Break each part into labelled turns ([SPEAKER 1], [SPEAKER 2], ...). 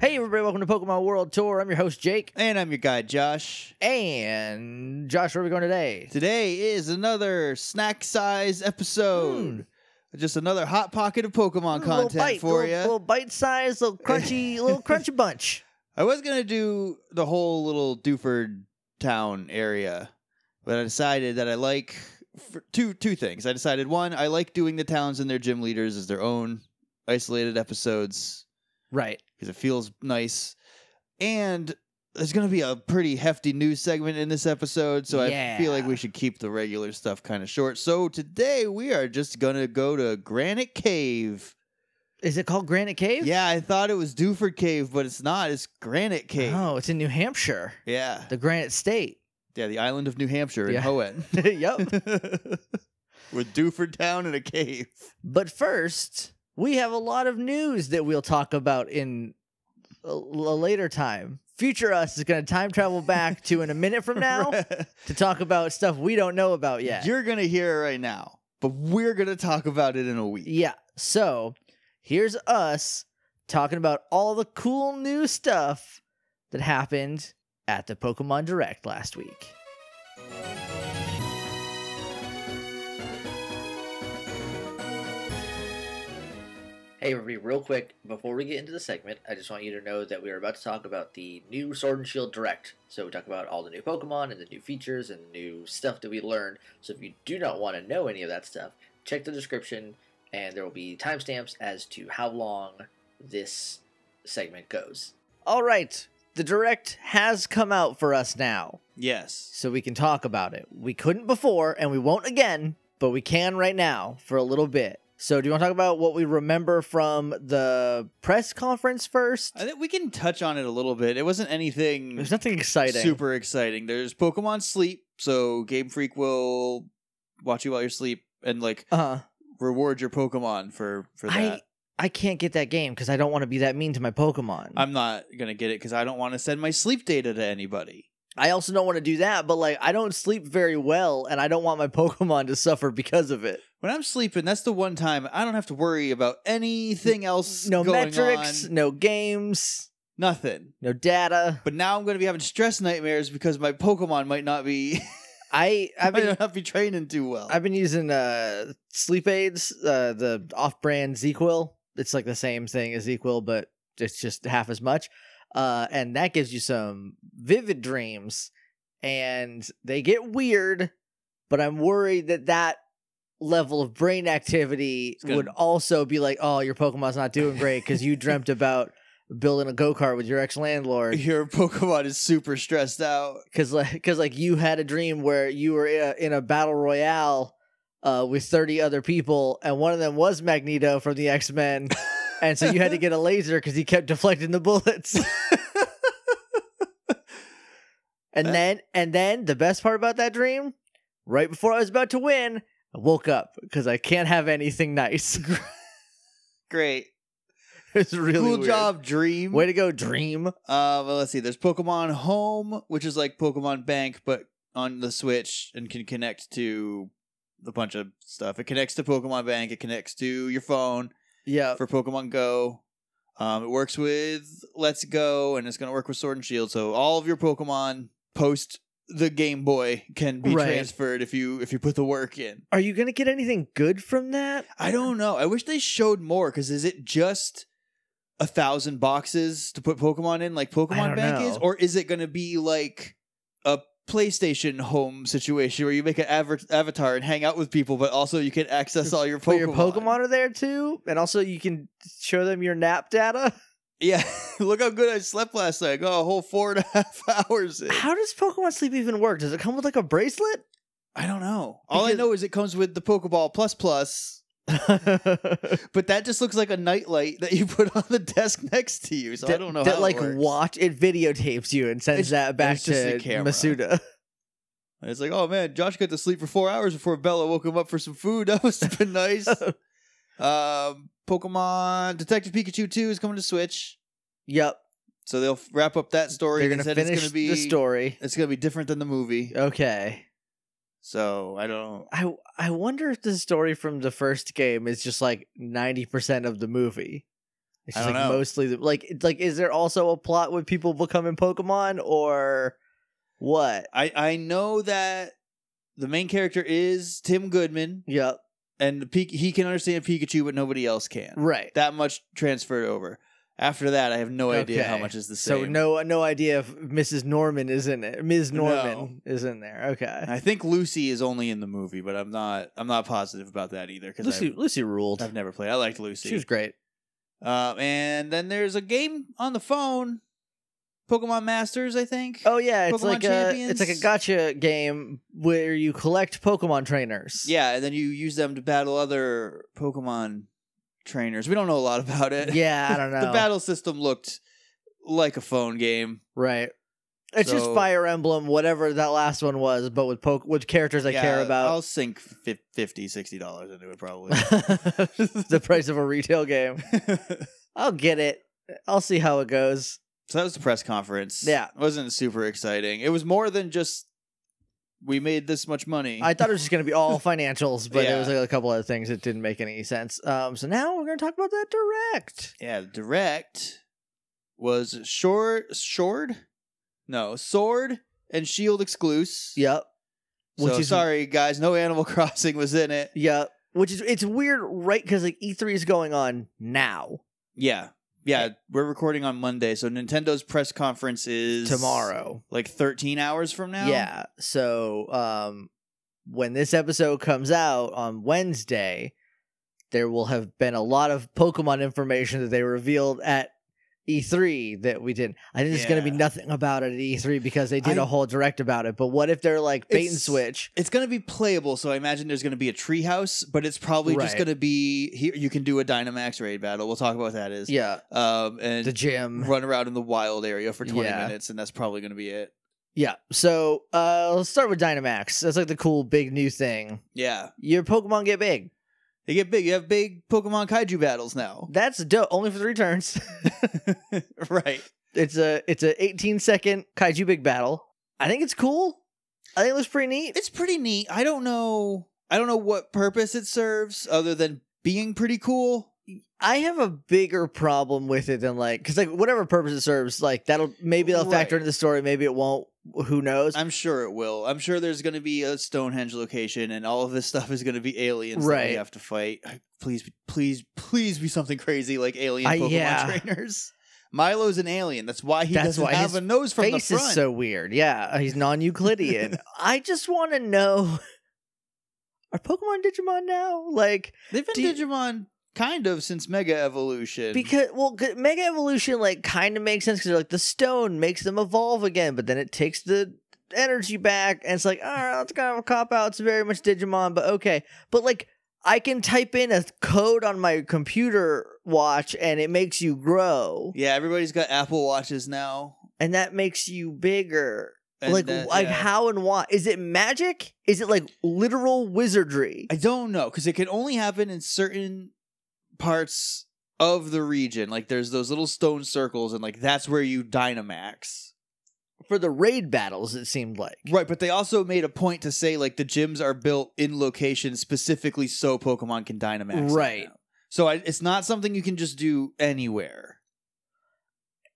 [SPEAKER 1] Hey, everybody, welcome to Pokemon World Tour. I'm your host, Jake.
[SPEAKER 2] And I'm your guy, Josh.
[SPEAKER 1] And Josh, where are we going today?
[SPEAKER 2] Today is another snack size episode. Just another hot pocket of Pokemon
[SPEAKER 1] Hmm. little
[SPEAKER 2] content
[SPEAKER 1] bite,
[SPEAKER 2] for
[SPEAKER 1] little,
[SPEAKER 2] you.
[SPEAKER 1] Little bite size, little crunchy, little crunchy bunch.
[SPEAKER 2] I was going to do the whole little Duford town area, but I decided that I like f two two things. I decided one, I like doing the towns and their gym leaders as their own isolated episodes
[SPEAKER 1] Right.
[SPEAKER 2] because it feels nice. And there's going to be a pretty hefty news segment in this episode, so I feel like
[SPEAKER 1] Yeah.
[SPEAKER 2] we should keep the regular stuff kind of short. So today we are just going to go to Granite Cave.
[SPEAKER 1] Is it called Granite Cave?
[SPEAKER 2] Yeah, I thought it was Duford Cave, but it's not. It's Granite Cave.
[SPEAKER 1] Oh, it's in New Hampshire,
[SPEAKER 2] Yeah.
[SPEAKER 1] the Granite State.
[SPEAKER 2] Yeah, the island of New Hampshire
[SPEAKER 1] Yeah.
[SPEAKER 2] in Hoenn.
[SPEAKER 1] yep.
[SPEAKER 2] With Duford Town in a cave.
[SPEAKER 1] But first, we have a lot of news that we'll talk about in a, a later time. Future us is going to time travel back to in a minute from now to talk about stuff we don't know about yet.
[SPEAKER 2] You're going to hear it right now, but we're going to talk about it in a week.
[SPEAKER 1] Yeah. So here's us talking about all the cool new stuff that happened at the Pokemon Direct last week. Hey, everybody, real quick, before we get into the segment, I just want you to know that we are about to talk about the new Sword and Shield Direct. So, we talk about all the new Pokemon and the new features and the new stuff that we learned. So, if you do not want to know any of that stuff, check the description and there will be timestamps as to how long this segment goes. All right, the direct has come out for us now,
[SPEAKER 2] Yes.
[SPEAKER 1] so we can talk about it. We couldn't before, and we won't again, but we can right now for a little bit. So, do you want to talk about what we remember from the press conference first?
[SPEAKER 2] I think we can touch on it a little bit. It wasn't anything
[SPEAKER 1] There's nothing exciting.
[SPEAKER 2] super exciting. There's Pokemon Sleep, so Game Freak will watch you while you're asleep and like
[SPEAKER 1] Uh,
[SPEAKER 2] reward your Pokemon for for that.
[SPEAKER 1] I I can't get that game because I don't want to be that mean to my Pokemon.
[SPEAKER 2] I'm not gonna get it because I don't want to send my sleep data to anybody.
[SPEAKER 1] I also don't want to do that, but like I don't sleep very well, and I don't want my Pokemon to suffer because of it.
[SPEAKER 2] When I'm sleeping, that's the one time I don't have to worry about anything else.
[SPEAKER 1] No
[SPEAKER 2] going
[SPEAKER 1] metrics,
[SPEAKER 2] on.
[SPEAKER 1] no games,
[SPEAKER 2] nothing.
[SPEAKER 1] no data.
[SPEAKER 2] But now I'm gonna be having stress nightmares because my Pokemon might not be.
[SPEAKER 1] I
[SPEAKER 2] I
[SPEAKER 1] I've been
[SPEAKER 2] might not be training too well.
[SPEAKER 1] I've been using uh sleep aids, uh the off-brand ZQL. It's like the same thing as ZQL, but it's just half as much. Uh and that gives you some vivid dreams and they get weird, but I'm worried that that level of brain activity
[SPEAKER 2] gonna-
[SPEAKER 1] would also be like, "Oh, your Pokemon's not doing great cuz you dreamt about building a go-kart with your ex-landlord."
[SPEAKER 2] Your Pokemon is super stressed out.
[SPEAKER 1] because like because like you had a dream where you were in a, in a battle royale uh, with 30 other people and one of them was magneto from the x-men and so you had to get a laser because he kept deflecting the bullets and
[SPEAKER 2] That-
[SPEAKER 1] then and then the best part about that dream right before i was about to win i woke up because i can't have anything nice
[SPEAKER 2] Great.
[SPEAKER 1] it's really
[SPEAKER 2] cool
[SPEAKER 1] weird.
[SPEAKER 2] job, Dream.
[SPEAKER 1] way to go dream
[SPEAKER 2] Uh, well, let's see. There's Pokemon Home, which is like Pokemon Bank, but on the Switch and can connect to a bunch of stuff. It connects to Pokemon Bank. It connects to your phone
[SPEAKER 1] yeah
[SPEAKER 2] for Pokemon Go. Um, it works with Let's Go, and it's going to work with Sword and Shield. So all of your Pokemon post the Game Boy can be
[SPEAKER 1] Right.
[SPEAKER 2] transferred if you if you put the work in.
[SPEAKER 1] are you gonna get anything good from that
[SPEAKER 2] I don't know. I wish they showed more because is it just a thousand boxes to put Pokemon in, like
[SPEAKER 1] don't
[SPEAKER 2] Pokemon Bank is,
[SPEAKER 1] know.
[SPEAKER 2] or is it going to be like a PlayStation Home situation where you make an aver- avatar and hang out with people, but also you can access all your Pokemon?
[SPEAKER 1] But your Pokemon are there too, and also you can show them your nap data.
[SPEAKER 2] Yeah, look how good I slept last night. I got a whole four and a half hours. In.
[SPEAKER 1] How does Pokemon Sleep even work? Does it come with like a bracelet?
[SPEAKER 2] I don't know. All I
[SPEAKER 1] Because-
[SPEAKER 2] know is it comes with the Pokeball Plus Plus. But that just looks like a nightlight that you put on the desk next to you. So I
[SPEAKER 1] That-
[SPEAKER 2] don't know
[SPEAKER 1] That
[SPEAKER 2] how it
[SPEAKER 1] like
[SPEAKER 2] works.
[SPEAKER 1] watch it videotapes you and sends
[SPEAKER 2] It's-
[SPEAKER 1] that back
[SPEAKER 2] it's just
[SPEAKER 1] to
[SPEAKER 2] a camera.
[SPEAKER 1] Masuda.
[SPEAKER 2] And it's like, oh man, Josh got to sleep for four hours before Bella woke him up for some food. That must have been nice. um, Pokemon Detective Pikachu 2 is coming to Switch.
[SPEAKER 1] yep,
[SPEAKER 2] So they'll f- wrap up that story.
[SPEAKER 1] they're
[SPEAKER 2] They
[SPEAKER 1] gonna
[SPEAKER 2] said
[SPEAKER 1] finish
[SPEAKER 2] it's gonna be,
[SPEAKER 1] the story.
[SPEAKER 2] It's going to be different than the movie.
[SPEAKER 1] Okay,
[SPEAKER 2] So I don't
[SPEAKER 1] I I wonder if the story from the first game is just like ninety percent of the movie. It's
[SPEAKER 2] I
[SPEAKER 1] just,
[SPEAKER 2] don't
[SPEAKER 1] like
[SPEAKER 2] know.
[SPEAKER 1] mostly the, like it's like is there also a plot with people becoming Pokemon or what?
[SPEAKER 2] I I know that the main character is Tim Goodman,
[SPEAKER 1] Yep.
[SPEAKER 2] and the Pi- he can understand Pikachu, but nobody else can.
[SPEAKER 1] Right.
[SPEAKER 2] That much transferred over. After that, I have no idea how
[SPEAKER 1] Okay.
[SPEAKER 2] much is the
[SPEAKER 1] so
[SPEAKER 2] same.
[SPEAKER 1] no no idea if Mrs. Norman is in it. Ms.
[SPEAKER 2] No.
[SPEAKER 1] Norman is in there.
[SPEAKER 2] And
[SPEAKER 1] Okay.
[SPEAKER 2] I think Lucy is only in the movie, but I'm not. I'm not positive about that either because
[SPEAKER 1] Lucy Lucy ruled.
[SPEAKER 2] I've, I've never played. I liked Lucy.
[SPEAKER 1] she was great.
[SPEAKER 2] Uh, and then there's a game on the phone, Pokemon Masters, I think.
[SPEAKER 1] Oh yeah, it's
[SPEAKER 2] Pokemon
[SPEAKER 1] like a, it's like a
[SPEAKER 2] Champions?
[SPEAKER 1] gotcha game where you collect Pokemon trainers.
[SPEAKER 2] yeah, and then you use them to battle other Pokemon trainers. We don't know a lot about it.
[SPEAKER 1] Yeah, I don't know.
[SPEAKER 2] the battle system looked like a phone game.
[SPEAKER 1] Right. It's just
[SPEAKER 2] So-
[SPEAKER 1] Fire Emblem, whatever that last one was, but with poke with characters I
[SPEAKER 2] Yeah,
[SPEAKER 1] care
[SPEAKER 2] I'll
[SPEAKER 1] about.
[SPEAKER 2] sink fif- 50 60 dollars into it probably.
[SPEAKER 1] the price of a retail game. I'll get it. I'll see how it goes.
[SPEAKER 2] So that was the press conference.
[SPEAKER 1] Yeah.
[SPEAKER 2] It wasn't super exciting. It was more than just we made this much money.
[SPEAKER 1] I thought it was just going to be all financials, but
[SPEAKER 2] Yeah.
[SPEAKER 1] there was like a couple other things that didn't make any sense. Um, so now we're going to talk about that direct.
[SPEAKER 2] yeah, direct was short sword? No, sword and shield exclusive.
[SPEAKER 1] Yep.
[SPEAKER 2] So
[SPEAKER 1] Which is-
[SPEAKER 2] sorry guys, no Animal Crossing was in it.
[SPEAKER 1] Yep. Which is it's weird, right? Because like E3 is going on now,
[SPEAKER 2] Yeah. Yeah, we're recording on Monday, so Nintendo's press conference is
[SPEAKER 1] tomorrow.
[SPEAKER 2] like 13 hours from now.
[SPEAKER 1] Yeah. So um when this episode comes out on Wednesday, there will have been a lot of Pokemon information that they revealed at E3 that we didn't. I think there's going to be
[SPEAKER 2] Yeah.
[SPEAKER 1] nothing about it at E3 because they did a
[SPEAKER 2] I-
[SPEAKER 1] whole direct about it. But what if they're like bait and
[SPEAKER 2] It's-
[SPEAKER 1] switch?
[SPEAKER 2] It's going to be playable, so I imagine there's going to be a treehouse, but it's probably just
[SPEAKER 1] Right.
[SPEAKER 2] going to be here. You can do a Dynamax raid battle. We'll talk about what that is.
[SPEAKER 1] Yeah,
[SPEAKER 2] Um, and
[SPEAKER 1] the gym.
[SPEAKER 2] run around in the wild area for 20
[SPEAKER 1] Yeah.
[SPEAKER 2] minutes, and that's probably going to be it.
[SPEAKER 1] Yeah. So uh, let's start with Dynamax. That's like the cool big new thing.
[SPEAKER 2] Yeah.
[SPEAKER 1] Your Pokemon get big.
[SPEAKER 2] They get big. You have big Pokemon kaiju battles now.
[SPEAKER 1] That's dope. Only for three turns.
[SPEAKER 2] right.
[SPEAKER 1] It's a it's a 18 second kaiju big battle. I think it's cool. I think it looks pretty neat.
[SPEAKER 2] It's pretty neat. I don't know. I don't know what purpose it serves other than being pretty cool.
[SPEAKER 1] I have a bigger problem with it than like because like whatever purpose it serves, like that'll maybe they'll factor
[SPEAKER 2] Right.
[SPEAKER 1] into the story, maybe it won't. Who knows?
[SPEAKER 2] I'm sure it will. I'm sure there's going to be a Stonehenge location, and all of this stuff is going to be aliens that we
[SPEAKER 1] Right.
[SPEAKER 2] have to fight. Please, please, please be something crazy like alien
[SPEAKER 1] I-
[SPEAKER 2] Pokemon
[SPEAKER 1] yeah.
[SPEAKER 2] trainers. Milo's an alien. That's why he
[SPEAKER 1] That's
[SPEAKER 2] doesn't
[SPEAKER 1] why
[SPEAKER 2] have
[SPEAKER 1] his
[SPEAKER 2] a nose from the
[SPEAKER 1] Face
[SPEAKER 2] front.
[SPEAKER 1] is so weird. Yeah, he's non-Euclidean. I just want to know: Are Pokemon Digimon now? Like
[SPEAKER 2] They've been
[SPEAKER 1] Do you-
[SPEAKER 2] Digimon kind of since Mega Evolution.
[SPEAKER 1] because well, 'cause Mega Evolution like kind of makes sense because like the stone makes them evolve again, but then it takes the energy back, and it's like all right, that's kind of a cop out. It's very much Digimon, but okay. But like I can type in a code on my computer watch, and it makes you grow,
[SPEAKER 2] yeah, everybody's got Apple watches now.
[SPEAKER 1] and that makes you bigger.
[SPEAKER 2] and
[SPEAKER 1] like
[SPEAKER 2] that-
[SPEAKER 1] like
[SPEAKER 2] yeah.
[SPEAKER 1] how and why? Is it magic? Is it like literal wizardry?
[SPEAKER 2] I don't know because it can only happen in certain parts of the region. Like there's those little stone circles, and like that's where you Dynamax.
[SPEAKER 1] For the raid battles, it seemed like
[SPEAKER 2] Right, but they also made a point to say like the gyms are built in locations specifically so Pokemon can Dynamax. them
[SPEAKER 1] Right.
[SPEAKER 2] now. So I, it's not something you can just do anywhere.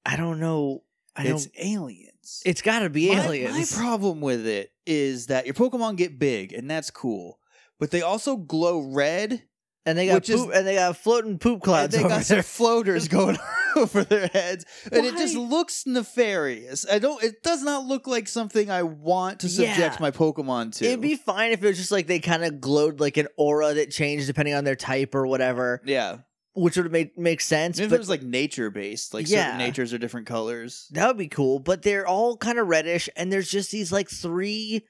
[SPEAKER 1] I don't know. I
[SPEAKER 2] it's
[SPEAKER 1] don't.
[SPEAKER 2] aliens.
[SPEAKER 1] It's got to be
[SPEAKER 2] My-
[SPEAKER 1] aliens.
[SPEAKER 2] My problem with it is that your Pokemon get big, and that's cool, but they also glow red,
[SPEAKER 1] and they got
[SPEAKER 2] Which is-
[SPEAKER 1] poop, and they got floating poop clouds
[SPEAKER 2] and they
[SPEAKER 1] over
[SPEAKER 2] got
[SPEAKER 1] there.
[SPEAKER 2] some floaters going over their heads, and it just
[SPEAKER 1] Why?
[SPEAKER 2] looks nefarious. I don't. It does not look like something I want to subject
[SPEAKER 1] Yeah.
[SPEAKER 2] my Pokemon to.
[SPEAKER 1] It'd be fine if it was just like they kind of glowed like an aura that changed depending on their type or whatever,
[SPEAKER 2] yeah.
[SPEAKER 1] which would make make sense.
[SPEAKER 2] Even if
[SPEAKER 1] but
[SPEAKER 2] it was like nature based, like
[SPEAKER 1] Yeah.
[SPEAKER 2] certain natures are different colors.
[SPEAKER 1] that would be cool. But they're all kind of reddish, and there's just these like three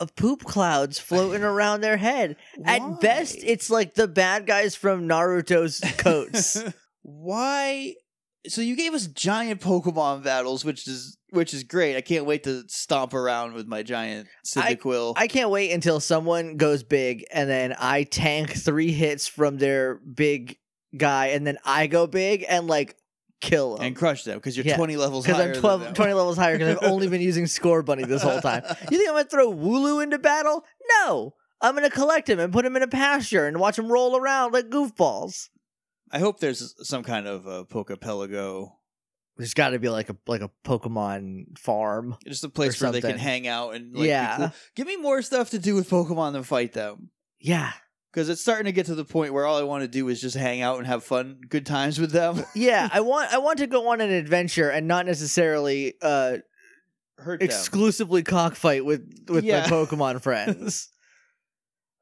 [SPEAKER 1] of poop clouds floating around their head. At best, it's like the bad guys from Naruto's coats.
[SPEAKER 2] Why? So you gave us giant Pokemon battles, which is which is great. I can't wait to stomp around with my giant Cyndaquil.
[SPEAKER 1] I can't wait until someone goes big and then I tank three hits from their big guy and then I go big and like kill
[SPEAKER 2] and
[SPEAKER 1] him.
[SPEAKER 2] crush them because you're
[SPEAKER 1] Yeah,
[SPEAKER 2] 20 levels
[SPEAKER 1] Because
[SPEAKER 2] higher.
[SPEAKER 1] I'm
[SPEAKER 2] than
[SPEAKER 1] 12,
[SPEAKER 2] them.
[SPEAKER 1] 20 levels higher because I've only been using Score Bunny this whole time. You think I'm going to throw Wooloo into battle? No. I'm going to collect him and put him in a pasture and watch him roll around like goofballs.
[SPEAKER 2] I hope there's some kind of a Pokepelago,
[SPEAKER 1] There's got to be like a like a Pokemon farm.
[SPEAKER 2] just a place
[SPEAKER 1] Or
[SPEAKER 2] where they can
[SPEAKER 1] something.
[SPEAKER 2] hang out and like, be
[SPEAKER 1] Yeah.
[SPEAKER 2] cool. Give me more stuff to do with Pokemon than fight them,
[SPEAKER 1] Yeah,
[SPEAKER 2] because it's starting to get to the point where all I want to do is just hang out and have fun, good times with them.
[SPEAKER 1] yeah. I want I want to go on an adventure and not necessarily uh
[SPEAKER 2] Hurt them.
[SPEAKER 1] exclusively cockfight with with
[SPEAKER 2] Yeah.
[SPEAKER 1] my Pokemon friends.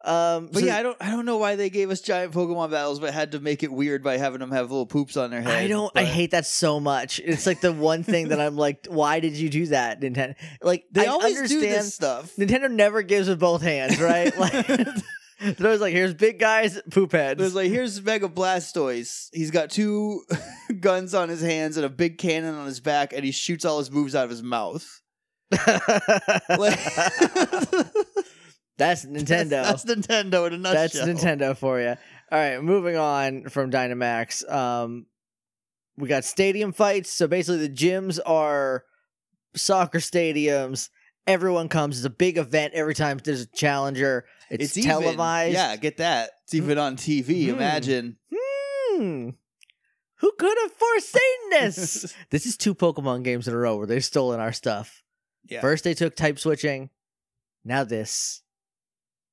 [SPEAKER 1] um,
[SPEAKER 2] But
[SPEAKER 1] so-
[SPEAKER 2] yeah, I don't I don't know why they gave us giant Pokemon battles, but had to make it weird by having them have little poops on their head.
[SPEAKER 1] I don't. I
[SPEAKER 2] but-
[SPEAKER 1] hate that so much. It's like the one thing that I'm like, why did you do that, Nintendo? Like
[SPEAKER 2] They
[SPEAKER 1] I
[SPEAKER 2] always
[SPEAKER 1] understand
[SPEAKER 2] do this stuff.
[SPEAKER 1] Nintendo never gives with both hands, right? Like they're always like, here's big guys, poop heads.
[SPEAKER 2] There's like here's Mega Blastoise. He's got two guns on his hands and a big cannon on his back, and he shoots all his moves out of his mouth. Like-
[SPEAKER 1] that's Nintendo.
[SPEAKER 2] That's, that's Nintendo in a nutshell.
[SPEAKER 1] That's Nintendo for you. All right, moving on from Dynamax. Um, we got stadium fights. So basically, the gyms are soccer stadiums. Everyone comes. It's a big event every time there's a challenger. It's,
[SPEAKER 2] even-
[SPEAKER 1] televised.
[SPEAKER 2] yeah, get that. It's even on TV.
[SPEAKER 1] Hmm.
[SPEAKER 2] Imagine.
[SPEAKER 1] Hmm. Who could have foreseen this? this is two Pokemon games in a row where they've stolen our stuff.
[SPEAKER 2] Yeah.
[SPEAKER 1] First, they took type switching. Now this.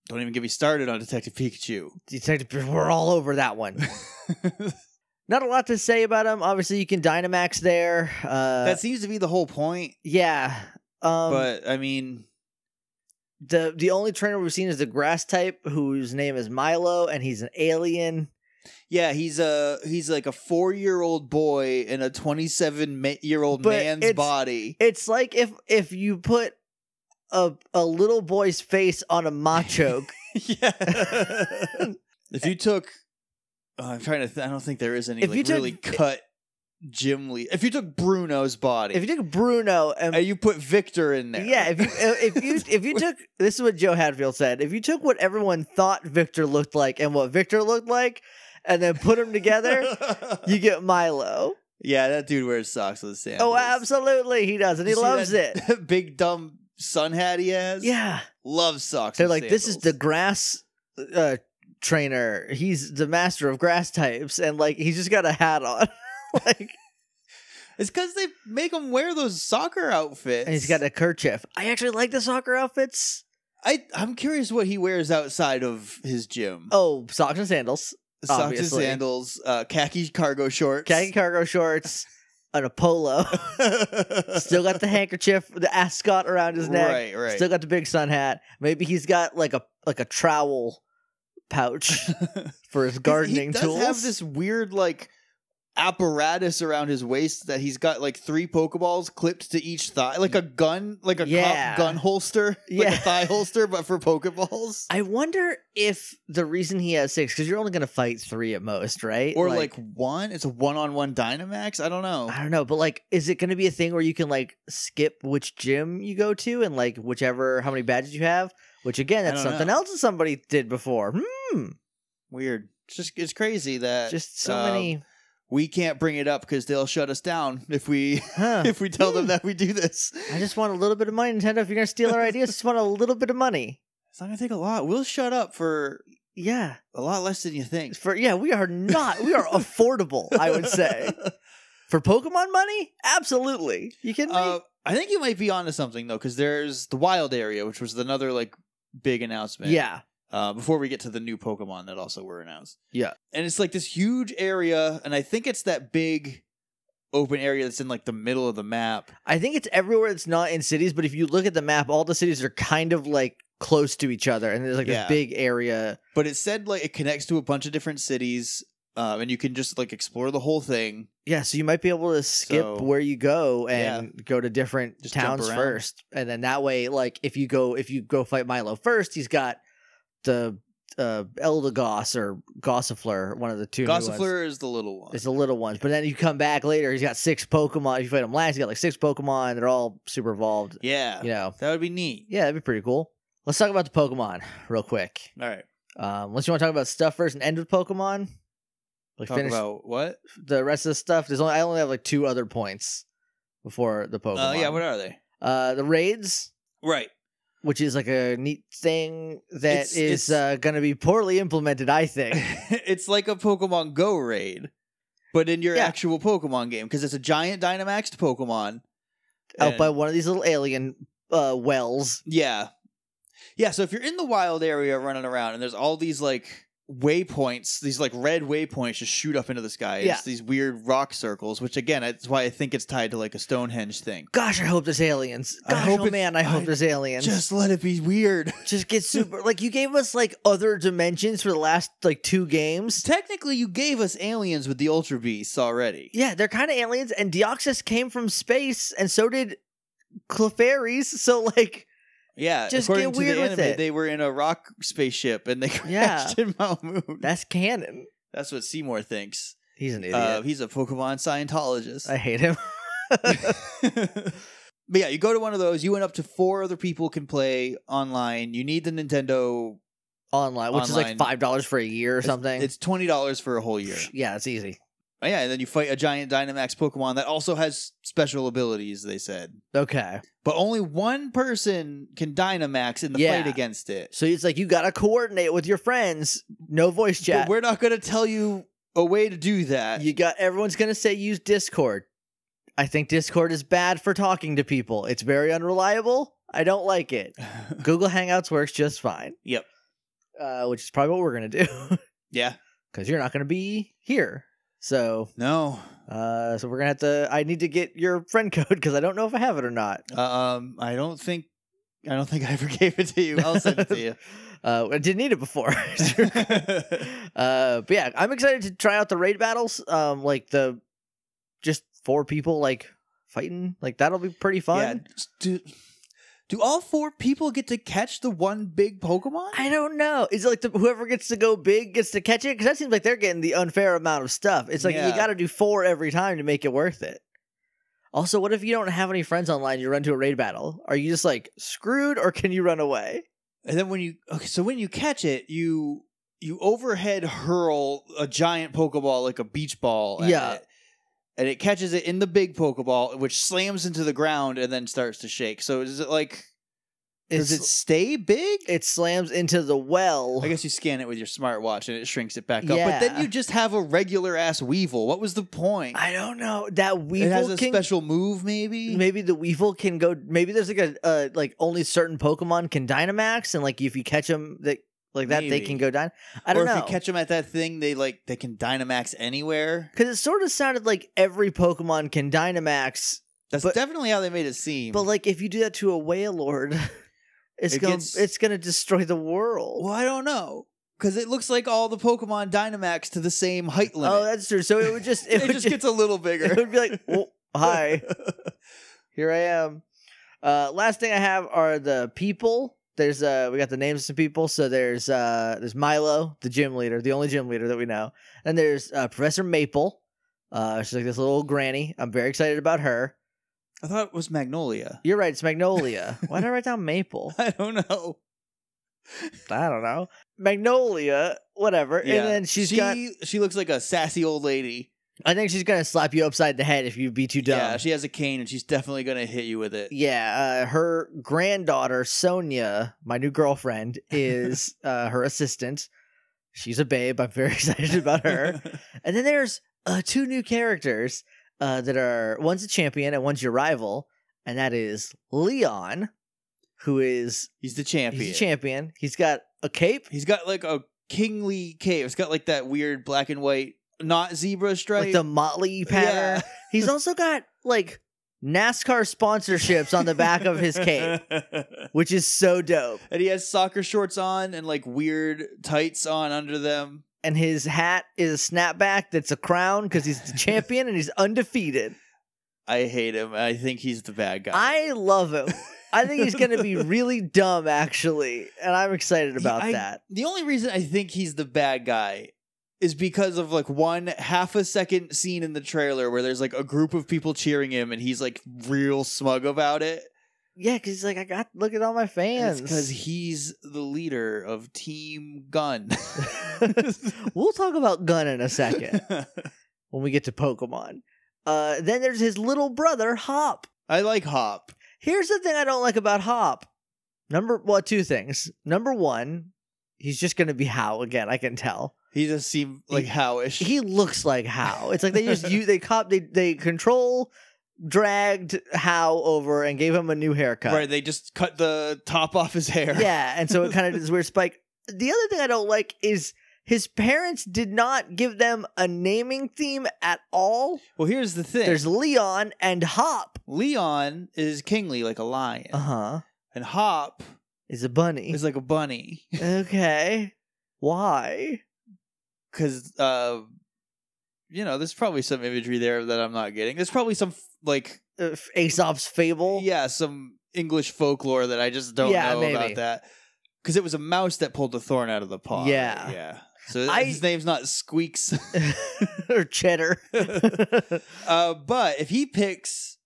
[SPEAKER 2] Don't even get me started on Detective Pikachu.
[SPEAKER 1] Detective, we're all over that one. Not a lot to say about him. Obviously, you can Dynamax there. Uh,
[SPEAKER 2] that seems to be the whole point.
[SPEAKER 1] yeah. Um,
[SPEAKER 2] but I mean,
[SPEAKER 1] the the only trainer we've seen is the grass type, whose name is Milo, and he's an alien.
[SPEAKER 2] Yeah, he's a he's like a four year old boy in a twenty seven ma- year old
[SPEAKER 1] But
[SPEAKER 2] man's
[SPEAKER 1] it's-
[SPEAKER 2] body.
[SPEAKER 1] It's like if if you put a a little boy's face on a machoke.
[SPEAKER 2] yeah. if you took, oh, I'm trying to. Th- I don't think there is any
[SPEAKER 1] If
[SPEAKER 2] like
[SPEAKER 1] you took-
[SPEAKER 2] really cut Jim Lee. If you took Bruno's body,
[SPEAKER 1] if you took Bruno and
[SPEAKER 2] and you put Victor in there,
[SPEAKER 1] Yeah, if you uh, if you if you took this is what Joe Hadfield said. If you took what everyone thought Victor looked like and what Victor looked like, and then put them together, you get Milo.
[SPEAKER 2] yeah, that dude wears socks with sandals.
[SPEAKER 1] Oh, absolutely, he does, and he
[SPEAKER 2] You see
[SPEAKER 1] loves
[SPEAKER 2] that
[SPEAKER 1] it.
[SPEAKER 2] Big dumb sun hat he has.
[SPEAKER 1] Yeah,
[SPEAKER 2] loves socks.
[SPEAKER 1] they're
[SPEAKER 2] with
[SPEAKER 1] like this is the
[SPEAKER 2] sandals."
[SPEAKER 1] grass uh, trainer. He's the master of grass types, and like he's just got a hat on, like,
[SPEAKER 2] It's because they make him wear those soccer outfits.
[SPEAKER 1] and he's got a kerchief. I actually like the soccer outfits.
[SPEAKER 2] I I'm curious what he wears outside of his gym.
[SPEAKER 1] Oh, socks and sandals,
[SPEAKER 2] Socks
[SPEAKER 1] obviously.
[SPEAKER 2] and sandals, uh, khaki cargo shorts.
[SPEAKER 1] khaki cargo shorts, and a polo. Still got the handkerchief, the ascot around his neck.
[SPEAKER 2] Right, right.
[SPEAKER 1] Still got the big sun hat. Maybe he's got like a like a trowel pouch for his gardening
[SPEAKER 2] he does
[SPEAKER 1] tools.
[SPEAKER 2] have this weird like apparatus around his waist that he's got like three pokeballs clipped to each thigh, like a gun, like a
[SPEAKER 1] Yeah.
[SPEAKER 2] cop gun holster, like
[SPEAKER 1] Yeah.
[SPEAKER 2] a thigh holster, but for pokeballs.
[SPEAKER 1] I wonder if the reason he has six because you're only going to fight three at most, right?
[SPEAKER 2] Or like, one, it's a one-on-one Dynamax. I don't know.
[SPEAKER 1] I don't know, but like, is it going to be a thing where you can like skip which gym you go to and like whichever how many badges you have? Which again,
[SPEAKER 2] I
[SPEAKER 1] that's
[SPEAKER 2] don't
[SPEAKER 1] something
[SPEAKER 2] know.
[SPEAKER 1] else that somebody did before. Hmm,
[SPEAKER 2] Weird. It's just it's crazy that
[SPEAKER 1] Just so
[SPEAKER 2] um,
[SPEAKER 1] many,
[SPEAKER 2] we can't bring it up because they'll shut us down if we
[SPEAKER 1] huh?
[SPEAKER 2] if we tell them that we do this.
[SPEAKER 1] I just want a little bit of money, Nintendo. If you're gonna steal our ideas, just want a little bit of money.
[SPEAKER 2] It's not gonna take a lot. We'll shut up for
[SPEAKER 1] Yeah,
[SPEAKER 2] a lot less than you think.
[SPEAKER 1] for yeah, we are not. We are affordable. I would say for Pokemon money, absolutely. You can.
[SPEAKER 2] Uh, I think you might be onto something though, because there's the wild area, which was another like big announcement.
[SPEAKER 1] yeah,
[SPEAKER 2] Uh, before we get to the new Pokemon that also were announced.
[SPEAKER 1] Yeah.
[SPEAKER 2] And it's like this huge area, and I think it's that big open area that's in like the middle of the map.
[SPEAKER 1] I think it's everywhere. It's not in cities, but if you look at the map, all the cities are kind of like close to each other, and there's like
[SPEAKER 2] Yeah.
[SPEAKER 1] this big area.
[SPEAKER 2] But it said like it connects to a bunch of different cities, uh, and you can just like explore the whole thing.
[SPEAKER 1] Yeah, so you might be able to skip
[SPEAKER 2] So-
[SPEAKER 1] where you go and go to different
[SPEAKER 2] Just jump
[SPEAKER 1] towns
[SPEAKER 2] around.
[SPEAKER 1] first, and then that way, like if you go if you go fight Milo first, he's got the uh, Eldegoss or Gossifleur, one of the two. new ones.
[SPEAKER 2] Gossifleur is the little one.
[SPEAKER 1] It's the little ones, but then you come back later. He's got six Pokemon. If you fight him last, he's got like six Pokemon. They're all super evolved.
[SPEAKER 2] yeah.
[SPEAKER 1] You know,
[SPEAKER 2] That would be neat.
[SPEAKER 1] yeah, that'd be pretty cool. Let's talk about the Pokemon real quick.
[SPEAKER 2] All right.
[SPEAKER 1] Um, unless you want to talk about stuff first and end with Pokemon, like
[SPEAKER 2] Talk
[SPEAKER 1] finish
[SPEAKER 2] about what?
[SPEAKER 1] the rest of the stuff. There's only I only have like two other points before the Pokemon.
[SPEAKER 2] Uh, yeah, what are they?
[SPEAKER 1] Uh, the raids.
[SPEAKER 2] Right.
[SPEAKER 1] which is like a neat thing that
[SPEAKER 2] It's-
[SPEAKER 1] is
[SPEAKER 2] it's-
[SPEAKER 1] uh, going to be poorly implemented, I think.
[SPEAKER 2] it's like a Pokemon Go raid, but in your
[SPEAKER 1] Yeah.
[SPEAKER 2] actual Pokemon game because it's a giant Dynamaxed Pokemon.
[SPEAKER 1] out
[SPEAKER 2] And-
[SPEAKER 1] by one of these little alien uh, wells.
[SPEAKER 2] Yeah. Yeah, so if you're in the wild area running around and there's all these like waypoints, these like red waypoints just shoot up into the sky.
[SPEAKER 1] Yeah.
[SPEAKER 2] It's these weird rock circles, which again, that's why I think it's tied to like a Stonehenge thing.
[SPEAKER 1] Gosh, I hope there's aliens.
[SPEAKER 2] I
[SPEAKER 1] Gosh,
[SPEAKER 2] hope
[SPEAKER 1] oh
[SPEAKER 2] it's-
[SPEAKER 1] man, I hope
[SPEAKER 2] I
[SPEAKER 1] there's aliens. Just,
[SPEAKER 2] Just let it be weird.
[SPEAKER 1] get super. like you gave us like other dimensions for the last like two games.
[SPEAKER 2] Technically, you gave us aliens with the Ultra Beasts already.
[SPEAKER 1] Yeah, they're kind of aliens, and Deoxys came from space, and so did Clefairies. So like,
[SPEAKER 2] Yeah,
[SPEAKER 1] Just
[SPEAKER 2] according
[SPEAKER 1] get
[SPEAKER 2] to
[SPEAKER 1] weird
[SPEAKER 2] the
[SPEAKER 1] with
[SPEAKER 2] anime,
[SPEAKER 1] it.
[SPEAKER 2] they were in a rock spaceship and they
[SPEAKER 1] Yeah.
[SPEAKER 2] crashed in Mount Moon.
[SPEAKER 1] that's canon.
[SPEAKER 2] That's what Seymour thinks.
[SPEAKER 1] He's an idiot.
[SPEAKER 2] Uh, he's a Pokemon Scientologist.
[SPEAKER 1] I hate him.
[SPEAKER 2] but yeah, you go to one of those. You and up to four other people can play online. You need the Nintendo
[SPEAKER 1] Online, which is like
[SPEAKER 2] Online.
[SPEAKER 1] five dollars for a year or
[SPEAKER 2] it's-
[SPEAKER 1] something.
[SPEAKER 2] It's twenty dollars for a whole year.
[SPEAKER 1] yeah, it's easy.
[SPEAKER 2] Oh, yeah, and then you fight a giant Dynamax Pokemon that also has special abilities. They said,
[SPEAKER 1] Okay,
[SPEAKER 2] but only one person can Dynamax in the
[SPEAKER 1] Yeah.
[SPEAKER 2] fight against it.
[SPEAKER 1] so it's like you gotta coordinate with your friends. No voice chat.
[SPEAKER 2] But we're not going to tell you a way to do that.
[SPEAKER 1] you got everyone's gonna say use discord i think discord is bad for talking to people it's very unreliable i don't like it google hangouts works just fine
[SPEAKER 2] Yep.
[SPEAKER 1] uh, which is probably what we're gonna do
[SPEAKER 2] yeah.
[SPEAKER 1] because you're not gonna be here so
[SPEAKER 2] No.
[SPEAKER 1] uh, so we're gonna have to i need to get your friend code because i don't know if i have it or not
[SPEAKER 2] Um. I don't think. I don't think I ever gave it to you. I'll send it to you.
[SPEAKER 1] uh, i didn't need it before uh, but yeah i'm excited to try out the raid battles um, like the just four people like fighting like that'll be pretty fun
[SPEAKER 2] Yeah, s- do, do all four people get to catch the one big Pokemon?
[SPEAKER 1] I don't know. Is it like the, whoever gets to go big gets to catch it? Because that seems like they're getting the unfair amount of stuff. It's like you
[SPEAKER 2] Yeah.
[SPEAKER 1] got to do four every time to make it worth it. Also, what if you don't have any friends online? You run to a raid battle. Are you just like screwed, or can you run away?
[SPEAKER 2] and then when you okay, so when you catch it, you you overhead hurl a giant Pokeball like a beach ball. At
[SPEAKER 1] Yeah.
[SPEAKER 2] It. And it catches it in the big Pokeball, which slams into the ground and then starts to shake. So is it like does it
[SPEAKER 1] It's,
[SPEAKER 2] stay big?
[SPEAKER 1] it slams into the well.
[SPEAKER 2] I guess you scan it with your smartwatch and it shrinks it back up. But
[SPEAKER 1] Yeah.
[SPEAKER 2] then you just have a regular ass Weevil. What was the point?
[SPEAKER 1] I don't know. That
[SPEAKER 2] it has
[SPEAKER 1] weevil
[SPEAKER 2] a
[SPEAKER 1] can
[SPEAKER 2] special move, maybe.
[SPEAKER 1] maybe the weevil can go. Maybe there's like a uh, like only certain Pokemon can Dynamax, and like if you catch them that like that, they
[SPEAKER 2] Maybe.
[SPEAKER 1] can go down. I don't
[SPEAKER 2] or
[SPEAKER 1] know.
[SPEAKER 2] if you catch them at that thing, they like they can Dynamax anywhere.
[SPEAKER 1] Because it sort of sounded like every Pokemon can Dynamax,
[SPEAKER 2] That's
[SPEAKER 1] But-
[SPEAKER 2] definitely how they made it seem.
[SPEAKER 1] but like if you do that to a Wailord, it's
[SPEAKER 2] It
[SPEAKER 1] gonna
[SPEAKER 2] gets-
[SPEAKER 1] it's gonna destroy the world.
[SPEAKER 2] well, I don't know because it looks like all the Pokemon Dynamax to the same height limit.
[SPEAKER 1] Oh, that's true. So it would just it
[SPEAKER 2] it,
[SPEAKER 1] would
[SPEAKER 2] just
[SPEAKER 1] just,
[SPEAKER 2] gets a little bigger.
[SPEAKER 1] it would be like, "Well, hi, here I am. Uh, last thing I have are the people. There's uh we got the names of some people. So there's uh there's Milo, the gym leader, the only gym leader that we know, and there's uh, Professor Maple. Uh, she's like this little old granny. I'm very excited about her.
[SPEAKER 2] I thought it was Magnolia.
[SPEAKER 1] You're right. It's Magnolia. Why did I write down Maple?
[SPEAKER 2] I don't know.
[SPEAKER 1] I don't know. Magnolia, whatever.
[SPEAKER 2] Yeah.
[SPEAKER 1] And then she's
[SPEAKER 2] she
[SPEAKER 1] got
[SPEAKER 2] she looks like a sassy old lady.
[SPEAKER 1] I think she's gonna slap you upside the head if you be too dumb.
[SPEAKER 2] Yeah, she has a cane and she's definitely gonna hit you with it.
[SPEAKER 1] Yeah, uh, her granddaughter Sonia, my new girlfriend, is uh, her assistant. She's a babe. I'm very excited about her. and then there's uh, two new characters uh, that are one's a champion and one's your rival, and that is Leon, who is
[SPEAKER 2] he's the champion.
[SPEAKER 1] he's a champion. He's got a cape,
[SPEAKER 2] He's got like a kingly cape. It's got like that weird black and white, not zebra stripe.
[SPEAKER 1] like the motley pattern.
[SPEAKER 2] Yeah.
[SPEAKER 1] He's also got like NASCAR sponsorships on the back of his cape, which is so dope.
[SPEAKER 2] And he has soccer shorts on and like weird tights on under them.
[SPEAKER 1] And his hat is a snapback that's a crown because he's the champion and he's undefeated.
[SPEAKER 2] I hate him. I think he's the bad guy.
[SPEAKER 1] I love him. I think he's going to be really dumb, actually. And I'm excited about
[SPEAKER 2] I-
[SPEAKER 1] that.
[SPEAKER 2] the only reason I think he's the bad guy is because of like one half a second scene in the trailer where there's like a group of people cheering him and he's like real smug about it.
[SPEAKER 1] Yeah, because he's like, I got, look at all my fans.
[SPEAKER 2] because he's the leader of Team Gun.
[SPEAKER 1] we'll talk about Gun in a second when we get to Pokemon. Uh, then there's his little brother, Hop.
[SPEAKER 2] I like Hop.
[SPEAKER 1] Here's the thing I don't like about Hop Number well, two things. Number one, he's just gonna be How again. I can tell.
[SPEAKER 2] He just seemed like
[SPEAKER 1] He-
[SPEAKER 2] howish.
[SPEAKER 1] He looks like How. It's like they just you they cop they they control dragged How over and gave him a new haircut.
[SPEAKER 2] Right, they just cut the top off his hair.
[SPEAKER 1] Yeah, and so it kind of did this weird spike. The other thing I don't like is his parents did not give them a naming theme at all.
[SPEAKER 2] Well, here's the thing.
[SPEAKER 1] There's Leon and Hop.
[SPEAKER 2] Leon is kingly like a lion,
[SPEAKER 1] Uh huh.
[SPEAKER 2] and Hop
[SPEAKER 1] Is a bunny.
[SPEAKER 2] is like a bunny
[SPEAKER 1] okay. Why?
[SPEAKER 2] because uh, you know, there's probably some imagery there that I'm not getting. There's probably some like
[SPEAKER 1] Uh, Aesop's fable.
[SPEAKER 2] yeah, some English folklore that I just don't
[SPEAKER 1] Yeah,
[SPEAKER 2] know
[SPEAKER 1] maybe.
[SPEAKER 2] about that. Because it was a mouse that pulled the thorn out of the paw. right?
[SPEAKER 1] Yeah.
[SPEAKER 2] yeah. So
[SPEAKER 1] I-
[SPEAKER 2] his name's not Squeaks.
[SPEAKER 1] or cheddar.
[SPEAKER 2] Uh, but if he picks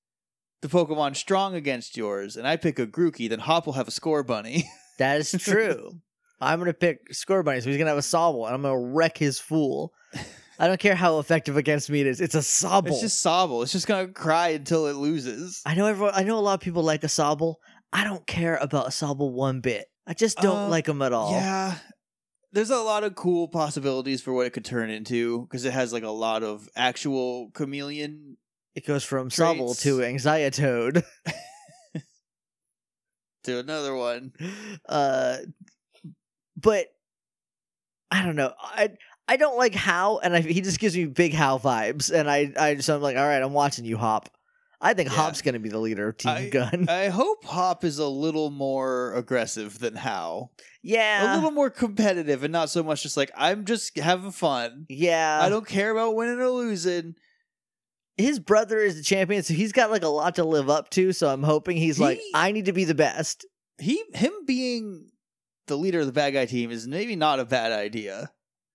[SPEAKER 2] the Pokemon strong against yours, and I pick a Grookey, then Hop will have a score bunny.
[SPEAKER 1] that is true. I'm gonna pick Score Bunny, so he's gonna have a sobble, and I'm gonna wreck his fool. I don't care how effective against me it is. It's a sobble.
[SPEAKER 2] It's just Sobble. It's just gonna cry until it loses.
[SPEAKER 1] I know everyone. I know a lot of people like Asabel. I don't care about Asabel one bit. I just don't
[SPEAKER 2] Uh,
[SPEAKER 1] like him at all.
[SPEAKER 2] Yeah, there's a lot of cool possibilities for what it could turn into because it has like a lot of actual chameleon.
[SPEAKER 1] It goes from
[SPEAKER 2] Traits.
[SPEAKER 1] Sobble to Anxietoad.
[SPEAKER 2] To another one,
[SPEAKER 1] Uh, but I don't know. I I don't like how, and I, he just gives me big how vibes, and I I just I'm like, all right, I'm watching you, Hop. I think
[SPEAKER 2] Yeah.
[SPEAKER 1] Hop's gonna be the leader of Team
[SPEAKER 2] I-
[SPEAKER 1] Gun.
[SPEAKER 2] I hope Hop is a little more aggressive than How, a
[SPEAKER 1] yeah,
[SPEAKER 2] little more competitive, and not so much just like I'm just having fun.
[SPEAKER 1] yeah.
[SPEAKER 2] I don't care about winning or losing.
[SPEAKER 1] His brother is the champion, so he's got like a lot to live up to. So I'm hoping he's like,
[SPEAKER 2] He-
[SPEAKER 1] I need to be the best.
[SPEAKER 2] He, him being the leader of the bad guy team is maybe not a bad idea.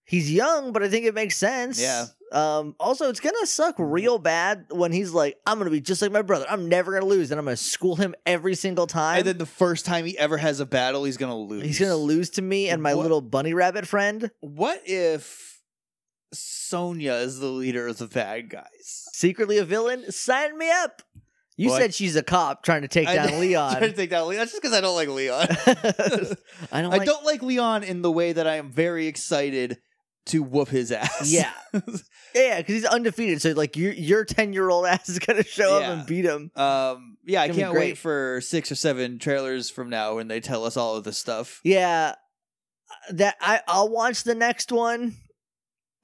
[SPEAKER 1] he's young, but I think it makes sense.
[SPEAKER 2] Yeah. Mm-hmm.
[SPEAKER 1] Um, also, it's gonna suck real bad when he's like, "I'm gonna be just like my brother. I'm never gonna lose, and I'm gonna school him every single time.
[SPEAKER 2] and then the first time he ever has a battle, he's gonna lose.
[SPEAKER 1] he's gonna lose to me and my
[SPEAKER 2] What-
[SPEAKER 1] little bunny rabbit friend.
[SPEAKER 2] What if Sonya is the leader of the bad guys?
[SPEAKER 1] Secretly a villain. Sign me up. You
[SPEAKER 2] What?
[SPEAKER 1] said she's a cop trying to take
[SPEAKER 2] I-
[SPEAKER 1] down
[SPEAKER 2] Trying to
[SPEAKER 1] Leon.
[SPEAKER 2] take down Leon. That's just because I don't like Leon.
[SPEAKER 1] I don't.
[SPEAKER 2] I
[SPEAKER 1] like-
[SPEAKER 2] don't like Leon in the way that I am very excited to whoop his ass.
[SPEAKER 1] Yeah. Yeah, because he's undefeated. So like your your ten year old ass is gonna show up
[SPEAKER 2] Yeah.
[SPEAKER 1] and beat him.
[SPEAKER 2] Um, yeah, I
[SPEAKER 1] It's gonna be
[SPEAKER 2] can't wait
[SPEAKER 1] great.
[SPEAKER 2] for six or seven trailers from now when they tell us all of this stuff.
[SPEAKER 1] Yeah, that I I'll watch the next one.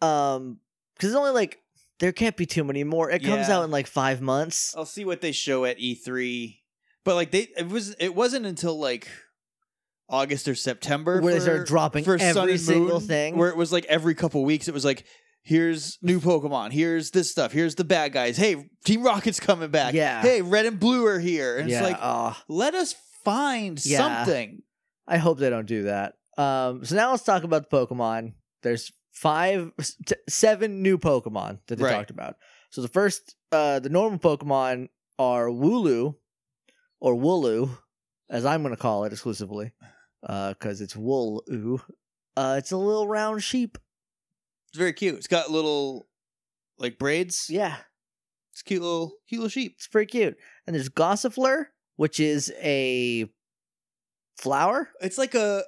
[SPEAKER 1] Um, because it's only like there can't be too many more. It comes
[SPEAKER 2] Yeah. Oh,
[SPEAKER 1] out in like five months.
[SPEAKER 2] I'll see what they show at E3. But like they it was it wasn't until like August or September
[SPEAKER 1] Where they
[SPEAKER 2] for-
[SPEAKER 1] started dropping
[SPEAKER 2] for Sun
[SPEAKER 1] every
[SPEAKER 2] and
[SPEAKER 1] single
[SPEAKER 2] Moon,
[SPEAKER 1] thing.
[SPEAKER 2] Where it was like every couple weeks it was like here's new Pokemon, here's this stuff, here's the bad guys. Hey, Team Rocket's coming back.
[SPEAKER 1] Yeah.
[SPEAKER 2] Hey, Red and Blue are here. And
[SPEAKER 1] yeah,
[SPEAKER 2] it's like
[SPEAKER 1] aw.
[SPEAKER 2] let us find
[SPEAKER 1] Yeah.
[SPEAKER 2] something.
[SPEAKER 1] I hope they don't do that. Um, so now let's talk about the Pokemon. There's five, s- t- seven new Pokemon that they
[SPEAKER 2] Right.
[SPEAKER 1] talked about. So the first, uh, the normal Pokemon are Wooloo, or Wooloo, as I'm going to call it exclusively, because it's Wooloo. Uh, it's a little round sheep.
[SPEAKER 2] It's very cute. It's got little like braids.
[SPEAKER 1] Yeah,
[SPEAKER 2] It's cute little cute little sheep.
[SPEAKER 1] it's pretty cute. And there's Gossifleur, which is a flower.
[SPEAKER 2] It's like a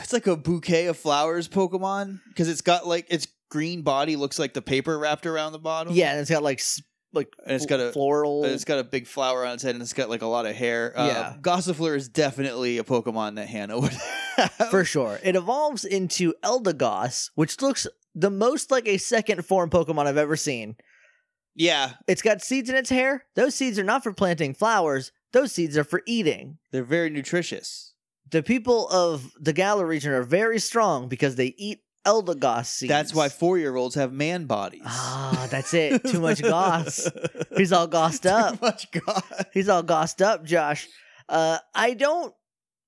[SPEAKER 2] it's like a bouquet of flowers Pokemon because it's got like its green body looks like the paper wrapped around the bottom.
[SPEAKER 1] Yeah, and it's got like s- like
[SPEAKER 2] and it's got a
[SPEAKER 1] floral.
[SPEAKER 2] it's got a big flower on its head and it's got like a lot of hair.
[SPEAKER 1] Yeah.
[SPEAKER 2] uh, Gossifleur is definitely a Pokemon that Hannah would have.
[SPEAKER 1] For sure. It evolves into Eldegoss, which looks the most like a second form Pokemon I've ever seen.
[SPEAKER 2] yeah,
[SPEAKER 1] It's got seeds in its hair. Those seeds are not for planting flowers, those seeds are for eating.
[SPEAKER 2] they're very nutritious.
[SPEAKER 1] The people of the Galar region are very strong because they eat Eldegoss seeds.
[SPEAKER 2] That's why four year olds have man bodies.
[SPEAKER 1] Ah, that's it. Too much goss. He's all gossed up.
[SPEAKER 2] Too much goss.
[SPEAKER 1] He's all gossed up, Josh. Uh, I don't.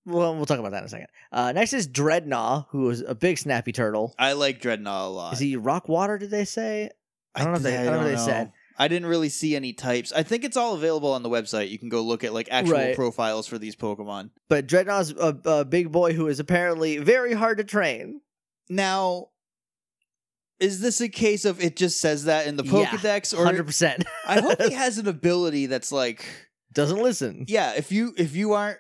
[SPEAKER 1] Well, we'll talk about that in a second. Uh, next is Dreadnought, who is a big snappy turtle.
[SPEAKER 2] I like Dreadnought a lot.
[SPEAKER 1] Is he rock water? Did they say? I don't know if they- I don't know if they said.
[SPEAKER 2] I didn't really see any types. I think it's all available on the website. You can go look at like actual
[SPEAKER 1] Right.
[SPEAKER 2] profiles for these Pokemon.
[SPEAKER 1] But Dreadnought's a, a big boy who is apparently very hard to train.
[SPEAKER 2] Now, is this a case of it just says that in the
[SPEAKER 1] Yeah,
[SPEAKER 2] Pokedex,
[SPEAKER 1] Hundred
[SPEAKER 2] or
[SPEAKER 1] percent
[SPEAKER 2] I hope he has an ability that's like,
[SPEAKER 1] doesn't listen.
[SPEAKER 2] yeah, if you if you aren't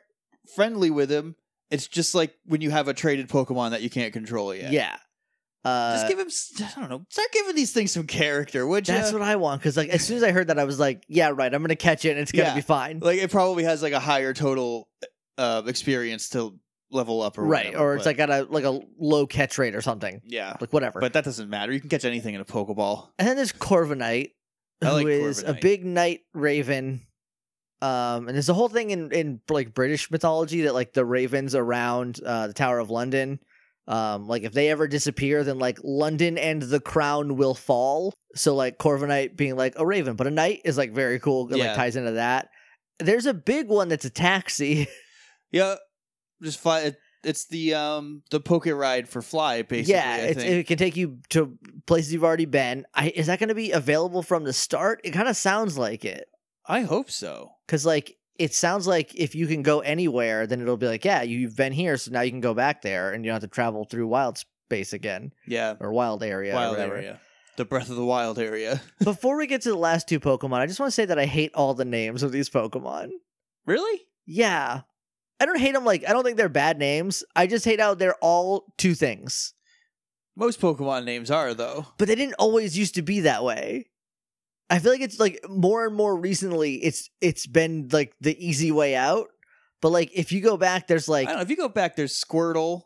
[SPEAKER 2] friendly with him, It's just like when you have a traded Pokemon that you can't control
[SPEAKER 1] Yeah.
[SPEAKER 2] yet.
[SPEAKER 1] Uh,
[SPEAKER 2] just give him. s- I don't know. Start giving these things some character, would you?
[SPEAKER 1] that's what I want because like as soon as I heard that I was like, yeah, right. I'm gonna catch it and it's gonna
[SPEAKER 2] Yeah.
[SPEAKER 1] be fine,
[SPEAKER 2] like it probably has like a higher total uh, experience to level up, or
[SPEAKER 1] right?
[SPEAKER 2] whatever,
[SPEAKER 1] or it's
[SPEAKER 2] but-
[SPEAKER 1] like got a like a low catch rate or something,
[SPEAKER 2] yeah,
[SPEAKER 1] like whatever.
[SPEAKER 2] but that doesn't matter. You can catch anything in a Pokeball.
[SPEAKER 1] and then there's Corviknight,
[SPEAKER 2] I
[SPEAKER 1] who is
[SPEAKER 2] like
[SPEAKER 1] a
[SPEAKER 2] Corviknight.
[SPEAKER 1] big night raven. Um, and there's a whole thing in in like British mythology that like the ravens around uh, the Tower of London, um, like if they ever disappear, then like London and the crown will fall. So like Corviknight being like a raven, but a knight is like very cool. It
[SPEAKER 2] Yeah.
[SPEAKER 1] like ties into that. There's a big one that's a taxi.
[SPEAKER 2] Yeah, just fly. It, it's the um the poke ride for fly basically.
[SPEAKER 1] yeah,
[SPEAKER 2] I
[SPEAKER 1] it's,
[SPEAKER 2] think.
[SPEAKER 1] it can take you to places you've already been. I, is that going to be available from the start? It kind of sounds like it.
[SPEAKER 2] I hope so.
[SPEAKER 1] Because, like, it sounds like if you can go anywhere, then it'll be like, yeah, you've been here, so now you can go back there and you don't have to travel through wild space again
[SPEAKER 2] Yeah,
[SPEAKER 1] or wild area or
[SPEAKER 2] wild
[SPEAKER 1] whatever.
[SPEAKER 2] area, the Breath of the Wild area.
[SPEAKER 1] Before we get to the last two Pokemon, I just want to say that I hate all the names of these Pokemon.
[SPEAKER 2] Really?
[SPEAKER 1] Yeah. I don't hate them. Like, I don't think they're bad names. I just hate how they're all two things.
[SPEAKER 2] Most Pokemon names are though.
[SPEAKER 1] but they didn't always used to be that way. I feel like it's like more and more recently it's it's been like the easy way out. But like if you go back there's like
[SPEAKER 2] I don't know. If you go back, there's Squirtle.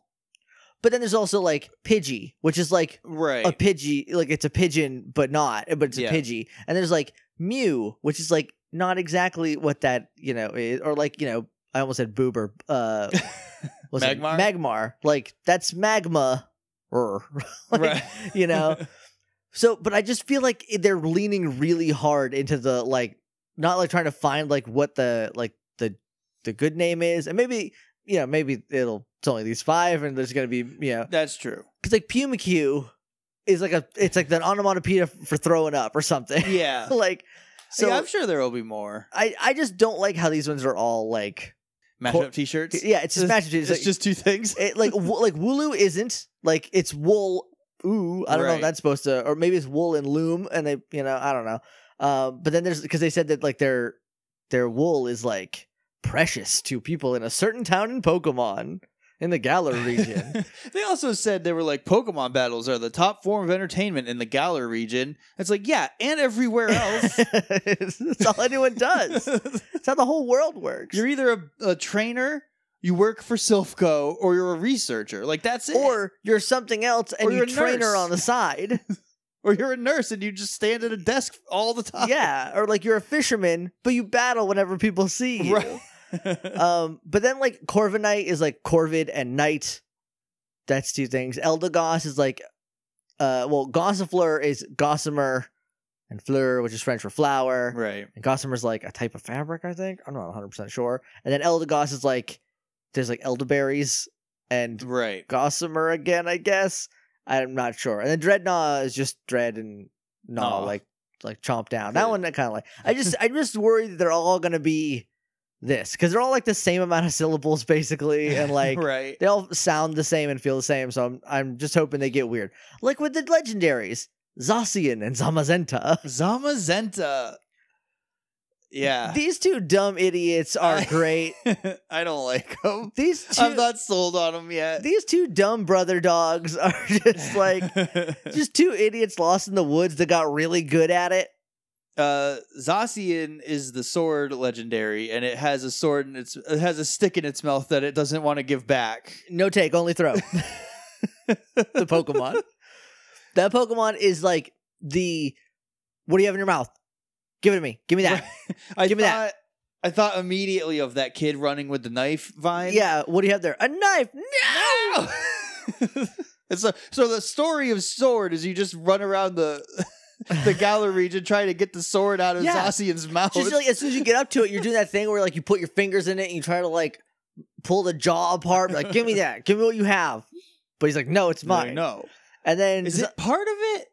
[SPEAKER 1] but then there's also like Pidgey, which is like
[SPEAKER 2] Right.
[SPEAKER 1] a Pidgey, like it's a pigeon but not but it's
[SPEAKER 2] Yeah.
[SPEAKER 1] a Pidgey. And there's like Mew, which is like not exactly what that, you know, is or like, you know, I almost said boober uh what's it?
[SPEAKER 2] Magmar?
[SPEAKER 1] Magmar. Like that's magma. Rrr. Like,
[SPEAKER 2] right.
[SPEAKER 1] you know? So, but I just feel like they're leaning really hard into the like, not like trying to find like what the like the the good name is, and maybe you know maybe it'll it's only these five, and there's gonna be you know
[SPEAKER 2] That's true.
[SPEAKER 1] because like Pumacue is like a it's like an onomatopoeia for throwing up or something.
[SPEAKER 2] Yeah.
[SPEAKER 1] like so
[SPEAKER 2] So I'm sure there will be more
[SPEAKER 1] I I just don't like how these ones are all like
[SPEAKER 2] matchup
[SPEAKER 1] Cor-
[SPEAKER 2] T-shirts.
[SPEAKER 1] yeah it's just
[SPEAKER 2] It's-
[SPEAKER 1] match
[SPEAKER 2] It's just two things.
[SPEAKER 1] it, like wo- like Wooloo isn't like it's wool. Ooh, I don't know if
[SPEAKER 2] Right.
[SPEAKER 1] that's supposed to, or maybe it's wool and loom, and they, you know, I don't know. Uh, but then there's because they said that like their their wool is like precious to people in a certain town in Pokemon in the Galar region.
[SPEAKER 2] they also said they were like Pokemon battles are the top form of entertainment in the Galar region. It's like yeah, and everywhere else.
[SPEAKER 1] that's all anyone does. That's how the whole world works.
[SPEAKER 2] you're either a, a trainer, you work for Silphco, or you're a researcher. Like that's it.
[SPEAKER 1] or you're something else, and
[SPEAKER 2] Or
[SPEAKER 1] you
[SPEAKER 2] you're a
[SPEAKER 1] train her
[SPEAKER 2] nurse.
[SPEAKER 1] on the side.
[SPEAKER 2] or you're a nurse and you just stand at a desk all the time.
[SPEAKER 1] yeah, or like you're a fisherman, but you battle whenever people see you.
[SPEAKER 2] Right.
[SPEAKER 1] um, but then like Corviknight is like Corvid and Knight. That's two things. Eldegoss is like, uh, well, Gossifleur is gossamer, and fleur, which is French for flower.
[SPEAKER 2] right.
[SPEAKER 1] And gossamer's like a type of fabric, I think. I'm not 100 percent sure. And then Eldegoss is like, there's like elderberries and
[SPEAKER 2] Right.
[SPEAKER 1] gossamer again, I guess. I'm not sure. And then Dreadnought is just dread and gnaw,
[SPEAKER 2] Gnaw.
[SPEAKER 1] like like chomp down. That
[SPEAKER 2] Good.
[SPEAKER 1] one I kind of like. I just I just worry that they're all gonna be this because they're all like the same amount of syllables basically, and like
[SPEAKER 2] right.
[SPEAKER 1] they all sound the same and feel the same. So I'm I'm just hoping they get weird, like with the legendaries, Zacian and Zamazenta.
[SPEAKER 2] Zamazenta. Yeah.
[SPEAKER 1] These two dumb idiots are
[SPEAKER 2] I-
[SPEAKER 1] great.
[SPEAKER 2] I don't like them.
[SPEAKER 1] These 2
[SPEAKER 2] I'm not sold on them yet.
[SPEAKER 1] these two dumb brother dogs are just like just two idiots lost in the woods that got really good at it.
[SPEAKER 2] uh, Zacian is the sword legendary, and it has a sword and its it has a stick in its mouth that it doesn't want to give back.
[SPEAKER 1] No take, only throw. the Pokemon. That Pokemon is like the what do you have in your mouth? Give it to me. Give me that.
[SPEAKER 2] I
[SPEAKER 1] Give me
[SPEAKER 2] thought,
[SPEAKER 1] that.
[SPEAKER 2] I thought immediately of that kid running with the knife vine.
[SPEAKER 1] Yeah, what do you have there? A knife. No.
[SPEAKER 2] No! and so, so the story of sword is you just run around the the Galar region trying to get the sword out of
[SPEAKER 1] Yeah.
[SPEAKER 2] Zacian's mouth.
[SPEAKER 1] Just like as soon as you get up to it, you're doing that thing where like you put your fingers in it and you try to like pull the jaw apart. Like, give me that. Give me what you have. But he's like, no, it's
[SPEAKER 2] You're like,
[SPEAKER 1] mine.
[SPEAKER 2] No,
[SPEAKER 1] And then
[SPEAKER 2] is it part of it?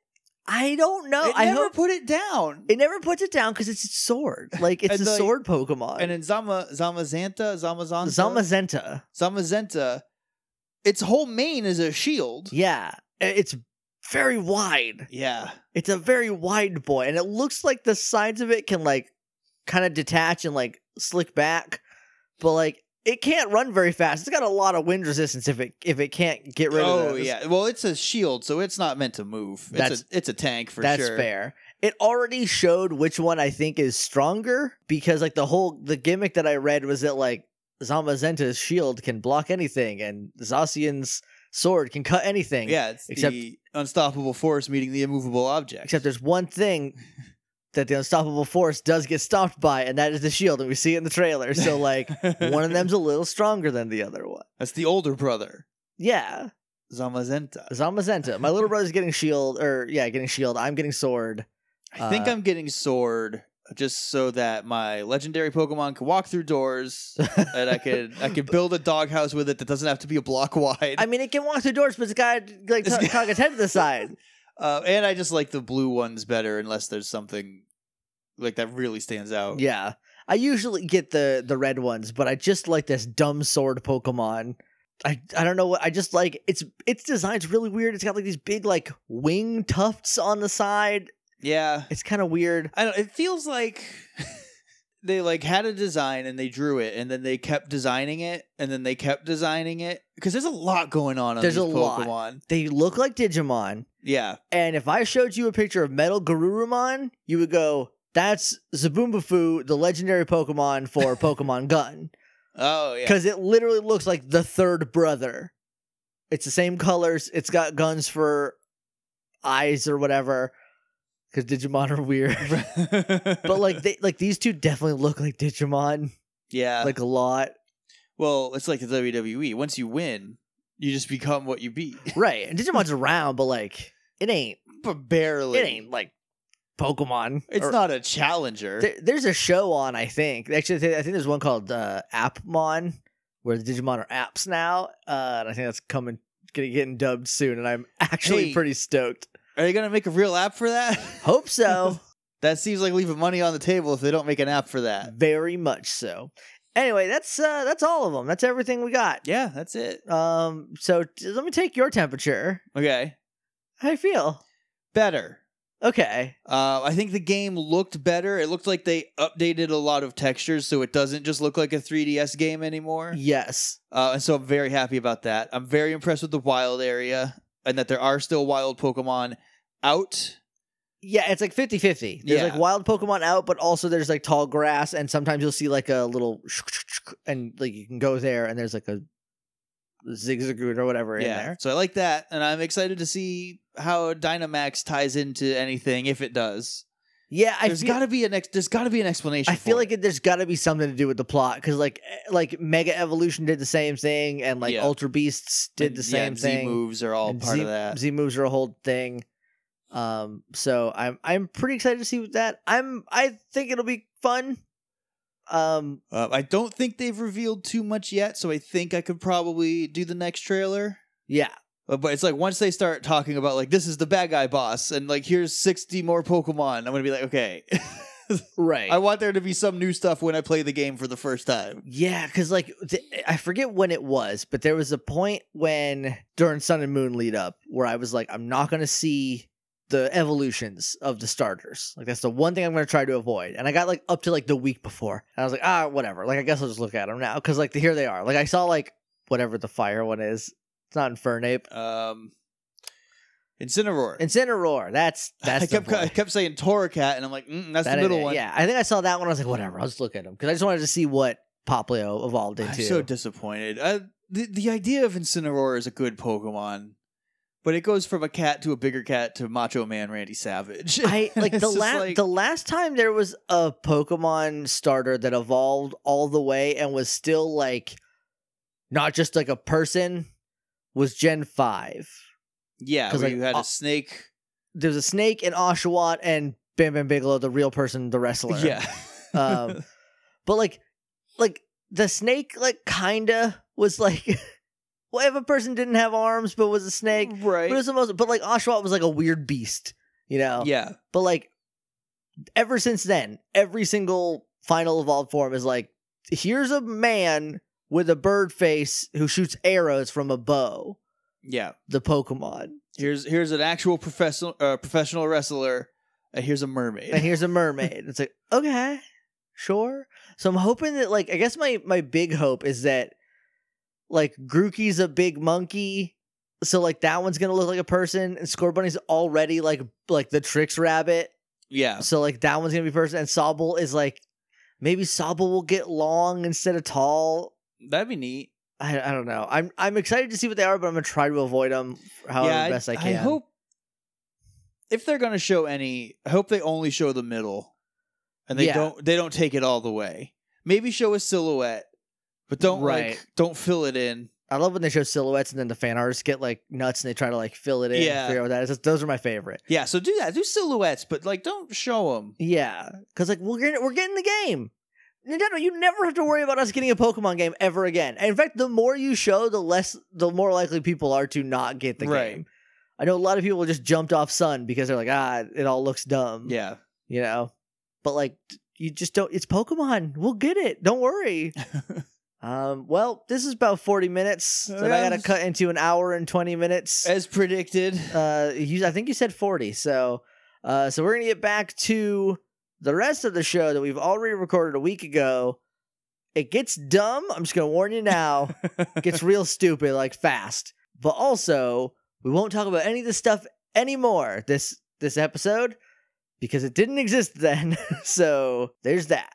[SPEAKER 1] I don't know.
[SPEAKER 2] it
[SPEAKER 1] I
[SPEAKER 2] never
[SPEAKER 1] hope
[SPEAKER 2] put it down.
[SPEAKER 1] it never puts it down because it's its sword. Like it's
[SPEAKER 2] And
[SPEAKER 1] a
[SPEAKER 2] the-
[SPEAKER 1] sword Pokemon.
[SPEAKER 2] and in Zama Zamazanta, Zamazanta,
[SPEAKER 1] Zamazenta.
[SPEAKER 2] Zamazenta, its whole mane is a shield.
[SPEAKER 1] Yeah, i- it's very wide.
[SPEAKER 2] Yeah,
[SPEAKER 1] It's a very wide boy, and it looks like the sides of it can like kind of detach and like slick back, but like it can't run very fast. It's got a lot of wind resistance if it if it can't get rid of.
[SPEAKER 2] Oh
[SPEAKER 1] those.
[SPEAKER 2] yeah. Well, it's a shield, so it's not meant to move. It's
[SPEAKER 1] That's-
[SPEAKER 2] a, it's a tank for
[SPEAKER 1] that's
[SPEAKER 2] sure.
[SPEAKER 1] fair. It already showed which one I think is stronger because like the whole the gimmick that I read was that like Zamazenta's shield can block anything and Zacian's sword can cut anything.
[SPEAKER 2] Yeah, it's
[SPEAKER 1] Except-
[SPEAKER 2] the unstoppable force meeting the immovable object.
[SPEAKER 1] Except there's one thing that the unstoppable force does get stopped by, and that is the shield, and we see it in the trailer. So like one of them's a little stronger than the other one.
[SPEAKER 2] That's the older brother,
[SPEAKER 1] Yeah.
[SPEAKER 2] Zamazenta.
[SPEAKER 1] Zamazenta. My little brother's getting shield or yeah, getting shield. I'm getting sword.
[SPEAKER 2] I think
[SPEAKER 1] Uh,
[SPEAKER 2] I'm getting sword just so that my legendary Pokemon can walk through doors and I could I could build a doghouse with it that doesn't have to be a block wide.
[SPEAKER 1] I mean, it can walk through doors, but it's got like
[SPEAKER 2] It's
[SPEAKER 1] t-
[SPEAKER 2] got-
[SPEAKER 1] cock its head to the side.
[SPEAKER 2] Uh, and I just like the blue ones better unless there's something like that really stands out.
[SPEAKER 1] Yeah, I usually get the the red ones, but I just like this dumb sword Pokemon. I I don't know what I just like. It's its design's really weird. It's got like these big like wing tufts on the side.
[SPEAKER 2] Yeah.
[SPEAKER 1] It's kind of weird.
[SPEAKER 2] I don't it feels like they like had a design and they drew it and then they kept designing it and then they kept designing it because there's a lot going on on
[SPEAKER 1] There's
[SPEAKER 2] these
[SPEAKER 1] a lot.
[SPEAKER 2] Pokemon.
[SPEAKER 1] They look like Digimon,
[SPEAKER 2] Yeah.
[SPEAKER 1] and if I showed you a picture of Metal Garurumon, you would go, "That's Zabumbafu, the legendary Pokemon for Pokemon Gun."
[SPEAKER 2] Oh yeah.
[SPEAKER 1] because it literally looks like the third brother. It's the same colors. It's got guns for eyes or whatever. Because Digimon are weird, but like they like these two definitely look like Digimon
[SPEAKER 2] yeah.
[SPEAKER 1] like a lot,
[SPEAKER 2] Well, it's like the WWE. Once you win, you just become what you beat.
[SPEAKER 1] right? And Digimon's around, but like it ain't
[SPEAKER 2] but barely.
[SPEAKER 1] it ain't like Pokemon.
[SPEAKER 2] It's
[SPEAKER 1] Or-
[SPEAKER 2] not a challenger.
[SPEAKER 1] There, there's a show on, I think. Actually, I thi- I think there's one called uh, Appmon, where the Digimon are apps now, uh, and I think that's coming, gonna getting dubbed soon. And I'm actually
[SPEAKER 2] Hey.
[SPEAKER 1] pretty stoked.
[SPEAKER 2] Are they gonna make a real app for that?
[SPEAKER 1] Hope so.
[SPEAKER 2] that seems like leaving money on the table if they don't make an app for that.
[SPEAKER 1] Very much so. Anyway, that's uh that's all of them. That's everything we got.
[SPEAKER 2] Yeah, that's it.
[SPEAKER 1] Um so t- let me take your temperature.
[SPEAKER 2] Okay.
[SPEAKER 1] How you feel?
[SPEAKER 2] Better.
[SPEAKER 1] Okay.
[SPEAKER 2] Uh, I think the game looked better. It looked like they updated a lot of textures, so it doesn't just look like a 3DS game anymore.
[SPEAKER 1] Yes.
[SPEAKER 2] Uh, and so I'm very happy about that. I'm very impressed with the wild area and that there are still wild Pokemon out.
[SPEAKER 1] Yeah, it's like 50-50. There's
[SPEAKER 2] Yeah.
[SPEAKER 1] like wild Pokemon out, but also there's like tall grass and sometimes you'll see like a little and like you can go there and there's like a zigzagoon or whatever in there.
[SPEAKER 2] So I like that, and I'm excited to see how Dynamax ties into anything if it does.
[SPEAKER 1] Yeah, I
[SPEAKER 2] There's
[SPEAKER 1] feel-
[SPEAKER 2] got to be an ex- there's got to be an explanation.
[SPEAKER 1] I feel
[SPEAKER 2] for
[SPEAKER 1] like it, there's got to be something to do with the plot because like eh, like Mega Evolution did the same thing and like
[SPEAKER 2] Yeah.
[SPEAKER 1] Ultra Beasts did
[SPEAKER 2] And,
[SPEAKER 1] the
[SPEAKER 2] yeah,
[SPEAKER 1] same
[SPEAKER 2] and Z
[SPEAKER 1] thing.
[SPEAKER 2] moves are all
[SPEAKER 1] and
[SPEAKER 2] part
[SPEAKER 1] Z,
[SPEAKER 2] of that.
[SPEAKER 1] Z moves are a whole thing. Um, so I'm I'm pretty excited to see what that. I'm I think it'll be fun. Um,
[SPEAKER 2] Uh, I don't think they've revealed too much yet, so I think I could probably do the next trailer.
[SPEAKER 1] yeah,
[SPEAKER 2] Uh, But it's like once they start talking about like this is the bad guy boss and like here's 60 more Pokemon, I'm gonna be like, okay,
[SPEAKER 1] right.
[SPEAKER 2] I want there to be some new stuff when I play the game for the first time.
[SPEAKER 1] yeah, because like th- I forget when it was, but there was a point when during Sun and Moon lead up where I was like, I'm not gonna see the evolutions of the starters. Like that's the one thing I'm gonna try to avoid. And I got like up to like the week before, and I was like, ah, whatever. Like I guess I'll just look at them now because like here they are. Like I saw like whatever the fire one is. It's not Infernape.
[SPEAKER 2] Um, Incineroar.
[SPEAKER 1] Incineroar. That's that's
[SPEAKER 2] I kept
[SPEAKER 1] the boy.
[SPEAKER 2] I kept saying Torracat, and I'm like, mm, that's
[SPEAKER 1] That ain't
[SPEAKER 2] the middle
[SPEAKER 1] it.
[SPEAKER 2] one.
[SPEAKER 1] Yeah, I think I saw that one. I was like, whatever. I'll just look at him because I just wanted to see what Poplio evolved
[SPEAKER 2] I'm
[SPEAKER 1] into.
[SPEAKER 2] so disappointed. Uh, the the idea of Incineroar is a good Pokemon, but it goes from a cat to a bigger cat to Macho Man Randy Savage.
[SPEAKER 1] I like
[SPEAKER 2] It's
[SPEAKER 1] the
[SPEAKER 2] just
[SPEAKER 1] last
[SPEAKER 2] like-
[SPEAKER 1] the last time there was a Pokemon starter that evolved all the way and was still like not just like a person was Gen Five.
[SPEAKER 2] yeah,
[SPEAKER 1] 'cause,
[SPEAKER 2] where
[SPEAKER 1] like,
[SPEAKER 2] you had
[SPEAKER 1] uh,
[SPEAKER 2] a snake.
[SPEAKER 1] There's a snake and Oshawott and Bam Bam Bigelow, the real person, the wrestler.
[SPEAKER 2] Yeah.
[SPEAKER 1] Um, But like, like the snake, like kinda was like, well, if a person didn't have arms but was a snake,
[SPEAKER 2] right.
[SPEAKER 1] but it was the most. But like Oshawott was like a weird beast, you know.
[SPEAKER 2] yeah.
[SPEAKER 1] But like, ever since then, every single final evolved form is like, here's a man with a bird face who shoots arrows from a bow.
[SPEAKER 2] Yeah.
[SPEAKER 1] The Pokemon,
[SPEAKER 2] Here's here's an actual professional uh, professional wrestler, and Uh, here's a mermaid.
[SPEAKER 1] and here's a mermaid. It's like okay, sure. So I'm hoping that like I guess my my big hope is that like Grookey's a big monkey. So like that one's gonna look like a person, and Score Bunny's already like like the Tricks Rabbit.
[SPEAKER 2] Yeah.
[SPEAKER 1] So like that one's gonna be person, and Sobble is like maybe Sobble will get long instead of tall.
[SPEAKER 2] That'd be neat.
[SPEAKER 1] I, I don't know. I'm I'm excited to see what they are, but I'm gonna try to avoid them however
[SPEAKER 2] yeah,
[SPEAKER 1] best I,
[SPEAKER 2] I,
[SPEAKER 1] can.
[SPEAKER 2] hope if they're gonna show any, I hope they only show the middle, and they
[SPEAKER 1] Yeah.
[SPEAKER 2] don't they don't take it all the way. Maybe show a silhouette, but don't
[SPEAKER 1] Right.
[SPEAKER 2] like don't fill it in.
[SPEAKER 1] I love when they show silhouettes and then the fan artists get like nuts and they try to like fill it in. Yeah,
[SPEAKER 2] Yeah.
[SPEAKER 1] and figure out what that is. Those are my favorite.
[SPEAKER 2] Yeah, so do that. Do silhouettes, but like don't show them.
[SPEAKER 1] Yeah, because like we're getting, we're getting the game. Nintendo, you never have to worry about us getting a Pokemon game ever again. And in fact, the more you show, the less the more likely people are to not get the
[SPEAKER 2] Right.
[SPEAKER 1] game. I know a lot of people just jumped off Sun because they're like, ah, it all looks dumb.
[SPEAKER 2] Yeah,
[SPEAKER 1] you know, but like you just don't. It's Pokemon. We'll get it. Don't worry. um. Well, this is about forty minutes that I got to cut into an hour and twenty minutes
[SPEAKER 2] as predicted.
[SPEAKER 1] uh you, i think you said 40 so uh so we're gonna get back to the rest of the show that we've already recorded a week ago it gets dumb i'm just gonna warn you now it gets real stupid like fast but also we won't talk about any of this stuff anymore this this episode because it didn't exist then so there's that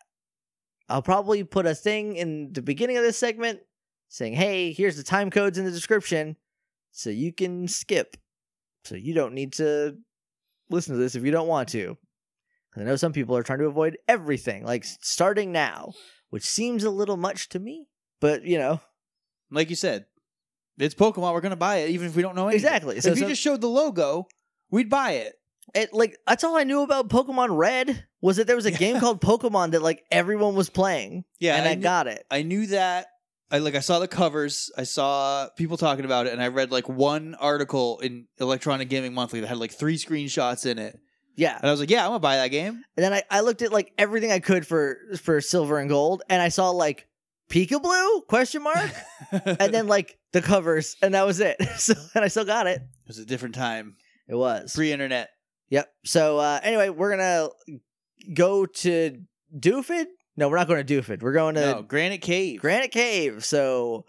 [SPEAKER 1] i'll probably put a thing in the beginning of this segment saying hey here's the time codes in the description so you can skip so you don't need to listen to this if you don't want to. 'Cause I know some people are trying to avoid everything, like s- starting now, which seems a little much to me. But you know,
[SPEAKER 2] like you said, it's Pokemon. We're gonna buy it, even if we don't know anything.
[SPEAKER 1] exactly. So,
[SPEAKER 2] if you
[SPEAKER 1] so-
[SPEAKER 2] just showed the logo, we'd buy it.
[SPEAKER 1] it, like that's all I knew about Pokemon Red was that there was a game called Pokemon that like everyone was playing,
[SPEAKER 2] Yeah,
[SPEAKER 1] and I,
[SPEAKER 2] kn-
[SPEAKER 1] got it.
[SPEAKER 2] I knew that. I like I saw the covers, I saw people talking about it, and I read like one article in Electronic Gaming Monthly that had like three screenshots in it,
[SPEAKER 1] Yeah,
[SPEAKER 2] and I was like, "Yeah, I'm gonna buy that game."
[SPEAKER 1] and then I, I looked at like everything I could for for Silver and Gold, and I saw like Pika Blue question mark, and then like the covers, and that was it. So and I still got it.
[SPEAKER 2] it was a different time,
[SPEAKER 1] It was
[SPEAKER 2] pre-internet.
[SPEAKER 1] Yep. So uh, anyway, we're gonna go to Doofid. No, we're not going to Doofid. We're going to
[SPEAKER 2] No, Granite Cave.
[SPEAKER 1] Granite Cave. So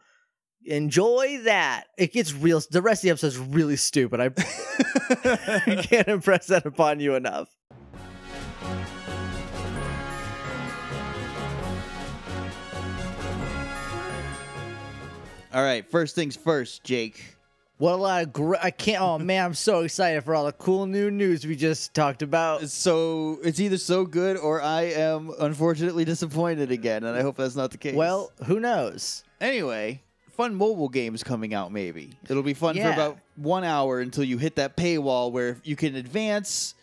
[SPEAKER 1] enjoy that. It gets real. The rest of the episode's really stupid. I can't impress that upon you enough.
[SPEAKER 2] All right, first things first, Jake.
[SPEAKER 1] What a lot of uh, gr- I can't. Oh man, I'm so excited for all the cool new news we just talked about.
[SPEAKER 2] So it's either so good or I am unfortunately disappointed again, and I hope that's not the case.
[SPEAKER 1] Well, who knows?
[SPEAKER 2] anyway, fun mobile games coming out. Maybe it'll be fun
[SPEAKER 1] Yeah.
[SPEAKER 2] for about one hour until you hit that paywall where you can advance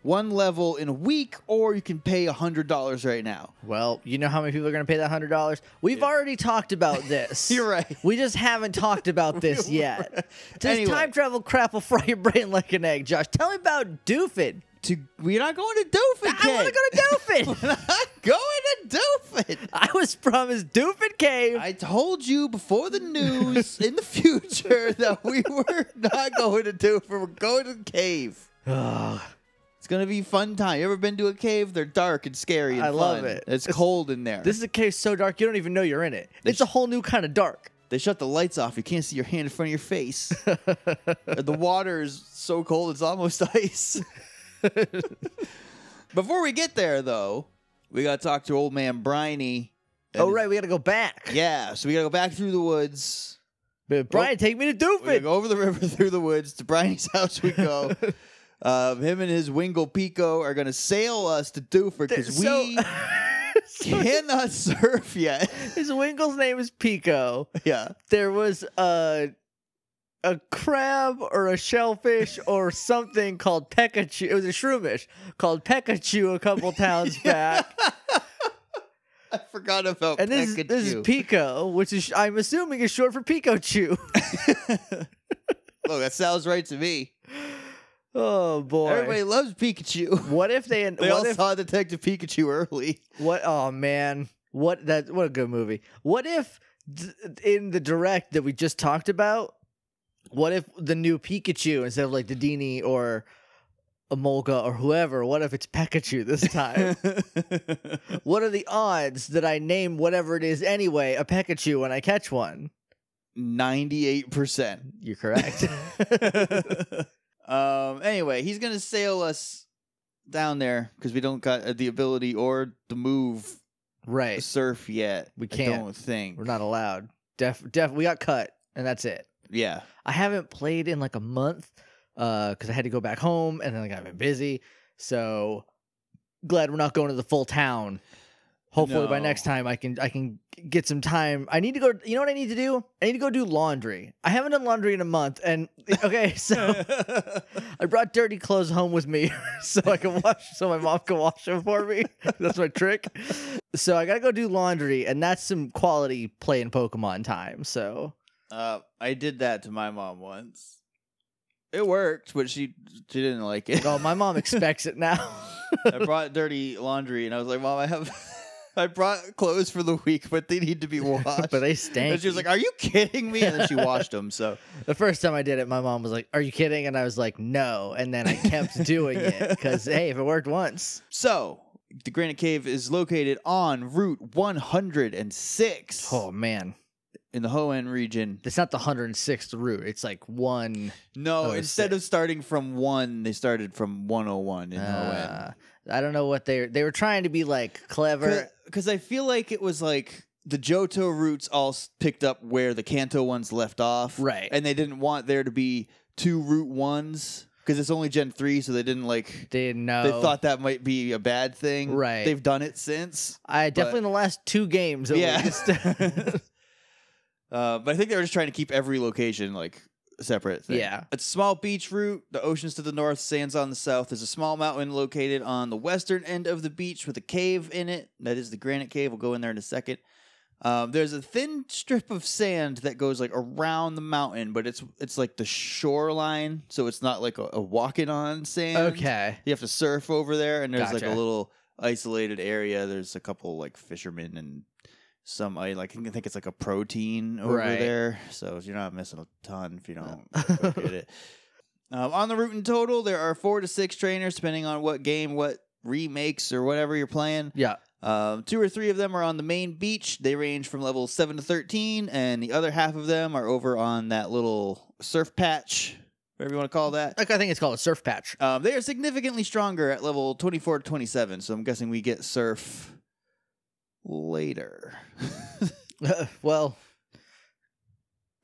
[SPEAKER 2] one level in a week, or you can pay hundred dollars right now.
[SPEAKER 1] Well, you know how many people are going to pay that hundred dollars? We've already talked about this.
[SPEAKER 2] You're right.
[SPEAKER 1] We just haven't talked about this yet. This
[SPEAKER 2] Anyway.
[SPEAKER 1] time travel crap will fry your brain like an egg, Josh. Tell me about Doofid.
[SPEAKER 2] To we're not going to Doofin.
[SPEAKER 1] I want to go to Doofid.
[SPEAKER 2] We're not going to Doofin.
[SPEAKER 1] I was promised Doofid Cave.
[SPEAKER 2] I told you before the news in the future that we were not going to Doofin. We're going to the cave.
[SPEAKER 1] Ugh.
[SPEAKER 2] It's gonna be fun time. You ever been to a cave? They're dark and scary. And
[SPEAKER 1] I love
[SPEAKER 2] fun.
[SPEAKER 1] it.
[SPEAKER 2] It's cold in there.
[SPEAKER 1] this is a cave so dark you don't even know you're in it. It's
[SPEAKER 2] This-
[SPEAKER 1] a whole new kind of dark.
[SPEAKER 2] They shut the lights off. You can't see your hand in front of your face. the water is so cold it's almost ice. Before we get there, though, we got to talk to old man Briny. and
[SPEAKER 1] oh
[SPEAKER 2] his-
[SPEAKER 1] right, we got to go back.
[SPEAKER 2] Yeah, so we got to go back through the woods.
[SPEAKER 1] But Brian, take me to
[SPEAKER 2] We gotta
[SPEAKER 1] Doofid.
[SPEAKER 2] go over the river through the woods to Briny's house. We go. um, him and his Wingle Pico are going to sail us to Doofer because
[SPEAKER 1] So-
[SPEAKER 2] we cannot surf yet.
[SPEAKER 1] his Winkle's name is Pico.
[SPEAKER 2] yeah.
[SPEAKER 1] there was a a crab or a shellfish or something called Pikachu. It was a shroomish called Pikachu a couple towns back.
[SPEAKER 2] I forgot about
[SPEAKER 1] And this is,
[SPEAKER 2] Pikachu.
[SPEAKER 1] this is Pico, which is I'm assuming is short for Pikachu.
[SPEAKER 2] Look, that sounds right to me.
[SPEAKER 1] Oh boy.
[SPEAKER 2] Everybody loves Pikachu.
[SPEAKER 1] what if they,
[SPEAKER 2] They all
[SPEAKER 1] what if
[SPEAKER 2] saw Detective Pikachu early.
[SPEAKER 1] What? Oh man, what that? What a good movie. What if d- in the direct that we just talked about? What if the new Pikachu instead of like the Dini or Emolga or whoever, what if it's Pikachu this time? what are the odds that I name whatever it is anyway a Pikachu when I catch one?
[SPEAKER 2] Ninety-eight percent.
[SPEAKER 1] You're correct.
[SPEAKER 2] um. Anyway, he's gonna sail us down there because we don't got uh, the ability or the move
[SPEAKER 1] right.
[SPEAKER 2] surf yet.
[SPEAKER 1] We
[SPEAKER 2] I
[SPEAKER 1] can't.
[SPEAKER 2] don't think
[SPEAKER 1] We're not allowed. Def, def. We got cut, and that's it.
[SPEAKER 2] Yeah.
[SPEAKER 1] I haven't played in like a month because I had to go back home, and then like, I've been busy. So glad we're not going to the full town. Hopefully by
[SPEAKER 2] No.
[SPEAKER 1] next time I can I can get some time. I need to go. You know what I need to do? I need to go do laundry. I haven't done laundry in a month, and okay, so I brought dirty clothes home with me so I can wash, so my mom can wash them for me. That's my trick. So I gotta go do laundry, and that's some quality playing Pokemon time. So
[SPEAKER 2] Uh, I did that to my mom once. It worked, but she she didn't like it.
[SPEAKER 1] oh, my mom expects it now.
[SPEAKER 2] I brought dirty laundry, and I was like, "Mom, I have, I brought clothes for the week, but they need to be washed."
[SPEAKER 1] but they stink.
[SPEAKER 2] and she was like, "Oh." "Are you kidding me?" And then she washed them. So
[SPEAKER 1] the first time I did it, my mom was like, "Are you kidding?" And I was like, "No." And then I kept doing it because hey, if it worked once,
[SPEAKER 2] so the Granite Cave is located on Route 106
[SPEAKER 1] oh man,
[SPEAKER 2] in the Hoenn region.
[SPEAKER 1] it's not the 106th route. It's like one.
[SPEAKER 2] No,
[SPEAKER 1] Oh,
[SPEAKER 2] instead of starting from one, they started from 101 in Hoenn.
[SPEAKER 1] uh, I don't know what they they were trying to be like clever.
[SPEAKER 2] because I feel like it was like the Johto routes all s- picked up where the Kanto ones left off,
[SPEAKER 1] Right.
[SPEAKER 2] And they didn't want there to be two Route ones because it's only Gen three, so they didn't like.
[SPEAKER 1] They didn't know.
[SPEAKER 2] They thought that might be a bad thing,
[SPEAKER 1] Oh. Right.
[SPEAKER 2] They've done it since,
[SPEAKER 1] I definitely in the last two games at
[SPEAKER 2] yeah.
[SPEAKER 1] least.
[SPEAKER 2] uh, but I think they were just trying to keep every location like separate. Thing.
[SPEAKER 1] Yeah.
[SPEAKER 2] it's a small beach route. The ocean's to the north, sands on the south. There's a small mountain located on the western end of the beach with a cave in it. That is the Granite Cave. We'll go in there in a second. Um, there's a thin strip of sand that goes like around the mountain, but it's it's like the shoreline, so it's not like a, a walking on sand.
[SPEAKER 1] okay.
[SPEAKER 2] You have to surf over there, and there's like a
[SPEAKER 1] Gotcha.
[SPEAKER 2] little isolated area. There's a couple like fishermen and some I like I think it's like a protein over
[SPEAKER 1] Right.
[SPEAKER 2] there. So you're not missing a ton if you don't go get it. Um, on the route in total, there are four to six trainers, depending on what game, what remakes, or whatever you're playing.
[SPEAKER 1] Yeah.
[SPEAKER 2] Um, two or three of them are on the main beach. They range from level seven to thirteen, and the other half of them are over on that little surf patch, whatever you want to call that.
[SPEAKER 1] Like I think it's called a surf patch.
[SPEAKER 2] Um, they are significantly stronger at level 24 to 27, so I'm guessing we get Surf later.
[SPEAKER 1] well,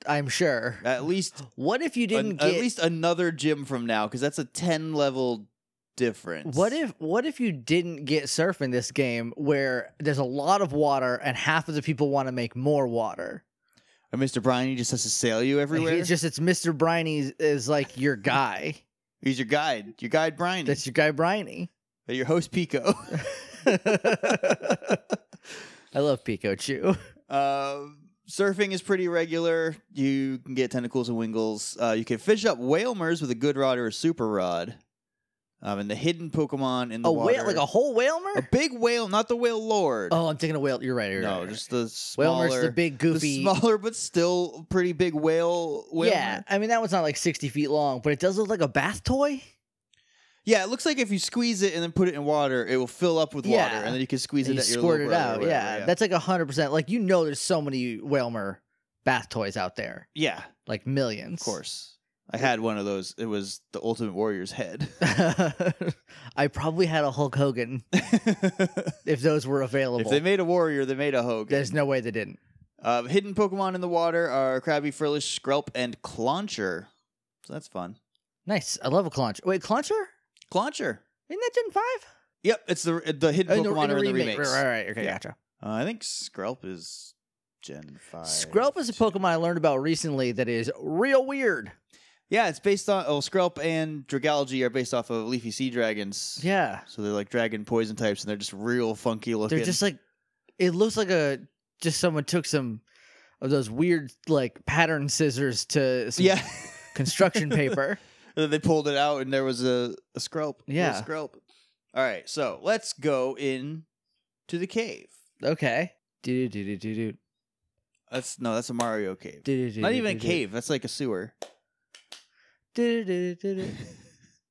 [SPEAKER 1] I'm sure.
[SPEAKER 2] at least
[SPEAKER 1] What if you didn't
[SPEAKER 2] an-
[SPEAKER 1] get
[SPEAKER 2] at least another gym from now because that's a 10 level difference.
[SPEAKER 1] What if what if you didn't get surf in this game where there's a lot of water and half of the people want to make more water?
[SPEAKER 2] And Mr. Brian he just has to sail you
[SPEAKER 1] Like,
[SPEAKER 2] everywhere?
[SPEAKER 1] It's just it's Mr. Briny is like your guy.
[SPEAKER 2] He's your guide, your guide Brian,
[SPEAKER 1] That's your guy Briny.
[SPEAKER 2] your host Pico.
[SPEAKER 1] I love Pikachu.
[SPEAKER 2] Um, surfing is pretty regular. You can get tentacles and wingles. Uh, you can fish up whalemers with a good rod or a super rod. Um, and the hidden Pokemon in the
[SPEAKER 1] A
[SPEAKER 2] water.
[SPEAKER 1] whale like a whole whalemer?
[SPEAKER 2] A big whale, not the whale lord.
[SPEAKER 1] oh, I'm thinking a whale. You're right. You're right,
[SPEAKER 2] no,
[SPEAKER 1] you're
[SPEAKER 2] just the
[SPEAKER 1] right.
[SPEAKER 2] smaller,
[SPEAKER 1] whalemer's the big
[SPEAKER 2] the
[SPEAKER 1] goofy.
[SPEAKER 2] smaller but still pretty big whale. whale
[SPEAKER 1] yeah, I mean that one's not like 60 feet long, but it does look like a bath toy.
[SPEAKER 2] yeah. It looks like if you squeeze it and then put it in water, it will fill up with
[SPEAKER 1] Yeah.
[SPEAKER 2] water, and then you can squeeze
[SPEAKER 1] And you
[SPEAKER 2] it. at your
[SPEAKER 1] squirt it
[SPEAKER 2] little brother or
[SPEAKER 1] out.
[SPEAKER 2] whatever,
[SPEAKER 1] yeah,
[SPEAKER 2] yeah.
[SPEAKER 1] that's like hundred percent. Like you know, there's so many whalemer bath toys out there.
[SPEAKER 2] yeah.
[SPEAKER 1] like millions.
[SPEAKER 2] Of course, I had one of those. It was the Ultimate Warrior's head.
[SPEAKER 1] I probably had a Hulk Hogan
[SPEAKER 2] if
[SPEAKER 1] if those were available.
[SPEAKER 2] they made a warrior, they made a Hogan.
[SPEAKER 1] There's no way they didn't.
[SPEAKER 2] Um, hidden Pokemon in the water are Krabby, Frillish, Skrelp, and Clauncher. So that's fun.
[SPEAKER 1] Nice. I love a Clauncher. Wait, Clauncher?
[SPEAKER 2] Clauncher.
[SPEAKER 1] Isn't that Gen Oh, 5?
[SPEAKER 2] Yep, it's the the hidden Pokemon are in the remakes.
[SPEAKER 1] Right, right, right. Okay,
[SPEAKER 2] Yeah.
[SPEAKER 1] gotcha.
[SPEAKER 2] Uh, I think Skrelp is Gen 5.
[SPEAKER 1] Skrelp is a Pokemon I learned about recently that is real weird.
[SPEAKER 2] Yeah, it's based on. Oh, Skrelp and Dragalge are based off of Leafy Sea Dragons.
[SPEAKER 1] Yeah.
[SPEAKER 2] So they're like dragon poison types and they're just real funky looking.
[SPEAKER 1] They're just like, it looks like a, just someone took some of those weird, like, pattern scissors to some
[SPEAKER 2] Yeah.
[SPEAKER 1] construction paper.
[SPEAKER 2] And then they pulled it out and there was a, a Skrelp. A little
[SPEAKER 1] Yeah.
[SPEAKER 2] Skrelp. All right, so let's go in to the cave.
[SPEAKER 1] Okay. Do do do do do
[SPEAKER 2] That's no, that's a Mario cave.
[SPEAKER 1] do.
[SPEAKER 2] Not even a cave, that's like a sewer.
[SPEAKER 1] cave.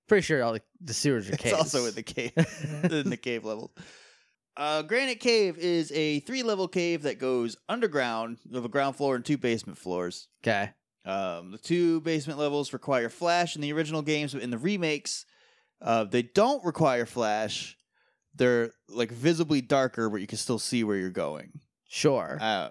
[SPEAKER 1] Pretty sure all the, the sewers are caves.
[SPEAKER 2] It's also in the cave, in the cave level. Uh, Granite Cave is a three-level cave that goes underground, of a ground floor and two basement floors.
[SPEAKER 1] okay.
[SPEAKER 2] Um, the two basement levels require flash in the original games, but in the remakes, uh, they don't require flash. They're like visibly darker, but you can still see where you're going.
[SPEAKER 1] Sure.
[SPEAKER 2] Uh,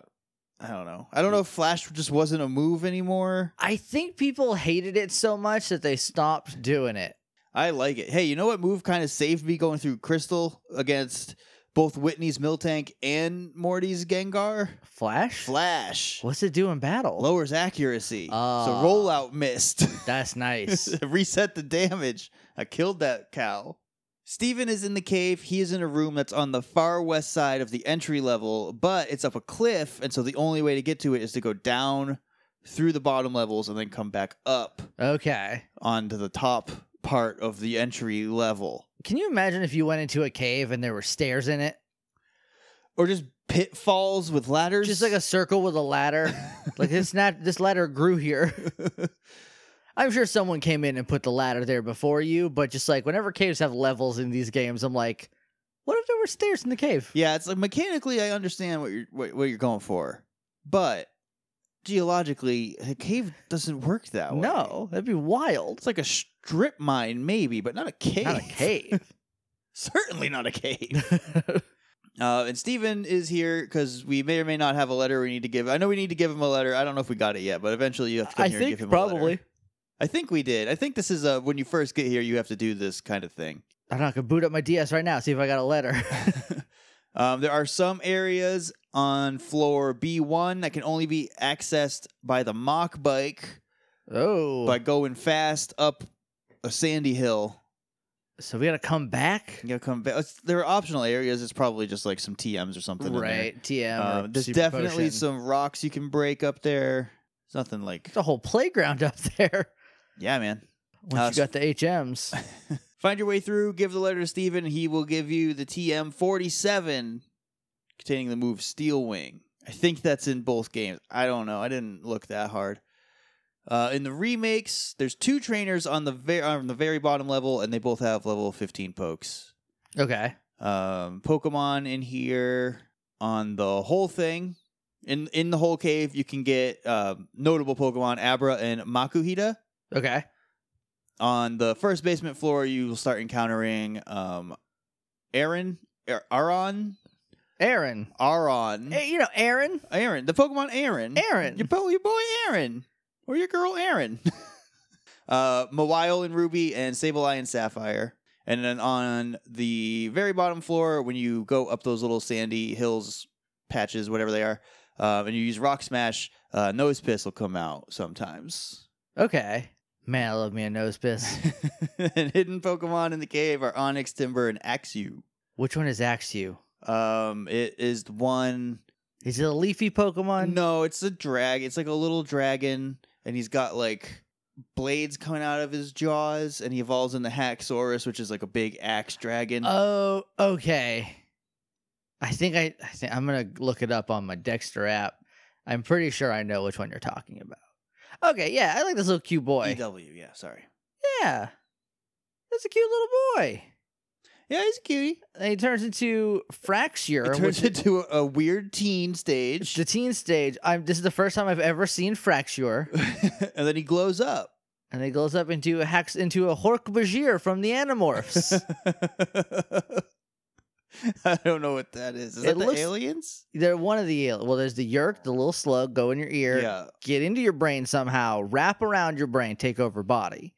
[SPEAKER 2] I don't know. I don't know if flash just wasn't a move anymore.
[SPEAKER 1] I think people hated it so much that they stopped doing it.
[SPEAKER 2] I like it. Hey, you know what move kind of saved me going through Crystal against both Whitney's Miltank and Morty's Gengar?
[SPEAKER 1] Flash?
[SPEAKER 2] Flash.
[SPEAKER 1] What's it do in battle?
[SPEAKER 2] Lowers accuracy. so
[SPEAKER 1] Ah.
[SPEAKER 2] rollout missed.
[SPEAKER 1] That's nice.
[SPEAKER 2] Reset the damage. I killed that cow. Steven is in the cave. He is in a room that's on the far west side of the entry level, but it's up a cliff, and so the only way to get to it is to go down through the bottom levels and then come back up
[SPEAKER 1] okay.
[SPEAKER 2] onto the top part of the entry level.
[SPEAKER 1] Can you imagine if you went into a cave and there were stairs in it?
[SPEAKER 2] or just pitfalls with ladders.
[SPEAKER 1] Just like a circle with a ladder. like this not this ladder grew here. I'm sure someone came in and put the ladder there before you, but just like whenever caves have levels in these games, I'm like, what if there were stairs in the cave?
[SPEAKER 2] yeah, it's like mechanically, I understand what you're what, what you're going for, but geologically, a cave doesn't work that way.
[SPEAKER 1] no, that'd be wild.
[SPEAKER 2] it's like a strip mine, maybe, but not a cave.
[SPEAKER 1] Not a cave.
[SPEAKER 2] Certainly not a cave. Uh, and Steven is here because we may or may not have a letter we need to give. I know we need to give him a letter. I don't know if we got it yet, but eventually you have to come
[SPEAKER 1] I
[SPEAKER 2] here and give
[SPEAKER 1] think
[SPEAKER 2] him a letter.
[SPEAKER 1] probably.
[SPEAKER 2] I think we did. I think this is uh when you first get here, you have to do this kind of thing.
[SPEAKER 1] I don't know, I could boot up my DS right now, see if I got a letter.
[SPEAKER 2] um, there are some areas on floor B1 that can only be accessed by the mock bike
[SPEAKER 1] oh.
[SPEAKER 2] by going fast up a sandy hill.
[SPEAKER 1] so we gotta come back?
[SPEAKER 2] You gotta come back. It's- There are optional areas. It's probably just like some TMs or something. in there.
[SPEAKER 1] Right. TM. or
[SPEAKER 2] Um, there's
[SPEAKER 1] Super Potion.
[SPEAKER 2] definitely some rocks you can break up there. It's nothing like.
[SPEAKER 1] It's a whole playground up there.
[SPEAKER 2] Yeah, man.
[SPEAKER 1] Once
[SPEAKER 2] Uh,
[SPEAKER 1] you got the HMs.
[SPEAKER 2] Find your way through. Give the letter to Steven. He will give you the TM 47 containing the move Steel Wing. I think that's in both games. I don't know. I didn't look that hard. Uh, in the remakes, there's two trainers on the very on the very bottom level, and they both have level 15 pokes.
[SPEAKER 1] Okay.
[SPEAKER 2] Um, Pokemon in here on the whole thing. In in the whole cave, you can get um, notable Pokemon Abra and Makuhita
[SPEAKER 1] Okay.
[SPEAKER 2] on the first basement floor, you will start encountering um, Aaron, Ar- Aron,
[SPEAKER 1] Aaron. Hey,
[SPEAKER 2] Aron,
[SPEAKER 1] Mm-hmm. Eh, you know, Aaron.
[SPEAKER 2] Aaron, the Pokemon Aaron,
[SPEAKER 1] Aaron.
[SPEAKER 2] your, po- your boy Aaron, or your girl Aaron, uh, Mawile and Ruby, and Sableye and Sapphire. And then on the very bottom floor, when you go up those little sandy hills, patches, whatever they are, uh, and you use Rock Smash, uh, Nose Piss will come out sometimes.
[SPEAKER 1] Okay. Man, I love me a nose piss.
[SPEAKER 2] and hidden Pokemon in the cave are Onyx, Timber, and Axew.
[SPEAKER 1] Which one is Axew?
[SPEAKER 2] Um, it is the one.
[SPEAKER 1] Is it a leafy Pokemon?
[SPEAKER 2] No, it's a drag. It's like a little dragon, and he's got like blades coming out of his jaws, and he evolves into Haxorus, which is like a big axe dragon.
[SPEAKER 1] Oh, okay. I think I, I think I'm gonna look it up on my Dexter app. I'm pretty sure I know which one you're talking about. Okay, yeah, I like this little cute boy.
[SPEAKER 2] EW, E yeah, sorry.
[SPEAKER 1] Yeah, that's a cute little boy.
[SPEAKER 2] Yeah, he's a cutie.
[SPEAKER 1] And he turns into Fraxure,
[SPEAKER 2] It
[SPEAKER 1] which
[SPEAKER 2] turns into a, a weird teen stage,
[SPEAKER 1] the teen stage. I'm. This is the first time I've ever seen Fraxure,
[SPEAKER 2] and then he glows up.
[SPEAKER 1] and he goes up into a hacks into a Hork-Bajir from the Animorphs.
[SPEAKER 2] I don't know what that is. Is
[SPEAKER 1] It
[SPEAKER 2] that the
[SPEAKER 1] looks-
[SPEAKER 2] aliens?
[SPEAKER 1] They're one of the well. There's the Yerk, the little slug, go in your ear,
[SPEAKER 2] Yeah.
[SPEAKER 1] get into your brain somehow, wrap around your brain, take over body.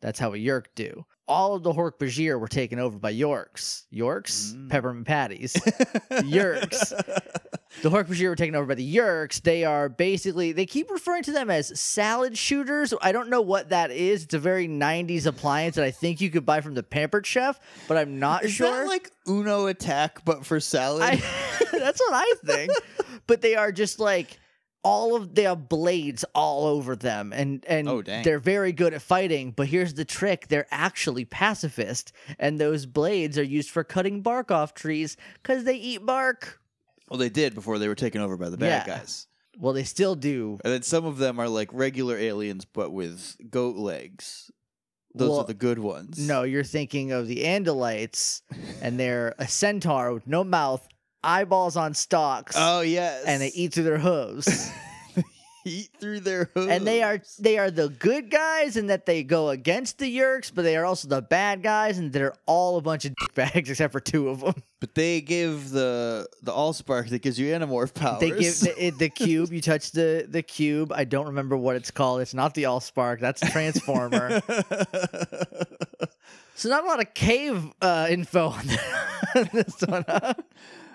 [SPEAKER 1] That's how a York do. All of the Hork-Bajir were taken over by Yorks. Yorks?
[SPEAKER 2] Mm.
[SPEAKER 1] Peppermint patties. Yerks. the Hork-Bajir were taken over by the Yorks. They are basically, they keep referring to them as salad shooters. I don't know what that is. It's a very 90s appliance that I think you could buy from the Pampered Chef, but I'm not
[SPEAKER 2] Is
[SPEAKER 1] sure.
[SPEAKER 2] that like Uno attack but for salad?
[SPEAKER 1] I, that's what I think. but they are just like all of they have blades all over them and and
[SPEAKER 2] Oh, dang.
[SPEAKER 1] they're very good at fighting but here's the trick they're actually pacifist and those blades are used for cutting bark off trees because they eat bark
[SPEAKER 2] well, they did before they were taken over by the bad
[SPEAKER 1] Yeah.
[SPEAKER 2] guys.
[SPEAKER 1] well they still do
[SPEAKER 2] And then some of them are like regular aliens but with goat legs. Those
[SPEAKER 1] Well,
[SPEAKER 2] are the good ones.
[SPEAKER 1] No, you're thinking of the Andalites, and they're a centaur with no mouth, eyeballs on stalks,
[SPEAKER 2] Oh yes.
[SPEAKER 1] and they eat through their hooves.
[SPEAKER 2] eat through their hooves.
[SPEAKER 1] and they are they are the good guys in that they go against the Yurks, but they are also the bad guys, and they're all a bunch of bags except for two of them.
[SPEAKER 2] But they give the the allspark that gives you animorph powers.
[SPEAKER 1] They give the, it- the cube. You touch the the cube. I don't remember what it's called. It's not the Allspark. That's a transformer. so not a lot of cave uh, info on this one. huh?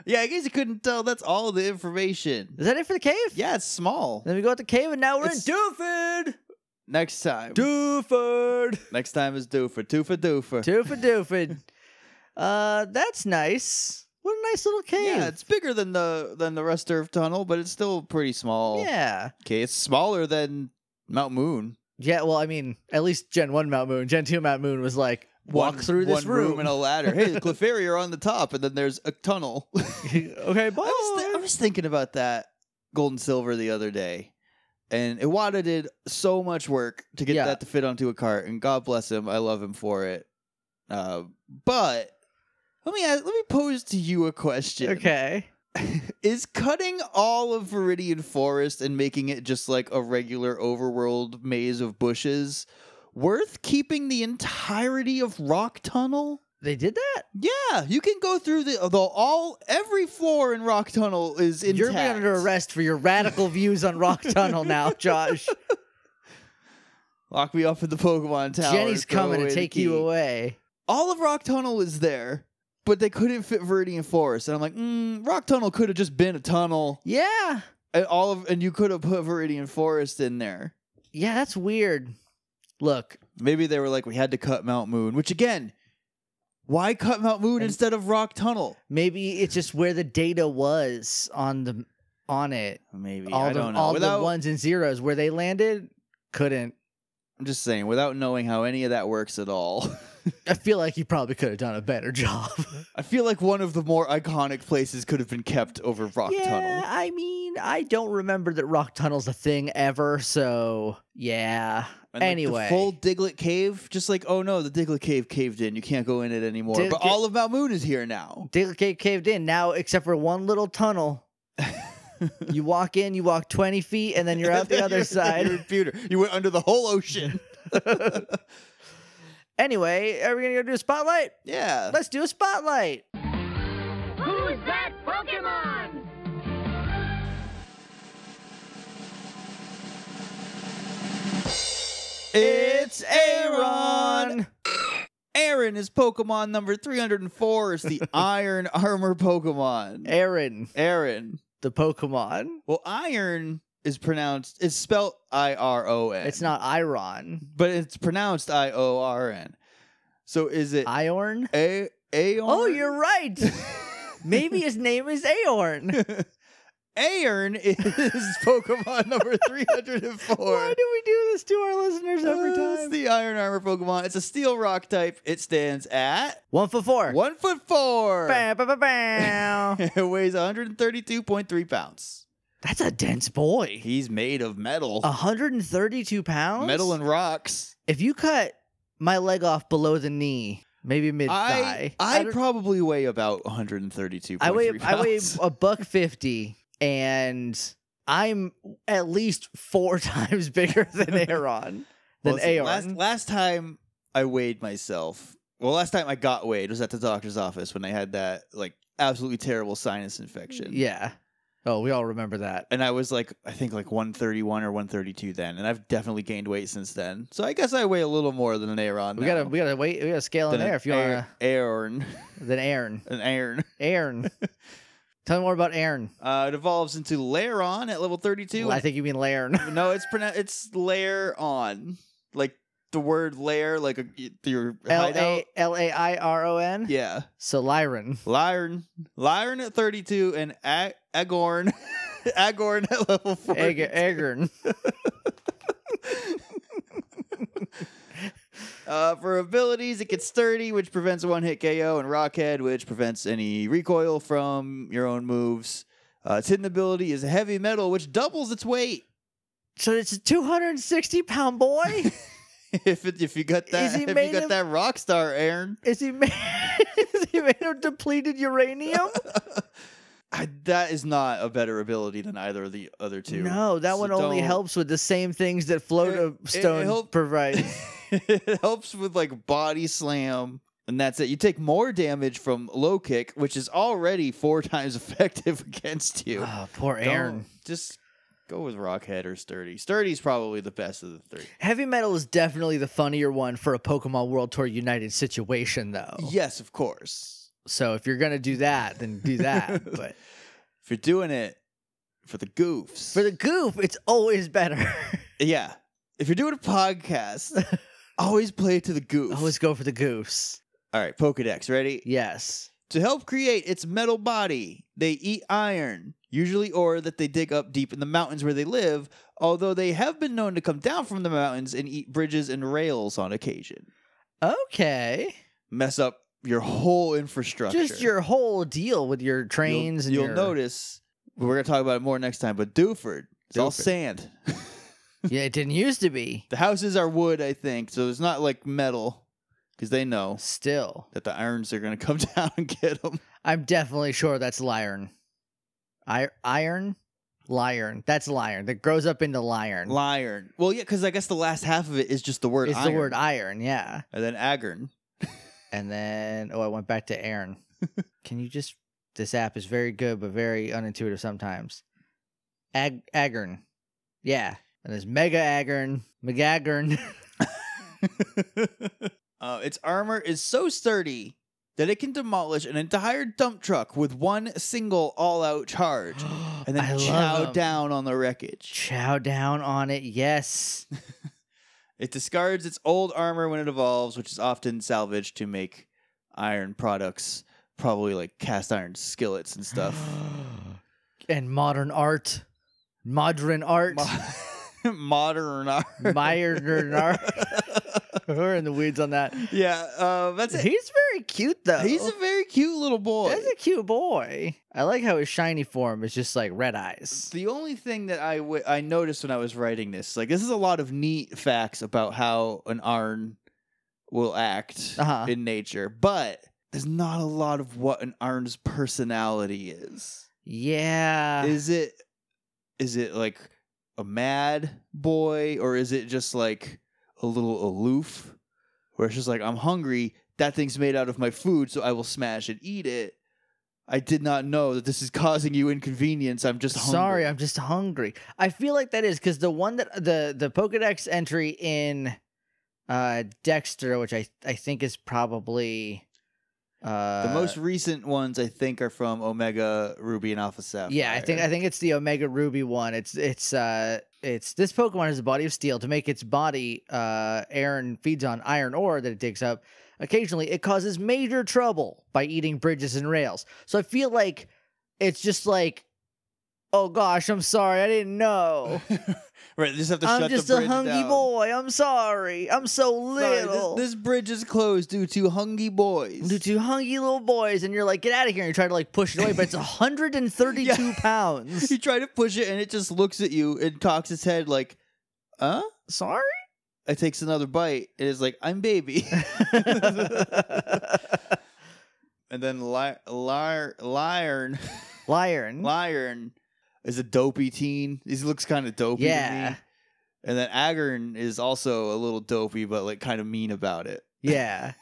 [SPEAKER 2] yeah, I guess you couldn't tell. That's all the information.
[SPEAKER 1] Is that it for the cave?
[SPEAKER 2] Yeah, it's small.
[SPEAKER 1] Then we go out the cave, and now we're
[SPEAKER 2] It's-
[SPEAKER 1] in Dooford.
[SPEAKER 2] Next time.
[SPEAKER 1] Dooford.
[SPEAKER 2] Next time is doofer. Toofer doofer.
[SPEAKER 1] Dooford, Dooford. Uh, that's nice. What a nice little cave.
[SPEAKER 2] Yeah, it's bigger than the than the rest of tunnel, but it's still pretty small.
[SPEAKER 1] yeah.
[SPEAKER 2] Okay, it's smaller than Mount Moon.
[SPEAKER 1] Yeah, well, I mean, at least Gen 1 Mount Moon. Gen 2 Mount Moon was like, walk
[SPEAKER 2] One-
[SPEAKER 1] through this
[SPEAKER 2] one room.
[SPEAKER 1] room.
[SPEAKER 2] and a ladder. Hey, the Clefairy are on the top, and then there's a tunnel. I,
[SPEAKER 1] okay, bye.
[SPEAKER 2] was thi- I was thinking about that gold and silver the other day, and Iwata did so much work to get
[SPEAKER 1] Yeah.
[SPEAKER 2] that to fit onto a cart, and God bless him, I love him for it. Uh, but let me ask, let me pose to you a question.
[SPEAKER 1] okay.
[SPEAKER 2] Is cutting all of Viridian Forest and making it just like a regular overworld maze of bushes worth keeping the entirety of Rock Tunnel?
[SPEAKER 1] They did that?
[SPEAKER 2] Yeah, you can go through the although all every floor in Rock Tunnel is intact.
[SPEAKER 1] You're being under arrest for your radical views on Rock Tunnel now, Josh.
[SPEAKER 2] Lock me up in the Pokemon Tower.
[SPEAKER 1] Jenny's
[SPEAKER 2] throw
[SPEAKER 1] coming to
[SPEAKER 2] away the
[SPEAKER 1] take you
[SPEAKER 2] key.
[SPEAKER 1] away.
[SPEAKER 2] All of Rock Tunnel is there, but they couldn't fit Viridian Forest, and I'm like, mm, Rock Tunnel could have just been a tunnel,
[SPEAKER 1] Yeah.
[SPEAKER 2] and all of and you could have put Viridian Forest in there.
[SPEAKER 1] Yeah, that's weird. Look,
[SPEAKER 2] Maybe they were like, we had to cut Mount Moon, which again, why cut Mount Moon
[SPEAKER 1] And-
[SPEAKER 2] instead of Rock Tunnel?
[SPEAKER 1] maybe it's just where the data was on the on it.
[SPEAKER 2] Maybe
[SPEAKER 1] All
[SPEAKER 2] I
[SPEAKER 1] the
[SPEAKER 2] don't know.
[SPEAKER 1] all
[SPEAKER 2] without,
[SPEAKER 1] the ones and zeros where they landed couldn't.
[SPEAKER 2] I'm just saying, without knowing how any of that works at all,
[SPEAKER 1] I feel like you probably could have done a better job.
[SPEAKER 2] I feel like one of the more iconic places could have been kept over Rock
[SPEAKER 1] yeah,
[SPEAKER 2] Tunnel.
[SPEAKER 1] I mean, I don't remember that Rock Tunnel's a thing ever, so yeah.
[SPEAKER 2] And, like, the
[SPEAKER 1] anyway.
[SPEAKER 2] full Diglett Cave, just like oh no, the Diglett Cave caved in. You can't go in it anymore.
[SPEAKER 1] Dig-
[SPEAKER 2] but all of Mount Moon is here now.
[SPEAKER 1] Digger Cave caved in now, except for one little tunnel. you walk in, you walk 20 feet, and then you're out the other
[SPEAKER 2] You're
[SPEAKER 1] side.
[SPEAKER 2] in pewter. You went under the whole ocean.
[SPEAKER 1] Anyway, are we going to go do a spotlight?
[SPEAKER 2] yeah.
[SPEAKER 1] Let's do a spotlight.
[SPEAKER 3] Who's that Pokemon?
[SPEAKER 2] It's Aaron. Aaron is Pokemon number 304. It's the Iron Armor Pokemon.
[SPEAKER 1] Aaron,
[SPEAKER 2] Aaron.
[SPEAKER 1] the Pokemon.
[SPEAKER 2] Well, Iron is pronounced, it's spelled I R O N.
[SPEAKER 1] It's not Iron.
[SPEAKER 2] But it's pronounced I O R N. So is it
[SPEAKER 1] Iorn?
[SPEAKER 2] A Aorn?
[SPEAKER 1] Oh, you're right. Maybe his name is Aorn.
[SPEAKER 2] Aorn is Pokemon number 304.
[SPEAKER 1] Why do we do this to our listeners every
[SPEAKER 2] Uh, It's
[SPEAKER 1] time?
[SPEAKER 2] the Iron Armor Pokemon. It's a Steel Rock type. It stands at
[SPEAKER 1] One for four.
[SPEAKER 2] one foot four.
[SPEAKER 1] Bow, bow, bow, bow.
[SPEAKER 2] it weighs 132.3 pounds.
[SPEAKER 1] That's a dense boy.
[SPEAKER 2] He's made of metal,
[SPEAKER 1] 132 pounds?
[SPEAKER 2] metal and rocks.
[SPEAKER 1] if you cut my leg off below the knee, maybe mid
[SPEAKER 2] I
[SPEAKER 1] thigh,
[SPEAKER 2] I,
[SPEAKER 1] don't-
[SPEAKER 2] probably weigh about 132.
[SPEAKER 1] I weigh I weigh a buck fifty, and I'm at least four times bigger than Aaron than Aeon.
[SPEAKER 2] Last, last time I weighed myself. Well, last time I got weighed was at the doctor's office when I had that like absolutely terrible sinus infection.
[SPEAKER 1] yeah. Oh, we all remember that.
[SPEAKER 2] And I was like, I think like 131 or 132 then, and I've definitely gained weight since then. So I guess I weigh a little more than an Aaron.
[SPEAKER 1] We
[SPEAKER 2] now.
[SPEAKER 1] gotta we gotta wait. We gotta scale in
[SPEAKER 2] Than
[SPEAKER 1] there
[SPEAKER 2] an
[SPEAKER 1] if you wanna.
[SPEAKER 2] Aaron,
[SPEAKER 1] Then Aaron,
[SPEAKER 2] an Aaron.
[SPEAKER 1] Aaron. Tell me more about Aaron.
[SPEAKER 2] Uh, it evolves into Laron at level 32.
[SPEAKER 1] Well, I
[SPEAKER 2] and-
[SPEAKER 1] think you mean Lairn.
[SPEAKER 2] no, it's pronounced it's layer on. Like the word layer, like a, your
[SPEAKER 1] L
[SPEAKER 2] hideout.
[SPEAKER 1] a l a i r o n.
[SPEAKER 2] Yeah.
[SPEAKER 1] So Lyron.
[SPEAKER 2] Lyron. Lyron at 32 and A- Agorn. Agorn at level 4.
[SPEAKER 1] Egg- Eggern.
[SPEAKER 2] Uh, for abilities, it gets sturdy, which prevents one hit KO, and Rockhead, which prevents any recoil from your own moves. Uh, its hidden ability is heavy metal, which doubles its weight.
[SPEAKER 1] So it's a 260 pound boy.
[SPEAKER 2] if it, if you got
[SPEAKER 1] Is
[SPEAKER 2] that
[SPEAKER 1] he
[SPEAKER 2] if you
[SPEAKER 1] made
[SPEAKER 2] got
[SPEAKER 1] of-
[SPEAKER 2] that rock star, Aaron.
[SPEAKER 1] Is he made, is he made of depleted uranium?
[SPEAKER 2] I, that is not a better ability than either of the other two.
[SPEAKER 1] No, that
[SPEAKER 2] So
[SPEAKER 1] one only
[SPEAKER 2] don't-
[SPEAKER 1] helps with the same things that Float
[SPEAKER 2] It- it
[SPEAKER 1] Stone
[SPEAKER 2] help-
[SPEAKER 1] provides.
[SPEAKER 2] it helps with like body slam, and that's it. You take more damage from low kick, which is already four times effective against you.
[SPEAKER 1] oh, poor
[SPEAKER 2] Don't-
[SPEAKER 1] Aaron.
[SPEAKER 2] just go with Rockhead or Sturdy. Sturdy's probably the best of the three.
[SPEAKER 1] Heavy metal is definitely the funnier one for a Pokemon World Tour United situation, though.
[SPEAKER 2] Yes, of course.
[SPEAKER 1] So if you're gonna do that, then do that. but
[SPEAKER 2] If you're doing it for the goofs,
[SPEAKER 1] for the goof, it's always better.
[SPEAKER 2] yeah. If you're doing a podcast, always play it to the goofs.
[SPEAKER 1] always go for the goofs.
[SPEAKER 2] All right, Pokedex, ready?
[SPEAKER 1] Yes.
[SPEAKER 2] To help create its metal body, they eat iron, usually ore that they dig up deep in the mountains where they live, although they have been known to come down from the mountains and eat bridges and rails on occasion.
[SPEAKER 1] Okay.
[SPEAKER 2] Mess up your whole infrastructure.
[SPEAKER 1] Just your whole deal with your
[SPEAKER 2] You'll-
[SPEAKER 1] trains
[SPEAKER 2] You'll,
[SPEAKER 1] and your,
[SPEAKER 2] notice we're gonna talk about it more next time, but Duford, it's all
[SPEAKER 1] Duford.
[SPEAKER 2] sand.
[SPEAKER 1] Yeah, it didn't used to be.
[SPEAKER 2] the houses are wood, I think, so it's not like metal because they know
[SPEAKER 1] Still,
[SPEAKER 2] that the irons are gonna come down and get them.
[SPEAKER 1] I'm definitely sure that's Lyron. I- iron, Lyron. That's Lyron. That grows up into Lyron.
[SPEAKER 2] Liron. Well, yeah, because I guess the last half of it is just the word.
[SPEAKER 1] It's
[SPEAKER 2] iron.
[SPEAKER 1] the word iron, yeah.
[SPEAKER 2] and then Agern.
[SPEAKER 1] And then, oh, I went back to Aaron. Can you just? This app is very good, but very unintuitive sometimes. Ag Agern, yeah. And there's Mega Agern, Megagern.
[SPEAKER 2] uh, its armor is so sturdy that it can demolish an entire dump truck with one single all-out charge, and then
[SPEAKER 1] I love
[SPEAKER 2] chow
[SPEAKER 1] him.
[SPEAKER 2] down on the wreckage.
[SPEAKER 1] Chow down on it, yes.
[SPEAKER 2] It discards its old armor when it evolves, which is often salvaged to make iron products, probably like cast iron skillets and stuff.
[SPEAKER 1] and modern art, modern art,
[SPEAKER 2] Mo- modern art.
[SPEAKER 1] modern art. We're in the weeds on that.
[SPEAKER 2] yeah, uh, that's it.
[SPEAKER 1] He's very cute though.
[SPEAKER 2] He's a very cute little boy.
[SPEAKER 1] That's a cute boy. I like how his shiny form is just like red eyes.
[SPEAKER 2] The only thing that I w- I noticed when I was writing this, like this is a lot of neat facts about how an Arn will act
[SPEAKER 1] Uh-huh.
[SPEAKER 2] in nature, but there's not a lot of what an Arn's personality is.
[SPEAKER 1] Yeah.
[SPEAKER 2] is it is it like a mad boy or is it just like a little aloof where it's just like I'm hungry, that thing's made out of my food, so I will smash and eat it. I did not know that this is causing you inconvenience. I'm just hungry.
[SPEAKER 1] Sorry, I'm just hungry. I feel like that is because the one that the the Pokedex entry in uh Dexter, which I I think is probably uh
[SPEAKER 2] The most recent ones I think are from Omega Ruby and Alpha Sapphire.
[SPEAKER 1] Yeah, I think I think it's the Omega Ruby one. It's it's uh it's this Pokemon has a body of steel. To make its body, uh Aaron feeds on iron ore that it digs up. Occasionally it causes major trouble by eating bridges and rails. So I feel like it's just like Oh gosh, I'm sorry, I didn't know.
[SPEAKER 2] right, just have to
[SPEAKER 1] Oh. I'm
[SPEAKER 2] shut
[SPEAKER 1] just
[SPEAKER 2] the
[SPEAKER 1] a
[SPEAKER 2] bridge
[SPEAKER 1] hungry
[SPEAKER 2] down.
[SPEAKER 1] boy. I'm sorry. I'm so
[SPEAKER 2] Sorry,
[SPEAKER 1] little.
[SPEAKER 2] this, this bridge is closed due to hungry boys.
[SPEAKER 1] Due to hungry little boys, and you're like, get out of here, and you try to like push it away, but it's 132
[SPEAKER 2] Yeah.
[SPEAKER 1] pounds.
[SPEAKER 2] you try to push it and it just looks at you and cocks its head like, huh?
[SPEAKER 1] Sorry?
[SPEAKER 2] It takes another bite and is like, I'm baby. and then li- liar, lion,
[SPEAKER 1] Lyron.
[SPEAKER 2] lion is a dopey teen. He looks kind of dopey to
[SPEAKER 1] Yeah.
[SPEAKER 2] me. And then Agern is also a little dopey, but like kind of mean about it.
[SPEAKER 1] yeah.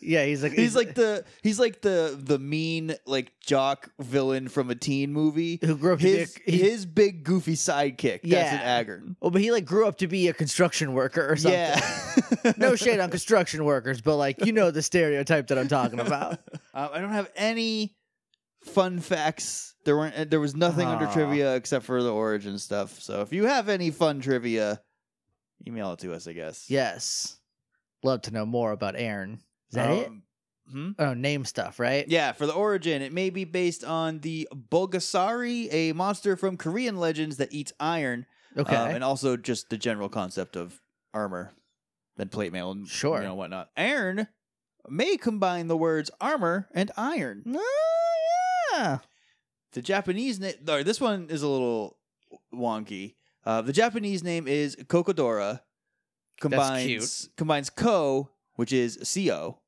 [SPEAKER 1] Yeah, he's like
[SPEAKER 2] He's like the he's like the the mean like jock villain from a teen movie.
[SPEAKER 1] who grew up to
[SPEAKER 2] His
[SPEAKER 1] be a, he,
[SPEAKER 2] his big goofy sidekick.
[SPEAKER 1] Yeah.
[SPEAKER 2] That's an Agern.
[SPEAKER 1] well, but he like grew up to be a construction worker or something.
[SPEAKER 2] Yeah.
[SPEAKER 1] no shade on construction workers, but like you know the stereotype that I'm talking about.
[SPEAKER 2] Uh, I don't have any fun facts. There weren't. uh, There was nothing under
[SPEAKER 1] Aw.
[SPEAKER 2] trivia except for the origin stuff. So if you have any fun trivia, email it to us. I guess.
[SPEAKER 1] Yes. Love to know more about Aaron. Is that it?
[SPEAKER 2] Um, hmm?
[SPEAKER 1] Oh, name stuff, right?
[SPEAKER 2] Yeah, for the origin, it may be based on the Bulgasari, a monster from Korean legends that eats iron,
[SPEAKER 1] Okay.
[SPEAKER 2] um, and also just the general concept of armor, then plate mail, and
[SPEAKER 1] Sure.
[SPEAKER 2] you know whatnot. Iron may combine the words armor and iron.
[SPEAKER 1] Oh, yeah.
[SPEAKER 2] The Japanese name, or this one is a little wonky. Uh, the Japanese name is Kokodora, combines
[SPEAKER 4] cute.
[SPEAKER 2] combines Ko, which is Co,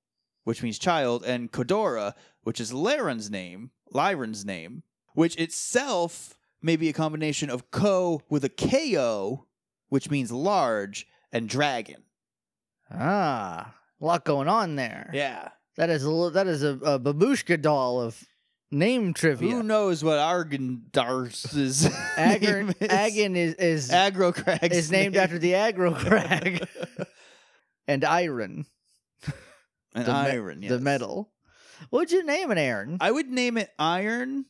[SPEAKER 2] which means child, and Kodora, which is Laren's name, Lyren's name, which itself may be a combination of Ko with a Ko, which means large, and dragon.
[SPEAKER 1] Ah, a lot going on there.
[SPEAKER 2] Yeah.
[SPEAKER 1] That is a li- that is a, a babushka doll of name
[SPEAKER 2] Who
[SPEAKER 1] trivia.
[SPEAKER 2] knows what Argendars's name
[SPEAKER 1] Agron
[SPEAKER 2] is?
[SPEAKER 1] Agon is is,
[SPEAKER 2] Agrocrax
[SPEAKER 1] is named after the aggro crag and iron,
[SPEAKER 2] an
[SPEAKER 1] the me-
[SPEAKER 2] iron.
[SPEAKER 1] the
[SPEAKER 2] yes.
[SPEAKER 1] metal. What'd you name an Aaron?
[SPEAKER 2] I would name it iron.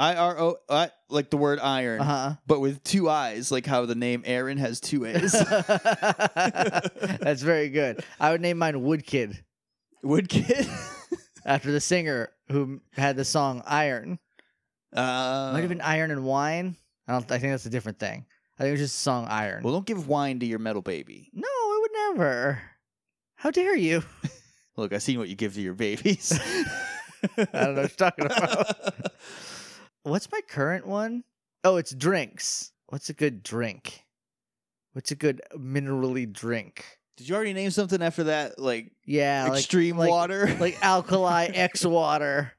[SPEAKER 2] I R O I- like the word iron,
[SPEAKER 1] Uh
[SPEAKER 2] but with two eyes, like how the name Aaron has two A's.
[SPEAKER 1] huh. That's very good. I would name mine Woodkid
[SPEAKER 2] Woodkid.
[SPEAKER 1] after the singer who had the song Iron.
[SPEAKER 2] uh,
[SPEAKER 1] Might have been Iron and Wine. I don't. I think that's a different thing. I think it was just the song Iron.
[SPEAKER 2] Well, don't give wine to your metal baby.
[SPEAKER 1] no, I would never. How dare you?
[SPEAKER 2] Look, I've seen what you give to your babies.
[SPEAKER 1] I don't know what you're talking about. What's my current one? Oh, it's drinks. What's a good drink? What's a good minerally drink?
[SPEAKER 2] Did you already name something after that? Like
[SPEAKER 1] Yeah, like-
[SPEAKER 2] extreme
[SPEAKER 1] like,
[SPEAKER 2] water?
[SPEAKER 1] like alkali X water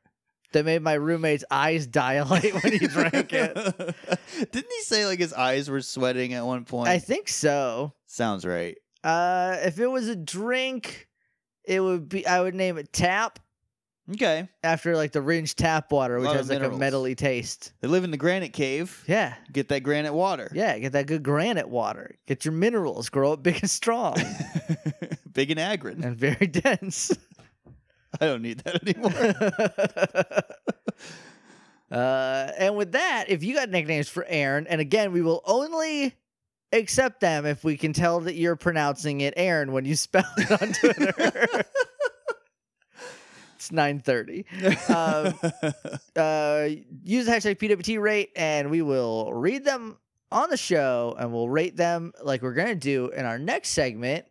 [SPEAKER 1] that made my roommate's eyes dilate when he drank it.
[SPEAKER 2] Didn't he say like his eyes were sweating at one point?
[SPEAKER 1] I think so.
[SPEAKER 2] Sounds right.
[SPEAKER 1] Uh, if it was a drink, it would be. I would name it tap
[SPEAKER 2] Okay.
[SPEAKER 1] after like the Ringe tap water, which
[SPEAKER 2] Lot of
[SPEAKER 1] has like a
[SPEAKER 2] minerals.
[SPEAKER 1] metally taste.
[SPEAKER 2] They live in the granite cave.
[SPEAKER 1] Yeah,
[SPEAKER 2] Get that granite water.
[SPEAKER 1] yeah. Get that good granite water. Get your minerals. Grow up big and strong
[SPEAKER 2] Big and Agron.
[SPEAKER 1] and very dense.
[SPEAKER 2] I don't need that anymore.
[SPEAKER 1] uh, and with that, if you got nicknames for Aaron, and again, we will only accept them if we can tell that you're pronouncing it Aaron when you spell it on Twitter. it's nine thirty. Um, uh, use the hashtag PWT rate, and we will read them on the show, and we'll rate them like we're gonna do in our next segment,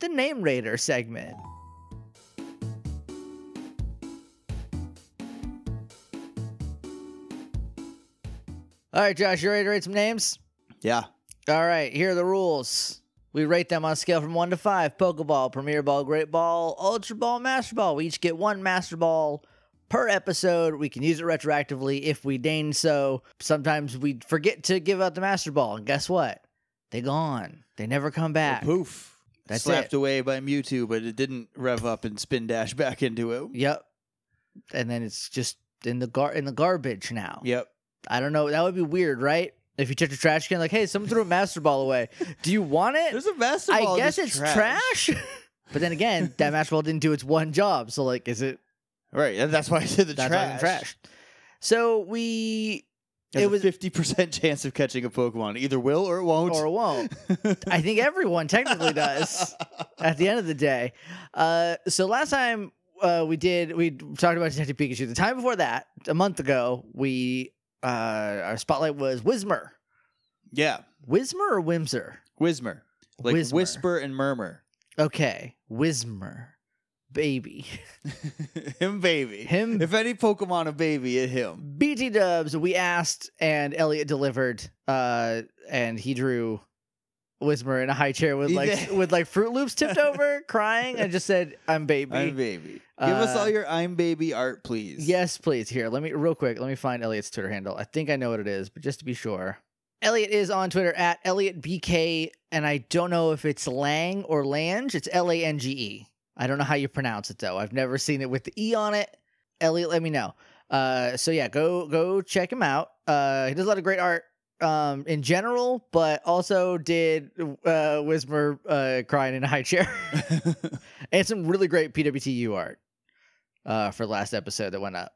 [SPEAKER 1] the name rater segment. All right, Josh, you ready to rate some names?
[SPEAKER 2] yeah.
[SPEAKER 1] All right, here are the rules. We rate them on a scale from one to five. Pokeball, Premier Ball, Great Ball, Ultra Ball, Master Ball. We each get one Master Ball per episode. We can use it retroactively if we deign so. Sometimes we forget to give out the Master Ball, and guess what? They gone. They never come back.
[SPEAKER 2] Poof.
[SPEAKER 1] That's
[SPEAKER 2] Slapped
[SPEAKER 1] it.
[SPEAKER 2] away by Mewtwo, but it didn't rev up and spin dash back into it.
[SPEAKER 1] Yep. And then it's just in the gar in the garbage now.
[SPEAKER 2] Yep.
[SPEAKER 1] I don't know. That would be weird, right? If you check the trash can, like, hey, someone threw a Master Ball away. Do you want it?
[SPEAKER 2] There's a master ball.
[SPEAKER 1] I
[SPEAKER 2] in
[SPEAKER 1] guess
[SPEAKER 2] this
[SPEAKER 1] it's trash. but then again, that match ball didn't do its one job. So like, is it
[SPEAKER 2] Right. that- That's why I said the
[SPEAKER 1] that's
[SPEAKER 2] trash.
[SPEAKER 1] trash? trash. So we
[SPEAKER 2] Has
[SPEAKER 1] It
[SPEAKER 2] a
[SPEAKER 1] was-
[SPEAKER 2] fifty percent chance of catching a Pokemon. It Either will or it won't.
[SPEAKER 1] or won't. I think everyone technically does at the end of the day. Uh, so last time uh, we did we talked about Detective Pikachu. The time before that, a month ago, we uh, our spotlight was Wizmer,
[SPEAKER 2] yeah.
[SPEAKER 1] Wizmer or Wimser.
[SPEAKER 2] Whismer. Like
[SPEAKER 1] Whismer.
[SPEAKER 2] whisper and murmur.
[SPEAKER 1] Okay, Wizmer, baby.
[SPEAKER 2] him baby.
[SPEAKER 1] Him-
[SPEAKER 2] If any Pokemon a baby, it him.
[SPEAKER 1] BT Dubs, we asked and Elliot delivered, uh, and he drew Whismer in a high chair with
[SPEAKER 2] He
[SPEAKER 1] like
[SPEAKER 2] did.
[SPEAKER 1] with like Fruit Loops tipped over, crying, and just said, "I'm baby."
[SPEAKER 2] I'm baby. Give us
[SPEAKER 1] Uh,
[SPEAKER 2] all your I'm baby art, please.
[SPEAKER 1] Yes, please. Here, let me real quick. Let me find Elliot's Twitter handle. I think I know what it is, but just to be sure, Elliot is on Twitter at ElliotBK, and I don't know if it's Lang or Lange. It's L A N G E. I don't know how you pronounce it though. I've never seen it with the E on it. Elliot, let me know. Uh, so yeah, go go check him out. Uh, he does a lot of great art um in general, but also did uh Wismer uh crying in a high chair. and some really great PWTU art uh for the last episode that went up.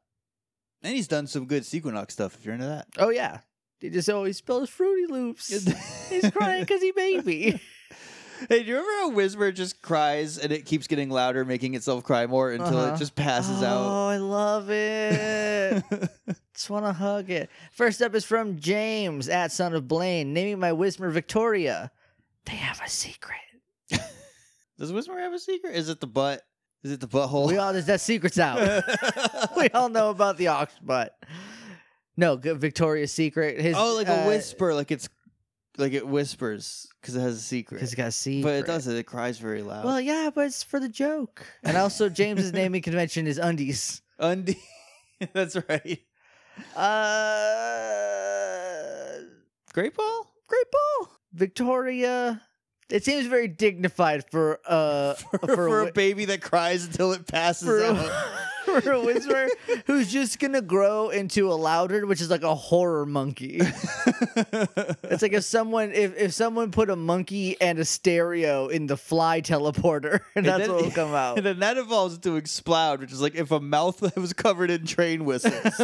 [SPEAKER 2] And he's done some good Sequinox stuff if you're into that.
[SPEAKER 1] Oh yeah. He just always spells fruity loops. He's crying because he baby.
[SPEAKER 2] Hey, do you remember how Whisper just cries and it keeps getting louder, making itself cry more until
[SPEAKER 1] Uh-huh.
[SPEAKER 2] it just passes
[SPEAKER 1] Oh, I love it.
[SPEAKER 2] out?
[SPEAKER 1] Just want to hug it. First up is from James at Son of Blaine, naming my Whismer Victoria. They have a secret.
[SPEAKER 2] Does Whisper have a secret? Is it the butt? Is it the butthole?
[SPEAKER 1] We all just that secret's out. we all know about the ox butt. No, good Victoria's Secret. His
[SPEAKER 2] oh, like a
[SPEAKER 1] uh,
[SPEAKER 2] whisper, like it's like it whispers because it has a secret.
[SPEAKER 1] because it got C.
[SPEAKER 2] but it doesn't. It cries very loud.
[SPEAKER 1] Well, yeah, but it's for the joke. And also, James's naming convention is undies.
[SPEAKER 2] Undie. That's right.
[SPEAKER 1] Uh,
[SPEAKER 2] Great ball.
[SPEAKER 1] great ball, Victoria. It seems very dignified for uh
[SPEAKER 2] For,
[SPEAKER 1] for,
[SPEAKER 2] for
[SPEAKER 1] a
[SPEAKER 2] a
[SPEAKER 1] wi-
[SPEAKER 2] baby that cries until it passes
[SPEAKER 1] for
[SPEAKER 2] out.
[SPEAKER 1] a, for a whisperer who's just gonna grow into a louder, which is like a horror monkey. It's like if someone if if someone put a monkey and a stereo in the fly teleporter, and
[SPEAKER 2] And
[SPEAKER 1] that's
[SPEAKER 2] then-
[SPEAKER 1] what will come out.
[SPEAKER 2] and then that evolves into Exploud, which is like if a mouth that was covered in train whistles.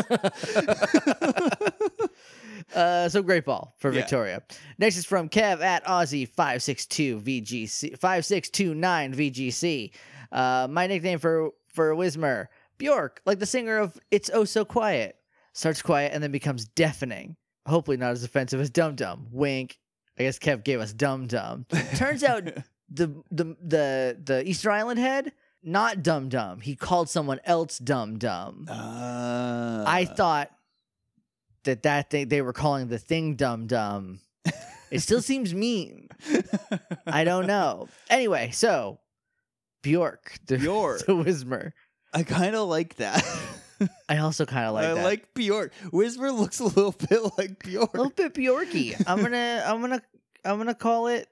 [SPEAKER 1] Uh, so great ball for
[SPEAKER 2] Yeah.
[SPEAKER 1] Victoria. Next is from Kev at Aussie five six two VGC five six two nine VGC. Uh, my nickname for for Wismer Bjork, like the singer of "It's Oh So Quiet," starts quiet and then becomes deafening. Hopefully not as offensive as Dum Dum. Wink. I guess Kev gave us Dum Dum. Turns out the the the the Easter Island head not Dum Dum. He called someone else Dum Dum.
[SPEAKER 2] Uh,
[SPEAKER 1] I thought that that thing they were calling the thing dumb dumb. It still seems mean. I don't know. Anyway, so Bjork, the,
[SPEAKER 2] Bjork.
[SPEAKER 1] the Wismer.
[SPEAKER 2] I kind of like that.
[SPEAKER 1] I also kind of like
[SPEAKER 2] I
[SPEAKER 1] that.
[SPEAKER 2] like Bjork. Whisper looks a little bit like Bjork.
[SPEAKER 1] a little bit Bjorky. I'm gonna, I'm gonna, I'm gonna call it.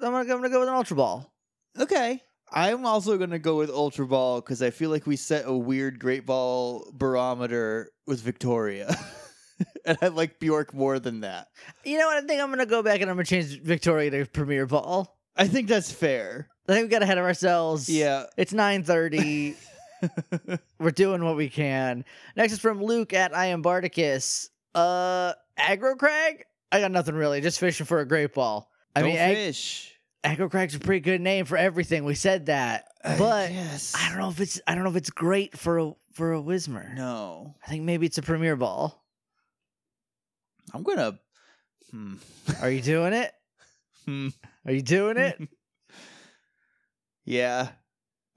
[SPEAKER 1] I'm gonna, I'm gonna go with an ultra ball.
[SPEAKER 2] Okay. I'm also going to go with Ultra Ball because I feel like we set a weird Great Ball barometer with Victoria. and I like Bjork more than that.
[SPEAKER 1] You know what? I think I'm gonna go back and I'm gonna change Victoria to Premier Ball.
[SPEAKER 2] I think that's fair.
[SPEAKER 1] I think we got ahead of ourselves.
[SPEAKER 2] Yeah.
[SPEAKER 1] It's 9:30. We're doing what we can. Next is from Luke at I am Bardicus. Uh Agro Crag? I got nothing really. Just fishing for a great ball. I
[SPEAKER 2] Don't
[SPEAKER 1] mean, Ag-
[SPEAKER 2] fish.
[SPEAKER 1] Agro Crag's a pretty good name for everything. We said that.
[SPEAKER 2] I
[SPEAKER 1] But
[SPEAKER 2] guess.
[SPEAKER 1] I don't know if it's I don't know if it's great for a for a Wismer.
[SPEAKER 2] No.
[SPEAKER 1] I think maybe it's a premier ball.
[SPEAKER 2] I'm going to. Hmm.
[SPEAKER 1] Are you doing it?
[SPEAKER 2] Hmm.
[SPEAKER 1] Are you doing it?
[SPEAKER 2] Yeah.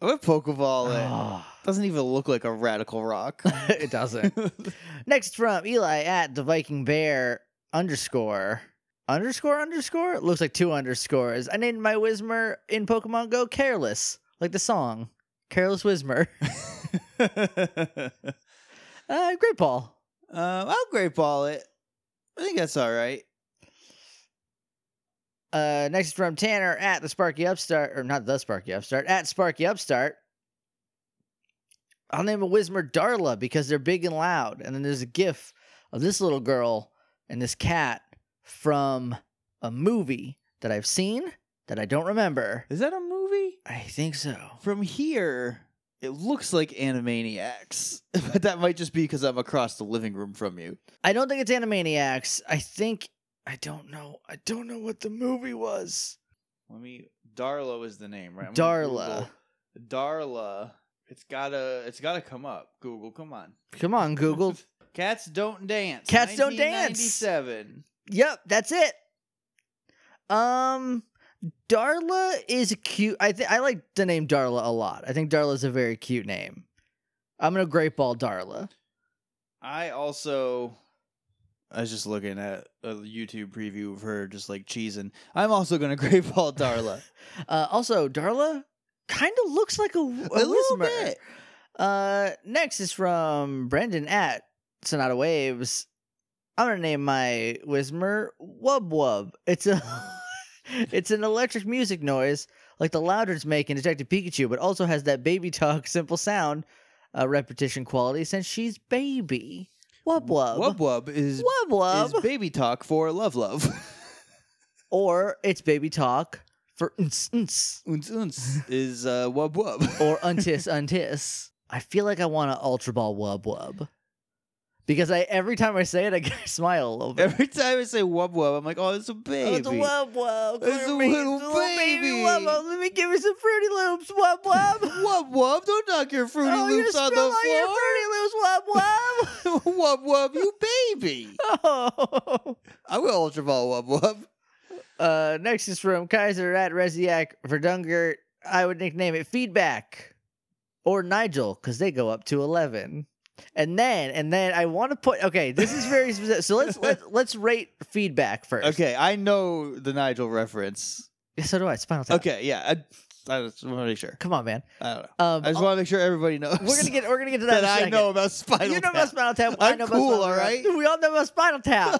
[SPEAKER 2] I'm a Pokeball. It
[SPEAKER 1] Ah,
[SPEAKER 2] doesn't even look like a radical rock.
[SPEAKER 1] it doesn't. Next from Eli at the Viking Bear underscore underscore underscore looks like two underscores. I named my Wismer in Pokemon Go Careless, like the song Careless Wismer.
[SPEAKER 2] um,
[SPEAKER 1] Uh, great ball.
[SPEAKER 2] Uh, I'll Great Ball it. I think that's all right.
[SPEAKER 1] Uh, next from Tanner at the Sparky Upstart, or not the Sparky Upstart at Sparky Upstart. I'll name a Wismer Darla because they're big and loud. And then there's a gif of this little girl and this cat from a movie that I've seen that I don't remember.
[SPEAKER 2] Is that a movie?
[SPEAKER 1] I think so.
[SPEAKER 2] From here, it looks like Animaniacs, but that might just be because I'm across the living room from you.
[SPEAKER 1] I don't think it's Animaniacs. I think I don't know. I don't know what the movie was.
[SPEAKER 2] Let me. Darla is the name, right? I'm gonna
[SPEAKER 1] Darla.
[SPEAKER 2] Google Darla. It's gotta. It's gotta come up. Google, come on.
[SPEAKER 1] Come on, Google.
[SPEAKER 2] Cats don't dance.
[SPEAKER 1] Cats Don't Dance.
[SPEAKER 2] 1997.
[SPEAKER 1] yep, that's it. Um Darla is a cute. I think I like the name Darla a lot. I think Darla's a very cute name. I'm gonna great ball Darla.
[SPEAKER 2] I also. I was just looking at a YouTube preview of her just like cheesing. I'm also gonna great ball Darla.
[SPEAKER 1] Uh, also, Darla kind of looks like a, a,
[SPEAKER 2] little
[SPEAKER 1] Wismer.
[SPEAKER 2] bit.
[SPEAKER 1] Uh, next is from Brendan at Sonata Waves. I'm gonna name my Wismer Wub Wub. It's a it's an electric music noise like the louders make in Detective Pikachu, but also has that baby talk simple sound uh, repetition quality since she's baby. Wub Wub.
[SPEAKER 2] Wub wub is
[SPEAKER 1] Wub Wub.
[SPEAKER 2] is baby talk for love love.
[SPEAKER 1] or it's baby talk for ns, ns,
[SPEAKER 2] Unz unz is uh, wub wub.
[SPEAKER 1] or untis untis. I feel like I want an ultra ball wub wub because I every time I say it, I get- smile a little bit.
[SPEAKER 2] Every time I say wub wub, I'm like, oh, it's a
[SPEAKER 1] Oh,
[SPEAKER 2] baby.
[SPEAKER 1] it's a wub wub.
[SPEAKER 2] It's a
[SPEAKER 1] Let me-
[SPEAKER 2] little
[SPEAKER 1] it's a baby.
[SPEAKER 2] baby.
[SPEAKER 1] wub wub. Let me give her some Fruity Loops. Wub wub.
[SPEAKER 2] wub wub. Don't knock your fruity
[SPEAKER 1] oh, you
[SPEAKER 2] loops
[SPEAKER 1] spill
[SPEAKER 2] on
[SPEAKER 1] on
[SPEAKER 2] the
[SPEAKER 1] your
[SPEAKER 2] floor.
[SPEAKER 1] Fruity Loops. Wub wub.
[SPEAKER 2] wub wub, you baby.
[SPEAKER 1] Oh.
[SPEAKER 2] I will ultra ball wub wub.
[SPEAKER 1] Uh, next is from Kaiser at Resiac Verdunger. I would nickname it Feedback or Nigel because they go up to eleven. And then, and then I want to put. Okay, this is very specific. So let's let, let's rate feedback first.
[SPEAKER 2] Okay, I know the Nigel reference.
[SPEAKER 1] So do I. It's Spinal Tap.
[SPEAKER 2] Okay, yeah. I, I just want to make sure.
[SPEAKER 1] Come on, man.
[SPEAKER 2] I don't know.
[SPEAKER 1] Um,
[SPEAKER 2] I just want to make sure everybody knows.
[SPEAKER 1] we're gonna get we're gonna get to that.
[SPEAKER 2] that
[SPEAKER 1] in a
[SPEAKER 2] I
[SPEAKER 1] second.
[SPEAKER 2] know about Spinal
[SPEAKER 1] You know
[SPEAKER 2] Tap.
[SPEAKER 1] about Spinal Tap. I
[SPEAKER 2] I'm
[SPEAKER 1] know about
[SPEAKER 2] cool,
[SPEAKER 1] Spinal
[SPEAKER 2] all
[SPEAKER 1] Tap.
[SPEAKER 2] right?
[SPEAKER 1] We all know about Spinal Tap.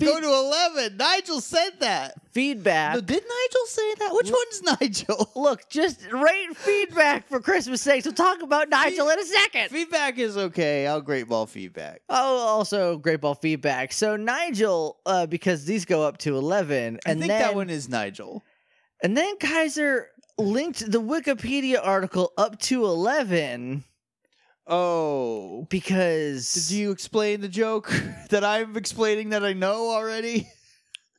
[SPEAKER 2] Go to eleven. Nigel said that.
[SPEAKER 1] feedback.
[SPEAKER 2] No, did Nigel say that? Which one's Nigel?
[SPEAKER 1] Look, just rate feedback for Christmas' sakes. We'll talk about Nigel in a second.
[SPEAKER 2] feedback is okay. I'll great ball feedback.
[SPEAKER 1] Oh, also great ball feedback. So Nigel, uh, because these go up to eleven,
[SPEAKER 2] I
[SPEAKER 1] and
[SPEAKER 2] think
[SPEAKER 1] then
[SPEAKER 2] that one is Nigel.
[SPEAKER 1] and then Kaiser linked the Wikipedia article up to eleven
[SPEAKER 2] Oh.
[SPEAKER 1] because
[SPEAKER 2] Did you explain the joke that I'm explaining that I know already?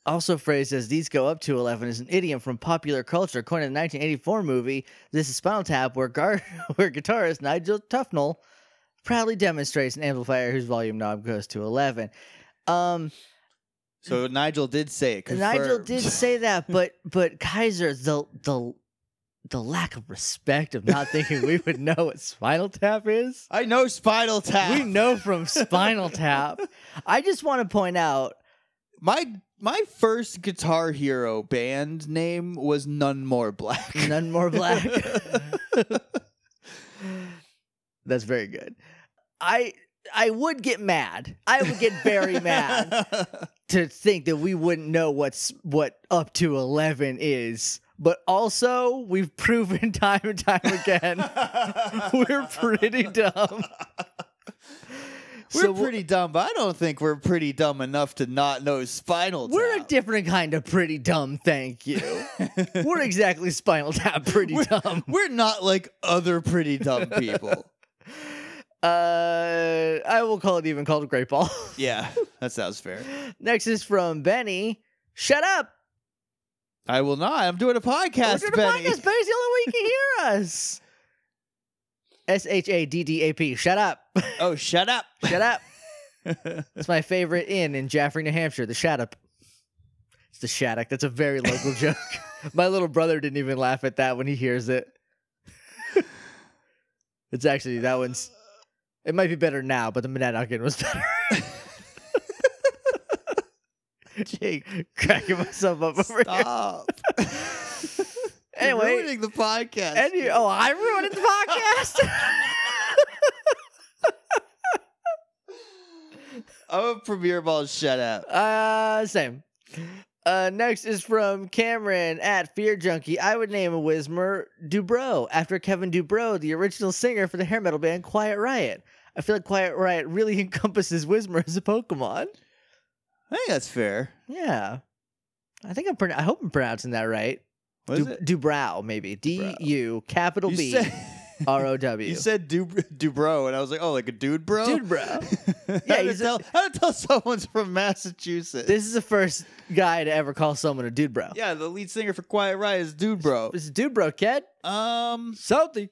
[SPEAKER 1] also phrased as "these go up to 11 is an idiom from popular culture, coined in the 1984 movie "This Is Spinal Tap," where gar- where guitarist Nigel Tufnell proudly demonstrates an amplifier whose volume knob goes to 11. Um,
[SPEAKER 2] So Nigel did say it.
[SPEAKER 1] Nigel
[SPEAKER 2] confirmed.
[SPEAKER 1] did say that, but but Kaiser the the the lack of respect of not thinking we would know what Spinal Tap is.
[SPEAKER 2] I know Spinal Tap.
[SPEAKER 1] We know from Spinal Tap. I just want to point out
[SPEAKER 2] my my first Guitar Hero band name was None More Black.
[SPEAKER 1] None more black. That's very good. I I would get mad. I would get very mad to think that we wouldn't know what's what up to 11 is. But also, we've proven time and time again we're pretty dumb.
[SPEAKER 2] We're
[SPEAKER 1] So wh-
[SPEAKER 2] pretty dumb, but I don't think we're pretty dumb enough to not know Spinal Tap.
[SPEAKER 1] We're a different kind of pretty dumb, thank you. we're exactly Spinal Tap pretty
[SPEAKER 2] We're-
[SPEAKER 1] dumb.
[SPEAKER 2] We're not like other pretty dumb people.
[SPEAKER 1] Uh, I will call it even called Great Ball.
[SPEAKER 2] yeah, that sounds fair.
[SPEAKER 1] Next is from Benny. Shut up.
[SPEAKER 2] I will not. I'm doing a podcast,
[SPEAKER 1] We're doing a
[SPEAKER 2] Benny.
[SPEAKER 1] podcast. Benny's the only way you can hear us. S H A D D A P. Shut up.
[SPEAKER 2] Oh, shut up.
[SPEAKER 1] Shut up. That's my favorite inn in Jaffrey, New Hampshire, the Shattuck. It's the Shattuck. That's a very local joke. My little brother didn't even laugh at that when he hears it. it's actually, that one's, it might be better now, but the Monadnock Inn was better. Jake, cracking myself up over here.
[SPEAKER 2] Stop. You're
[SPEAKER 1] Anyway,
[SPEAKER 2] ruining the podcast.
[SPEAKER 1] and you, oh, I ruined the podcast.
[SPEAKER 2] I'm a premiere ball. Shut up.
[SPEAKER 1] uh, same. Uh, next is from Cameron at Fear Junkie. I would name a Wismer Dubrow after Kevin Dubrow, the original singer for the hair metal band Quiet Riot. I feel like Quiet Riot really encompasses Wismer as a Pokemon.
[SPEAKER 2] I think that's fair.
[SPEAKER 1] Yeah, I think I'm. Pron- I hope I'm pronouncing that right.
[SPEAKER 2] What is
[SPEAKER 1] Du-
[SPEAKER 2] it?
[SPEAKER 1] Dubrow, maybe D U capital
[SPEAKER 2] you
[SPEAKER 1] B
[SPEAKER 2] said,
[SPEAKER 1] R O W.
[SPEAKER 2] you said du- Dubrow, and I was like, oh, like a dude bro?
[SPEAKER 1] Dude, bro.
[SPEAKER 2] how, to
[SPEAKER 1] he's a-
[SPEAKER 2] tell, how to tell someone's from Massachusetts.
[SPEAKER 1] This is the first guy to ever call someone a dude, bro.
[SPEAKER 2] yeah, the lead singer for Quiet Riot is Dude Bro.
[SPEAKER 1] This is dude, bro, kid.
[SPEAKER 2] Um,
[SPEAKER 1] Something.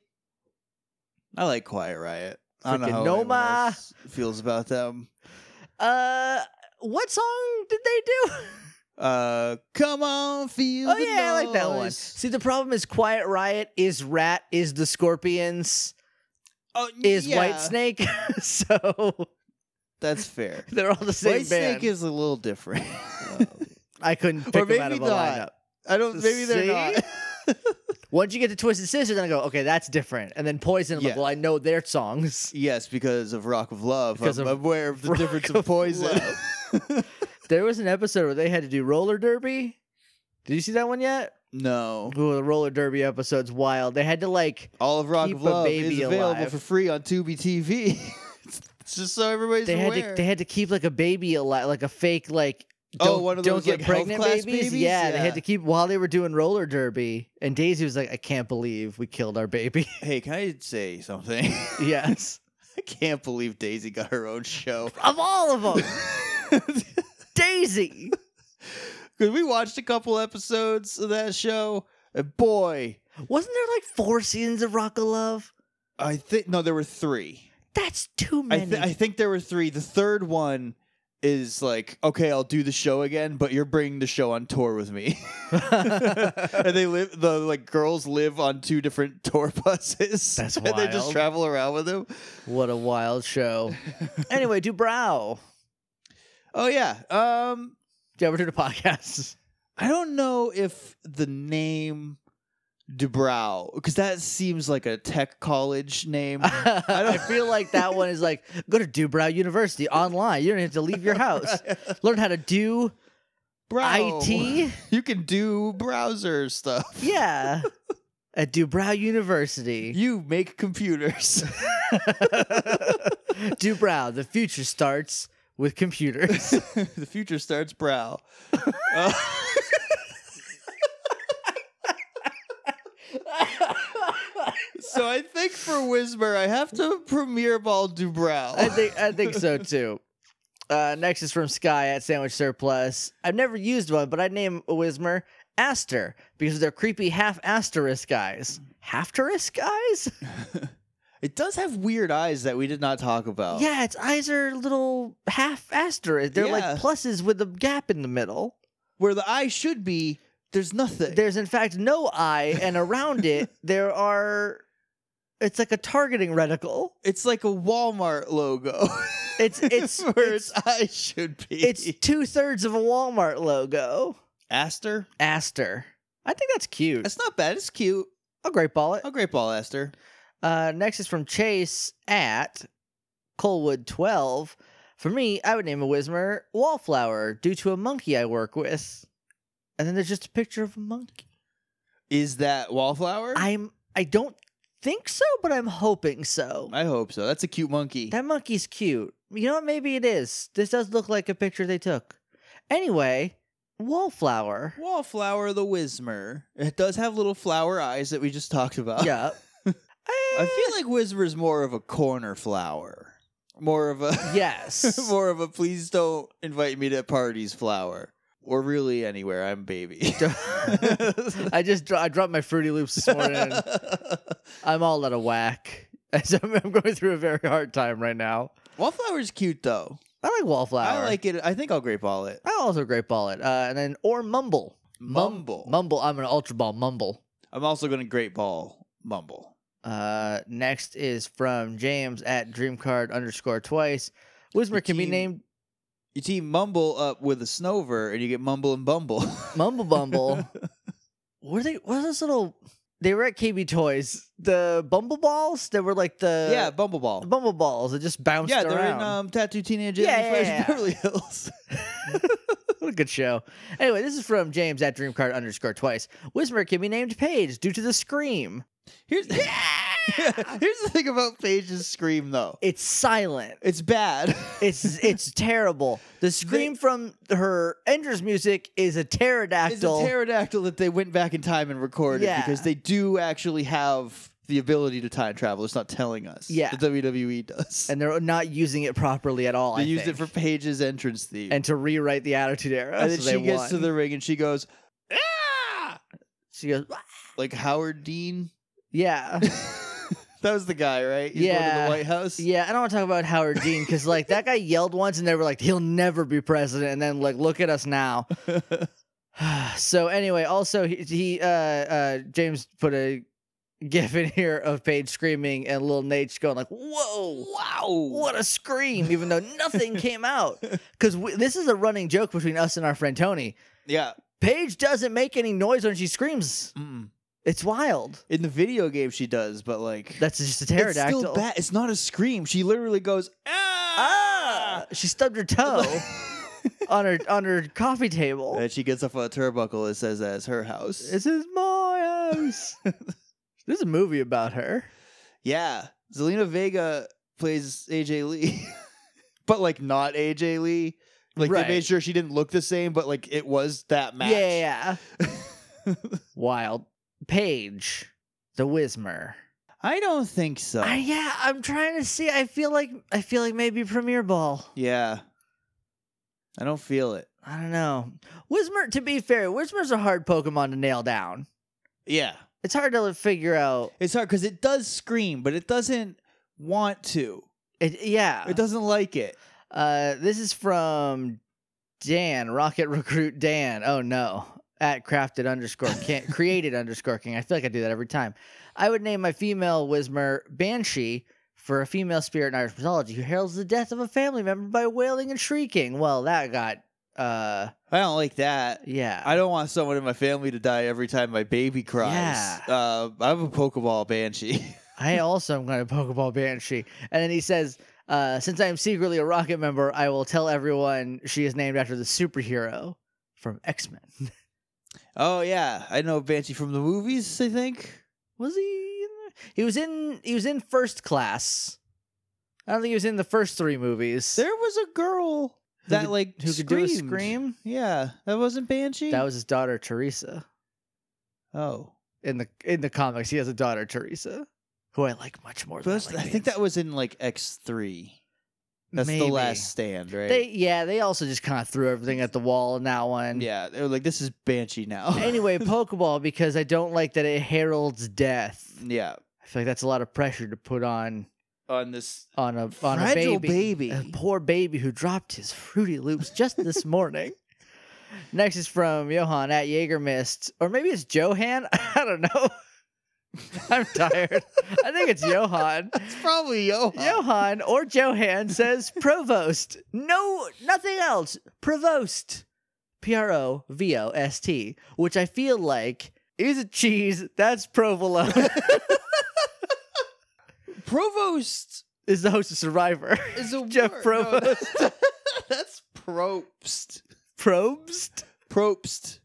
[SPEAKER 2] I like Quiet Riot. I don't know
[SPEAKER 1] Freaking
[SPEAKER 2] how anyone
[SPEAKER 1] Noma.
[SPEAKER 2] else feels about them.
[SPEAKER 1] Uh, what song did they do?
[SPEAKER 2] Uh, come on, feel.
[SPEAKER 1] oh
[SPEAKER 2] the
[SPEAKER 1] yeah, I like that one.
[SPEAKER 2] noise.
[SPEAKER 1] See, the problem is Quiet Riot is Rat is the Scorpions
[SPEAKER 2] Oh,
[SPEAKER 1] is
[SPEAKER 2] yeah,
[SPEAKER 1] White Snake, so
[SPEAKER 2] That's fair.
[SPEAKER 1] they're all the same
[SPEAKER 2] White
[SPEAKER 1] band.
[SPEAKER 2] Snake is a little different.
[SPEAKER 1] I couldn't pick them out
[SPEAKER 2] maybe
[SPEAKER 1] of a lineup.
[SPEAKER 2] not. I don't. Maybe
[SPEAKER 1] See?
[SPEAKER 2] they're not.
[SPEAKER 1] Once you get to Twisted Sister, then I go, okay, that's different. And then Poison, I'm like,
[SPEAKER 2] Yeah.
[SPEAKER 1] well, I know their songs.
[SPEAKER 2] Yes, because of Rock of Love.
[SPEAKER 1] Because
[SPEAKER 2] I'm
[SPEAKER 1] of
[SPEAKER 2] aware of the
[SPEAKER 1] Rock
[SPEAKER 2] difference
[SPEAKER 1] of
[SPEAKER 2] of poison.
[SPEAKER 1] Love. There was an episode where they had to do roller derby. Did you see that one yet?
[SPEAKER 2] no.
[SPEAKER 1] Ooh, the roller derby episode's wild. They had to like
[SPEAKER 2] All of Rock
[SPEAKER 1] Keep
[SPEAKER 2] of
[SPEAKER 1] a
[SPEAKER 2] Love
[SPEAKER 1] baby
[SPEAKER 2] is available
[SPEAKER 1] alive.
[SPEAKER 2] for free on Tubi TV. it's, it's just so everybody's
[SPEAKER 1] they had to
[SPEAKER 2] aware.
[SPEAKER 1] they had to keep like a baby alive, like a fake like
[SPEAKER 2] Oh,
[SPEAKER 1] don't,
[SPEAKER 2] one of
[SPEAKER 1] don't
[SPEAKER 2] those,
[SPEAKER 1] get
[SPEAKER 2] like, health
[SPEAKER 1] pregnant
[SPEAKER 2] class
[SPEAKER 1] babies.
[SPEAKER 2] babies?
[SPEAKER 1] Yeah, they
[SPEAKER 2] Yeah.
[SPEAKER 1] had to keep while they were doing roller derby. And Daisy was like, I can't believe we killed our baby.
[SPEAKER 2] hey, can I say something?
[SPEAKER 1] yes,
[SPEAKER 2] I can't believe Daisy got her own show.
[SPEAKER 1] of all of them, Daisy.
[SPEAKER 2] Because we watched a couple episodes of that show, and boy,
[SPEAKER 1] Wasn't there like four seasons of Rock of Love?
[SPEAKER 2] I think no, there were three.
[SPEAKER 1] That's too
[SPEAKER 2] I,
[SPEAKER 1] many.
[SPEAKER 2] th- I think there were three. The third one is like, okay, I'll do the show again, but you're bringing the show on tour with me. and they live the like girls live on two different tour buses.
[SPEAKER 4] That's
[SPEAKER 2] And they just
[SPEAKER 4] wild.
[SPEAKER 2] travel around with them.
[SPEAKER 1] What a wild show. anyway, Dubrow.
[SPEAKER 2] Oh yeah. Um
[SPEAKER 1] Do you ever do the podcast?
[SPEAKER 2] I don't know if the name Dubrow because that seems like a tech college name.
[SPEAKER 1] I,
[SPEAKER 2] Mm-hmm. don't-
[SPEAKER 1] feel like that one is like go to Dubrow University online. You don't have to leave your house. Learn how to do
[SPEAKER 2] Brow.
[SPEAKER 1] IT.
[SPEAKER 2] You can do browser stuff.
[SPEAKER 1] Yeah. At Dubrow University.
[SPEAKER 2] You make computers.
[SPEAKER 1] Dubrow, the future starts with computers.
[SPEAKER 2] the future starts brow. Uh, so I think for Wismer, I have to premiere ball
[SPEAKER 1] I
[SPEAKER 2] Dubrow.
[SPEAKER 1] think I think so too. Uh, next is from Sky at Sandwich Surplus. I've never used one, but I name a Wismer Aster because they're creepy half asterisk guys. Half asterisk eyes?
[SPEAKER 2] It does have weird eyes that we did not talk about.
[SPEAKER 1] Yeah, its eyes are little half asterisk. They're
[SPEAKER 2] Yeah.
[SPEAKER 1] like pluses with a gap in the middle.
[SPEAKER 2] Where the eye should be, there's nothing.
[SPEAKER 1] There's in fact no eye, and around it there are. It's like a targeting reticle.
[SPEAKER 2] it's like a Walmart logo.
[SPEAKER 1] It's it's
[SPEAKER 2] where its, eyes should be.
[SPEAKER 1] it's two thirds of a Walmart logo.
[SPEAKER 2] Aster.
[SPEAKER 1] Aster. I think that's cute.
[SPEAKER 2] That's not bad. It's cute.
[SPEAKER 1] I'll great ball it.
[SPEAKER 2] Oh, great ball, Aster.
[SPEAKER 1] Uh, next is from Chase at Colwood twelve. For me, I would name a Wismer Wallflower due to a monkey I work with. And then there's just a picture of a monkey.
[SPEAKER 2] Is that Wallflower?
[SPEAKER 1] I'm I don't think so, but I'm hoping so.
[SPEAKER 2] I hope so. That's a cute monkey.
[SPEAKER 1] That monkey's cute. You know what? Maybe it is. This does look like a picture they took. Anyway, Wallflower.
[SPEAKER 2] Wallflower the Wismer. It does have little flower eyes that we just talked about.
[SPEAKER 1] Yeah.
[SPEAKER 2] I feel like Wismer's more of a corner flower. More of a
[SPEAKER 1] Eh, yes.
[SPEAKER 2] more of a please don't invite me to parties flower. Or really anywhere. I'm baby.
[SPEAKER 1] I just dro- I dropped my Fruity Loops this morning. and I'm all out of whack. So I'm I'm going through a very hard time right now.
[SPEAKER 2] Wallflower's cute though.
[SPEAKER 1] I like Wallflower.
[SPEAKER 2] I like it. I think I'll grape all it.
[SPEAKER 1] I also great ball it. Uh, and then or Mumble. Mum-
[SPEAKER 2] Mumble.
[SPEAKER 1] Mumble. I'm an ultra ball. Mumble.
[SPEAKER 2] I'm also gonna great ball mumble.
[SPEAKER 1] Uh, next is from James at Dreamcard underscore twice. Wismer can be
[SPEAKER 2] Team-
[SPEAKER 1] named
[SPEAKER 2] You team mumble up with a snover and you get mumble and bumble.
[SPEAKER 1] Mumble Bumble. what are they? What are those little? They were at KB Toys. The Bumble Balls. They were like the
[SPEAKER 2] yeah, bumble ball.
[SPEAKER 1] the Bumble Balls that just bounced
[SPEAKER 2] Yeah,
[SPEAKER 1] around.
[SPEAKER 2] they're in um, Tattoo Teenage Ed
[SPEAKER 1] Yeah,
[SPEAKER 2] and
[SPEAKER 1] yeah,
[SPEAKER 2] Fresh
[SPEAKER 1] yeah.
[SPEAKER 2] Beverly Hills.
[SPEAKER 1] What a good show. Anyway, this is from James at Dreamcard underscore twice. Wismer can be named Paige due to the scream.
[SPEAKER 2] Here's here's the thing about Paige's scream though.
[SPEAKER 1] It's silent.
[SPEAKER 2] It's bad.
[SPEAKER 1] It's it's terrible. The scream from her Ender's music is a
[SPEAKER 2] It's a
[SPEAKER 1] pterodactyl.
[SPEAKER 2] pterodactyl that they went back in time and recorded
[SPEAKER 1] Yeah.
[SPEAKER 2] because they do actually have the ability to time travel. It's not telling us.
[SPEAKER 1] Yeah.
[SPEAKER 2] the WWE does.
[SPEAKER 1] and they're not using it properly at all.
[SPEAKER 2] they
[SPEAKER 1] I
[SPEAKER 2] used it
[SPEAKER 1] think.
[SPEAKER 2] for Paige's entrance theme.
[SPEAKER 1] and to rewrite the Attitude Era.
[SPEAKER 2] And then
[SPEAKER 1] Uh, so
[SPEAKER 2] she
[SPEAKER 1] they
[SPEAKER 2] gets
[SPEAKER 1] won.
[SPEAKER 2] to the ring and she goes, "Ah!"
[SPEAKER 1] She goes,
[SPEAKER 2] Like Howard Dean.
[SPEAKER 1] yeah,
[SPEAKER 2] That was the guy, right? He's going to
[SPEAKER 1] Yeah.
[SPEAKER 2] the White House.
[SPEAKER 1] yeah. I don't want to talk about Howard Dean because like that guy yelled once and they were like, he'll never be president. And then like, look at us now. so anyway, also he, he uh, uh, James put a gif in here of Paige screaming and little Nate's going like, "Whoa, wow, what a scream!" Even though nothing came out, because this is a running joke between us and our friend Tony.
[SPEAKER 2] yeah.
[SPEAKER 1] Paige doesn't make any noise when she screams.
[SPEAKER 2] Mm.
[SPEAKER 1] It's wild.
[SPEAKER 2] In the video game, she does, but like
[SPEAKER 1] That's just a
[SPEAKER 2] it's
[SPEAKER 1] pterodactyl.
[SPEAKER 2] still bad. It's not a scream. She literally goes ah,
[SPEAKER 1] Ah, Oh. she stubbed her toe on her on her coffee table.
[SPEAKER 2] and she gets off a turbuckle. It says that's her house.
[SPEAKER 1] This is my house. There's a movie about her.
[SPEAKER 2] yeah, Zelina Vega plays AJ Lee, but like not AJ Lee. Like
[SPEAKER 1] Right.
[SPEAKER 2] they made sure she didn't look the same, but like it was that match.
[SPEAKER 1] Yeah, yeah, yeah. Wild. Paige, the Wismer.
[SPEAKER 2] I don't think so.
[SPEAKER 1] I, yeah, I'm trying to see. I feel like I feel like maybe Premier Ball.
[SPEAKER 2] yeah, I don't feel it.
[SPEAKER 1] I don't know. Wismer. To be fair, Wismer's a hard Pokemon to nail down.
[SPEAKER 2] Yeah,
[SPEAKER 1] It's hard to figure out.
[SPEAKER 2] it's hard because it does scream, but it doesn't want to.
[SPEAKER 1] It, yeah,
[SPEAKER 2] Uh, It doesn't like it.
[SPEAKER 1] Uh, this is from Dan, Rocket Recruit Dan. Oh no. At crafted underscore can created underscore king. I feel like I do that every time. I would name my female Wismer Banshee for a female spirit in Irish mythology who heralds the death of a family member by wailing and shrieking. Well, that got uh
[SPEAKER 2] I don't like that.
[SPEAKER 1] yeah.
[SPEAKER 2] I don't want someone in my family to die every time my baby cries.
[SPEAKER 1] Yeah.
[SPEAKER 2] Uh, I have a Pokeball Banshee.
[SPEAKER 1] I also am going to Pokeball Banshee. And then he says, uh, since I am secretly a Rocket member, I will tell everyone she is named after the superhero from X Men.
[SPEAKER 2] oh yeah, I know Banshee from the movies. I think.
[SPEAKER 1] was he? In there? He was in. He was in First Class. I don't think he was in the first three movies.
[SPEAKER 2] There was a girl
[SPEAKER 1] Who
[SPEAKER 2] that
[SPEAKER 1] could-
[SPEAKER 2] like
[SPEAKER 1] who could
[SPEAKER 2] screamed.
[SPEAKER 1] do a scream?
[SPEAKER 2] Yeah, that wasn't Banshee.
[SPEAKER 1] That was his daughter Teresa
[SPEAKER 2] oh,
[SPEAKER 1] in the in the comics. He has a daughter Teresa, who I like much more. Than
[SPEAKER 2] Those-
[SPEAKER 1] I,
[SPEAKER 2] I,
[SPEAKER 1] like
[SPEAKER 2] think
[SPEAKER 1] Banshee.
[SPEAKER 2] that was in like X three. That's the
[SPEAKER 1] Maybe.
[SPEAKER 2] last stand, right?
[SPEAKER 1] They yeah. They also just kind of threw everything at the wall in that one.
[SPEAKER 2] yeah, they were like, "This is Banshee now."
[SPEAKER 1] Anyway, Pokeball because I don't like that it heralds death.
[SPEAKER 2] yeah,
[SPEAKER 1] I feel like that's a lot of pressure to put on
[SPEAKER 2] on this.
[SPEAKER 1] on a on
[SPEAKER 2] Fragile
[SPEAKER 1] a baby,
[SPEAKER 2] baby.
[SPEAKER 1] a poor baby who dropped his Fruity Loops just this morning. Next is from Johan at Jaegermist, or maybe it's Johan. I don't know. I'm tired. I think it's Johan.
[SPEAKER 2] It's probably Johan.
[SPEAKER 1] Johan or Johan says provost. No, nothing else. Provost. P R O V O S T, which I feel like is a cheese. That's provolone.
[SPEAKER 2] Provost
[SPEAKER 1] is the host of Survivor.
[SPEAKER 2] is a
[SPEAKER 1] Jeff
[SPEAKER 2] word.
[SPEAKER 1] Provost.
[SPEAKER 2] that's, that's Probst.
[SPEAKER 1] Probst.
[SPEAKER 2] Probst.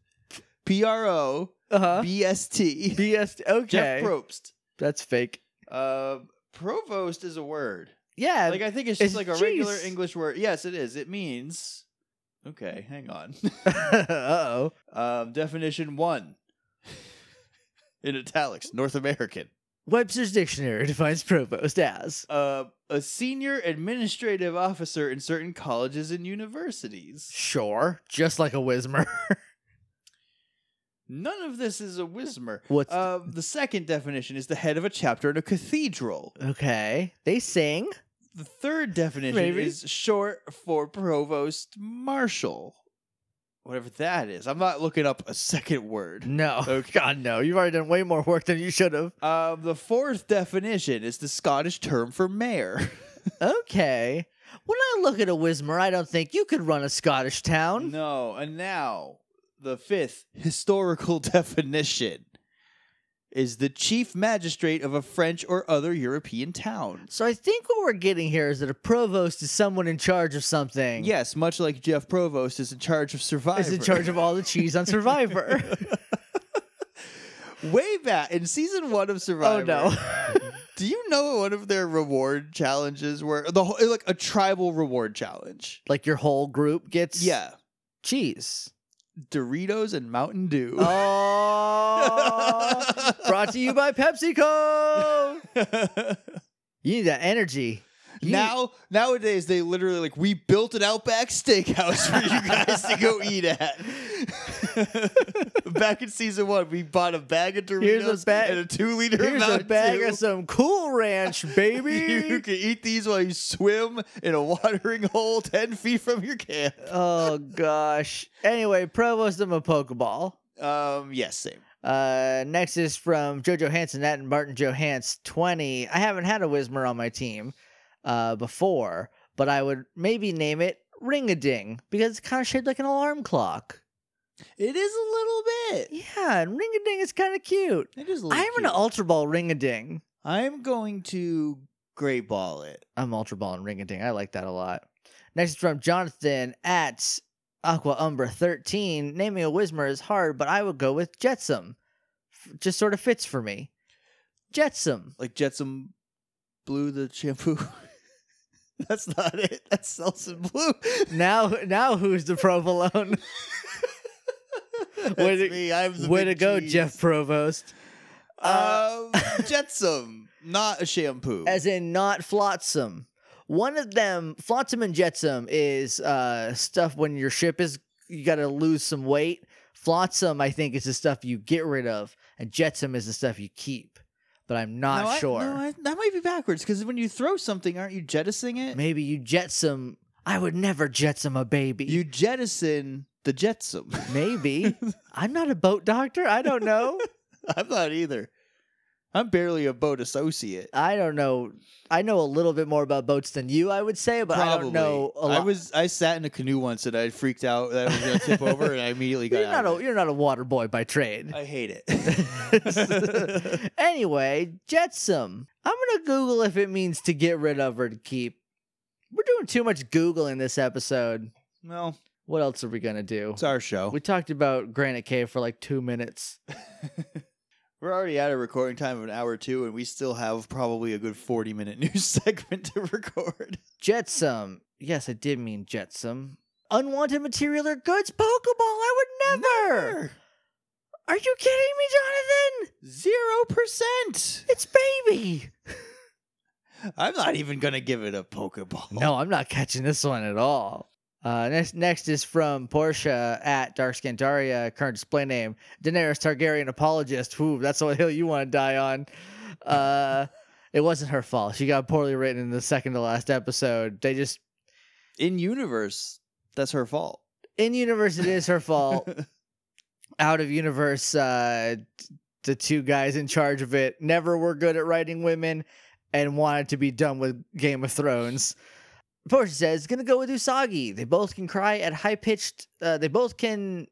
[SPEAKER 2] P R O
[SPEAKER 1] Uh-huh.
[SPEAKER 2] B S T.
[SPEAKER 1] BS. Okay.
[SPEAKER 2] Jeff Probst.
[SPEAKER 1] That's fake.
[SPEAKER 2] Uh, provost is a word.
[SPEAKER 1] Yeah.
[SPEAKER 2] Like I think it's just
[SPEAKER 1] It's
[SPEAKER 2] like a regular
[SPEAKER 1] cheese.
[SPEAKER 2] English word. Yes, it is. It means. Okay, hang on.
[SPEAKER 1] uh-oh.
[SPEAKER 2] Um, definition one. In italics, North American.
[SPEAKER 1] Webster's dictionary defines provost as
[SPEAKER 2] Uh, a senior administrative officer in certain colleges and universities.
[SPEAKER 1] sure, just like a Wismer.
[SPEAKER 2] None of this is a Wismer.
[SPEAKER 1] What's
[SPEAKER 2] Uh, the second definition is the head of a chapter in a cathedral.
[SPEAKER 1] okay? They sing.
[SPEAKER 2] The third definition
[SPEAKER 1] Maybe.
[SPEAKER 2] is short for provost marshal. Whatever that is. I'm not looking up a second word.
[SPEAKER 1] No,
[SPEAKER 2] Okay.
[SPEAKER 1] God, no. You've already done way more work than you should have.
[SPEAKER 2] Um, the fourth definition is the Scottish term for mayor.
[SPEAKER 1] Okay. When I look at a Wismer, I don't think you could run a Scottish town.
[SPEAKER 2] no, and now the fifth historical definition is the chief magistrate of a French or other European town.
[SPEAKER 1] So I think what we're getting here is that a provost is someone in charge of something.
[SPEAKER 2] Yes, much like Jeff Provost is in charge of Survivor.
[SPEAKER 1] is in charge of all the cheese on Survivor.
[SPEAKER 2] Way back in season one of
[SPEAKER 1] oh
[SPEAKER 2] Survivor.
[SPEAKER 1] no.
[SPEAKER 2] Do you know what one of their reward challenges were? The whole, like a tribal reward challenge.
[SPEAKER 1] like your whole group gets
[SPEAKER 2] Yeah,
[SPEAKER 1] cheese.
[SPEAKER 2] Doritos and Mountain Dew.
[SPEAKER 1] Oh, brought to you by PepsiCo. Oh. You need that energy. You
[SPEAKER 2] now nowadays they literally like we built an Outback Steakhouse for you guys to go eat at. Back in season one, we bought a bag of Doritos
[SPEAKER 1] Here's a bag-
[SPEAKER 2] and a two liter
[SPEAKER 1] need- here's a
[SPEAKER 2] Mountain
[SPEAKER 1] bag
[SPEAKER 2] Dew.
[SPEAKER 1] of some Cool Ranch,
[SPEAKER 2] You
[SPEAKER 1] baby.
[SPEAKER 2] can eat these while you swim in a watering hole ten feet from your camp.
[SPEAKER 1] oh gosh. Anyway, provost of a Pokeball.
[SPEAKER 2] Um, yes, same.
[SPEAKER 1] Uh, next is from Jojo Hansen at Martin Johans twenty. I haven't had a Wismer on my team uh, before, but I would maybe name it Ring a Ding because it's kind of shaped like an alarm clock.
[SPEAKER 2] It is a little bit.
[SPEAKER 1] Yeah, and Ring a Ding is kind of cute.
[SPEAKER 2] It is. A little
[SPEAKER 1] I'm
[SPEAKER 2] cute.
[SPEAKER 1] an Ultra Ball Ring a Ding.
[SPEAKER 2] I'm going to gray ball it.
[SPEAKER 1] I'm Ultra Ball and Ring a Ding. I like that a lot. Next is from Jonathan at Aqua Umbra 13. Naming a Wismer is hard, but I would go with Jetsam. F- just sort of fits for me. Jetsam.
[SPEAKER 2] Like Jetsam blew the shampoo. That's not it. That's Selsun Blue.
[SPEAKER 1] Now, now who's the provolone?
[SPEAKER 2] That's
[SPEAKER 1] Way to-
[SPEAKER 2] me. I'm the
[SPEAKER 1] Way to
[SPEAKER 2] big
[SPEAKER 1] go,
[SPEAKER 2] cheese.
[SPEAKER 1] Jeff Provost.
[SPEAKER 2] Um, Jetsam, not a shampoo.
[SPEAKER 1] As in not flotsam. One of them, flotsam and jetsam, is uh, stuff when your ship is you got to lose some weight. Flotsam, I think, is the stuff you get rid of, and jetsam is the stuff you keep. But I'm not
[SPEAKER 2] No, I-
[SPEAKER 1] sure.
[SPEAKER 2] no, I- that might be backwards because when you throw something, aren't you jettisoning it?
[SPEAKER 1] Maybe you jetsam. I would never jetsam a baby.
[SPEAKER 2] You jettison the jetsam.
[SPEAKER 1] Maybe. I'm not a boat doctor. I don't know.
[SPEAKER 2] I'm not either. I'm barely a boat associate.
[SPEAKER 1] I don't know. I know a little bit more about boats than you, I would say, but I don't know a
[SPEAKER 2] I
[SPEAKER 1] lot.
[SPEAKER 2] was I sat in a canoe once and I freaked out that I was gonna tip over and I immediately got
[SPEAKER 1] you're
[SPEAKER 2] out.
[SPEAKER 1] not a you're not a water boy by trade.
[SPEAKER 2] I hate it.
[SPEAKER 1] anyway, jetsam. I'm gonna Google if it means to get rid of or to keep. We're doing too much googling this episode.
[SPEAKER 2] well,
[SPEAKER 1] What else are we gonna do?
[SPEAKER 2] it's our show.
[SPEAKER 1] We talked about Granite Cave for like two minutes.
[SPEAKER 2] We're already at a recording time of an hour two, and we still have probably a good forty minute news segment to record.
[SPEAKER 1] Jetsam. Yes, I did mean jetsam. Unwanted material or goods Pokeball. I would never. Are you kidding me, Jonathan?
[SPEAKER 2] Zero percent.
[SPEAKER 1] It's baby.
[SPEAKER 2] I'm not even gonna give it a pokeball.
[SPEAKER 1] No, I'm not catching this one at all. Uh, next, next is from Portia at Dark Scandaria, current display name Daenerys Targaryen apologist. Whoo, that's what hill you want to die on. Uh, it wasn't her fault. She got poorly written in the second to last episode. They just
[SPEAKER 2] in universe, that's her fault.
[SPEAKER 1] in universe it is her fault. out of universe uh t- the two guys in charge of it never were good at writing women and wanted to be done with game of thrones Portia says gonna go with usagi they both can cry at high pitched uh, they both can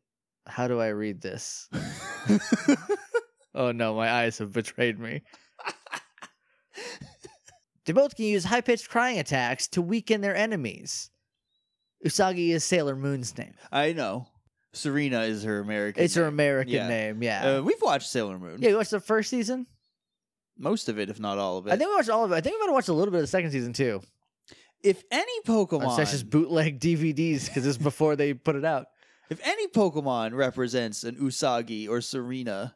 [SPEAKER 1] how do i read this oh no my eyes have betrayed me they both can use high pitched crying attacks to weaken their enemies usagi is sailor moon's name
[SPEAKER 2] I know. Serena is her American.
[SPEAKER 1] it's her american
[SPEAKER 2] Yeah.
[SPEAKER 1] name yeah
[SPEAKER 2] Uh, we've watched Sailor Moon.
[SPEAKER 1] Yeah, we watched the first season.
[SPEAKER 2] Most of it, if not all of it.
[SPEAKER 1] I think we watched all of it. I think we might have watched a little bit of the second season too.
[SPEAKER 2] if any Pokemon,
[SPEAKER 1] That's just bootleg DVDs because it's before they put it out.
[SPEAKER 2] if any Pokemon represents an Usagi or Serena,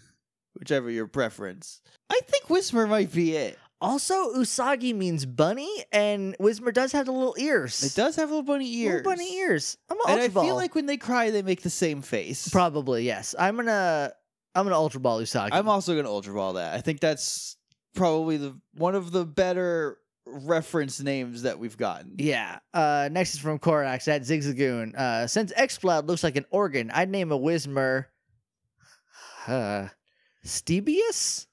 [SPEAKER 2] whichever your preference, I think Whisper might be it.
[SPEAKER 1] Also, Usagi means bunny, and Whismer does have the little ears.
[SPEAKER 2] It does have little bunny ears.
[SPEAKER 1] Little bunny ears. I'm an
[SPEAKER 2] And I
[SPEAKER 1] ultra ball.
[SPEAKER 2] feel like when they cry, they make the same face.
[SPEAKER 1] probably yes. I'm gonna I'm gonna ultra ball Usagi.
[SPEAKER 2] I'm also gonna ultra ball that. I think that's probably the one of the better reference names that we've gotten.
[SPEAKER 1] Yeah. Uh, next is from Korax at Zigzagoon. Uh, since Xploud looks like an organ, I'd name a Whismer uh, Stebius?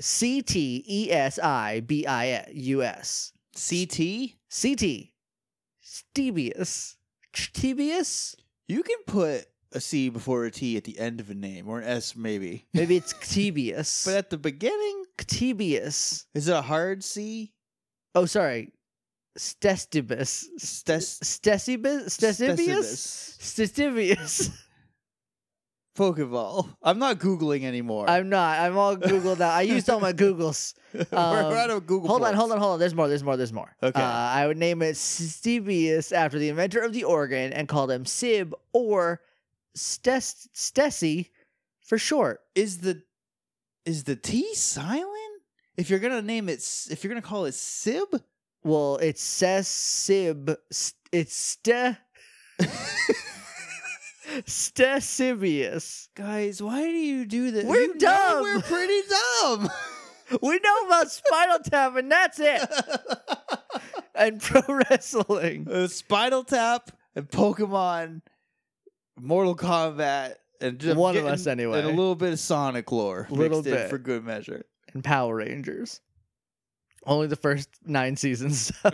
[SPEAKER 1] C T E S I B I U S.
[SPEAKER 2] CT,
[SPEAKER 1] C T. Stebius. Stebius?
[SPEAKER 2] you can put a C before a T at the end of a name, or an S maybe.
[SPEAKER 1] Maybe it's Ctibius.
[SPEAKER 2] But at the beginning,
[SPEAKER 1] Ctibius.
[SPEAKER 2] is it a hard C?
[SPEAKER 1] Oh, sorry. Stestibus.
[SPEAKER 2] Stes-
[SPEAKER 1] Stesibus? Stesibius? Stestibius.
[SPEAKER 2] Pokeball. I'm not Googling anymore.
[SPEAKER 1] I'm not. I'm all Googled out. I used all my Googles.
[SPEAKER 2] We're
[SPEAKER 1] um,
[SPEAKER 2] out of Google.
[SPEAKER 1] hold on,
[SPEAKER 2] ports.
[SPEAKER 1] hold on, hold on. There's more, there's more, there's more.
[SPEAKER 2] Okay.
[SPEAKER 1] Uh, I would name it Stebius after the inventor of the organ and call him Sib or Stes- Stessi for short.
[SPEAKER 2] Is the is the T silent? If you're gonna name it, S- if you're gonna call it Sib,
[SPEAKER 1] Well, it's says Sib. S- It's Ste. Stesibius.
[SPEAKER 2] guys, why do you do this?
[SPEAKER 1] We're
[SPEAKER 2] You know
[SPEAKER 1] dumb.
[SPEAKER 2] We're pretty dumb.
[SPEAKER 1] We know about Spinal Tap, and that's it. And pro wrestling.
[SPEAKER 2] Uh, Spinal Tap and Pokemon, Mortal Kombat, and just
[SPEAKER 1] One of
[SPEAKER 2] getting-
[SPEAKER 1] us anyway.
[SPEAKER 2] and a little bit of Sonic lore,
[SPEAKER 1] Little
[SPEAKER 2] mixed in
[SPEAKER 1] bit.
[SPEAKER 2] for good measure.
[SPEAKER 1] and Power Rangers. Only the first nine seasons. So.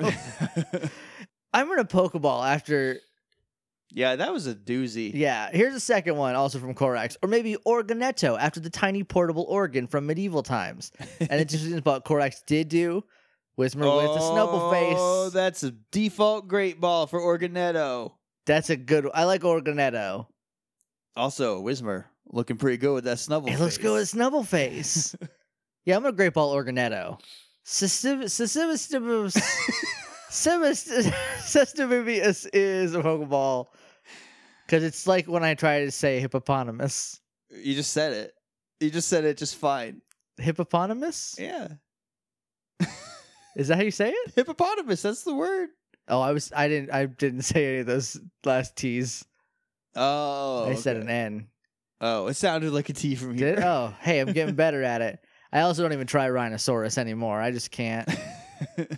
[SPEAKER 1] I'm gonna Pokeball after.
[SPEAKER 2] yeah, that was a doozy.
[SPEAKER 1] Yeah, here's a second one, also from Korax, or maybe Organetto after the tiny portable organ from medieval times. And it's interesting about Korax did do Whismer with the Snubble
[SPEAKER 2] Oh,
[SPEAKER 1] Face.
[SPEAKER 2] that's a default great ball for Organetto.
[SPEAKER 1] That's a good. I like Organetto.
[SPEAKER 2] Also, Wismer looking pretty good with that snubble.
[SPEAKER 1] It looks good with Snubble Face. yeah, I'm gonna Great Ball Organetto. Sestibius is a Pokeball. Because it's like when I try to say hippopotamus.
[SPEAKER 2] You just said it. You just said it just fine.
[SPEAKER 1] Hippopotamus?
[SPEAKER 2] Yeah,
[SPEAKER 1] Is that how you say it?
[SPEAKER 2] hippopotamus. That's the word.
[SPEAKER 1] Oh, I was I didn't I didn't say any of those last T's.
[SPEAKER 2] Oh,
[SPEAKER 1] I said
[SPEAKER 2] okay.
[SPEAKER 1] an N.
[SPEAKER 2] Oh, it sounded like a T from
[SPEAKER 1] Did it?
[SPEAKER 2] here.
[SPEAKER 1] Oh, hey, I'm getting better at it. I also don't even try Rhinoceros anymore. I just can't.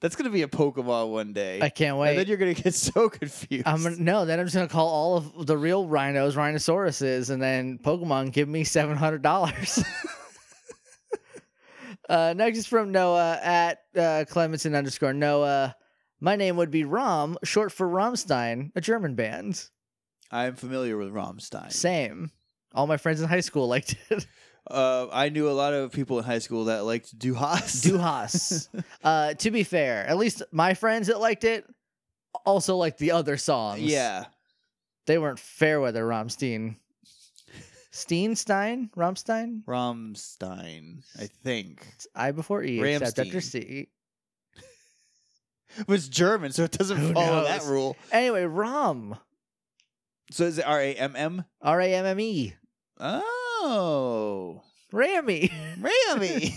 [SPEAKER 2] That's gonna be a Pokemon one day.
[SPEAKER 1] I can't
[SPEAKER 2] And then
[SPEAKER 1] wait.
[SPEAKER 2] you're gonna get so confused.
[SPEAKER 1] I'm gonna, no. Then I'm just gonna call all of the real rhinos rhinosauruses, and then Pokemon give me seven hundred dollars. uh, next is from Noah at uh, Clemenson underscore Noah. My name would be Rom, short for Rammstein, a German band.
[SPEAKER 2] I'm familiar with Rammstein.
[SPEAKER 1] Same. All my friends in high school liked it.
[SPEAKER 2] Uh, I knew a lot of people in high school that liked Duhas.
[SPEAKER 1] Duhas. uh, to be fair, at least my friends that liked it also liked the other songs.
[SPEAKER 2] Yeah.
[SPEAKER 1] They weren't Fairweather Romstein. Steenstein? Romstein?
[SPEAKER 2] Rammstein, I think.
[SPEAKER 1] It's I before E, except after
[SPEAKER 2] Ramstein.
[SPEAKER 1] C.
[SPEAKER 2] But it's German, so it doesn't
[SPEAKER 1] Who
[SPEAKER 2] follow
[SPEAKER 1] knows?
[SPEAKER 2] that rule.
[SPEAKER 1] Anyway, Rom.
[SPEAKER 2] So is it R A M M?
[SPEAKER 1] R A M M E.
[SPEAKER 2] Oh.
[SPEAKER 1] Rammy.
[SPEAKER 2] Rammy.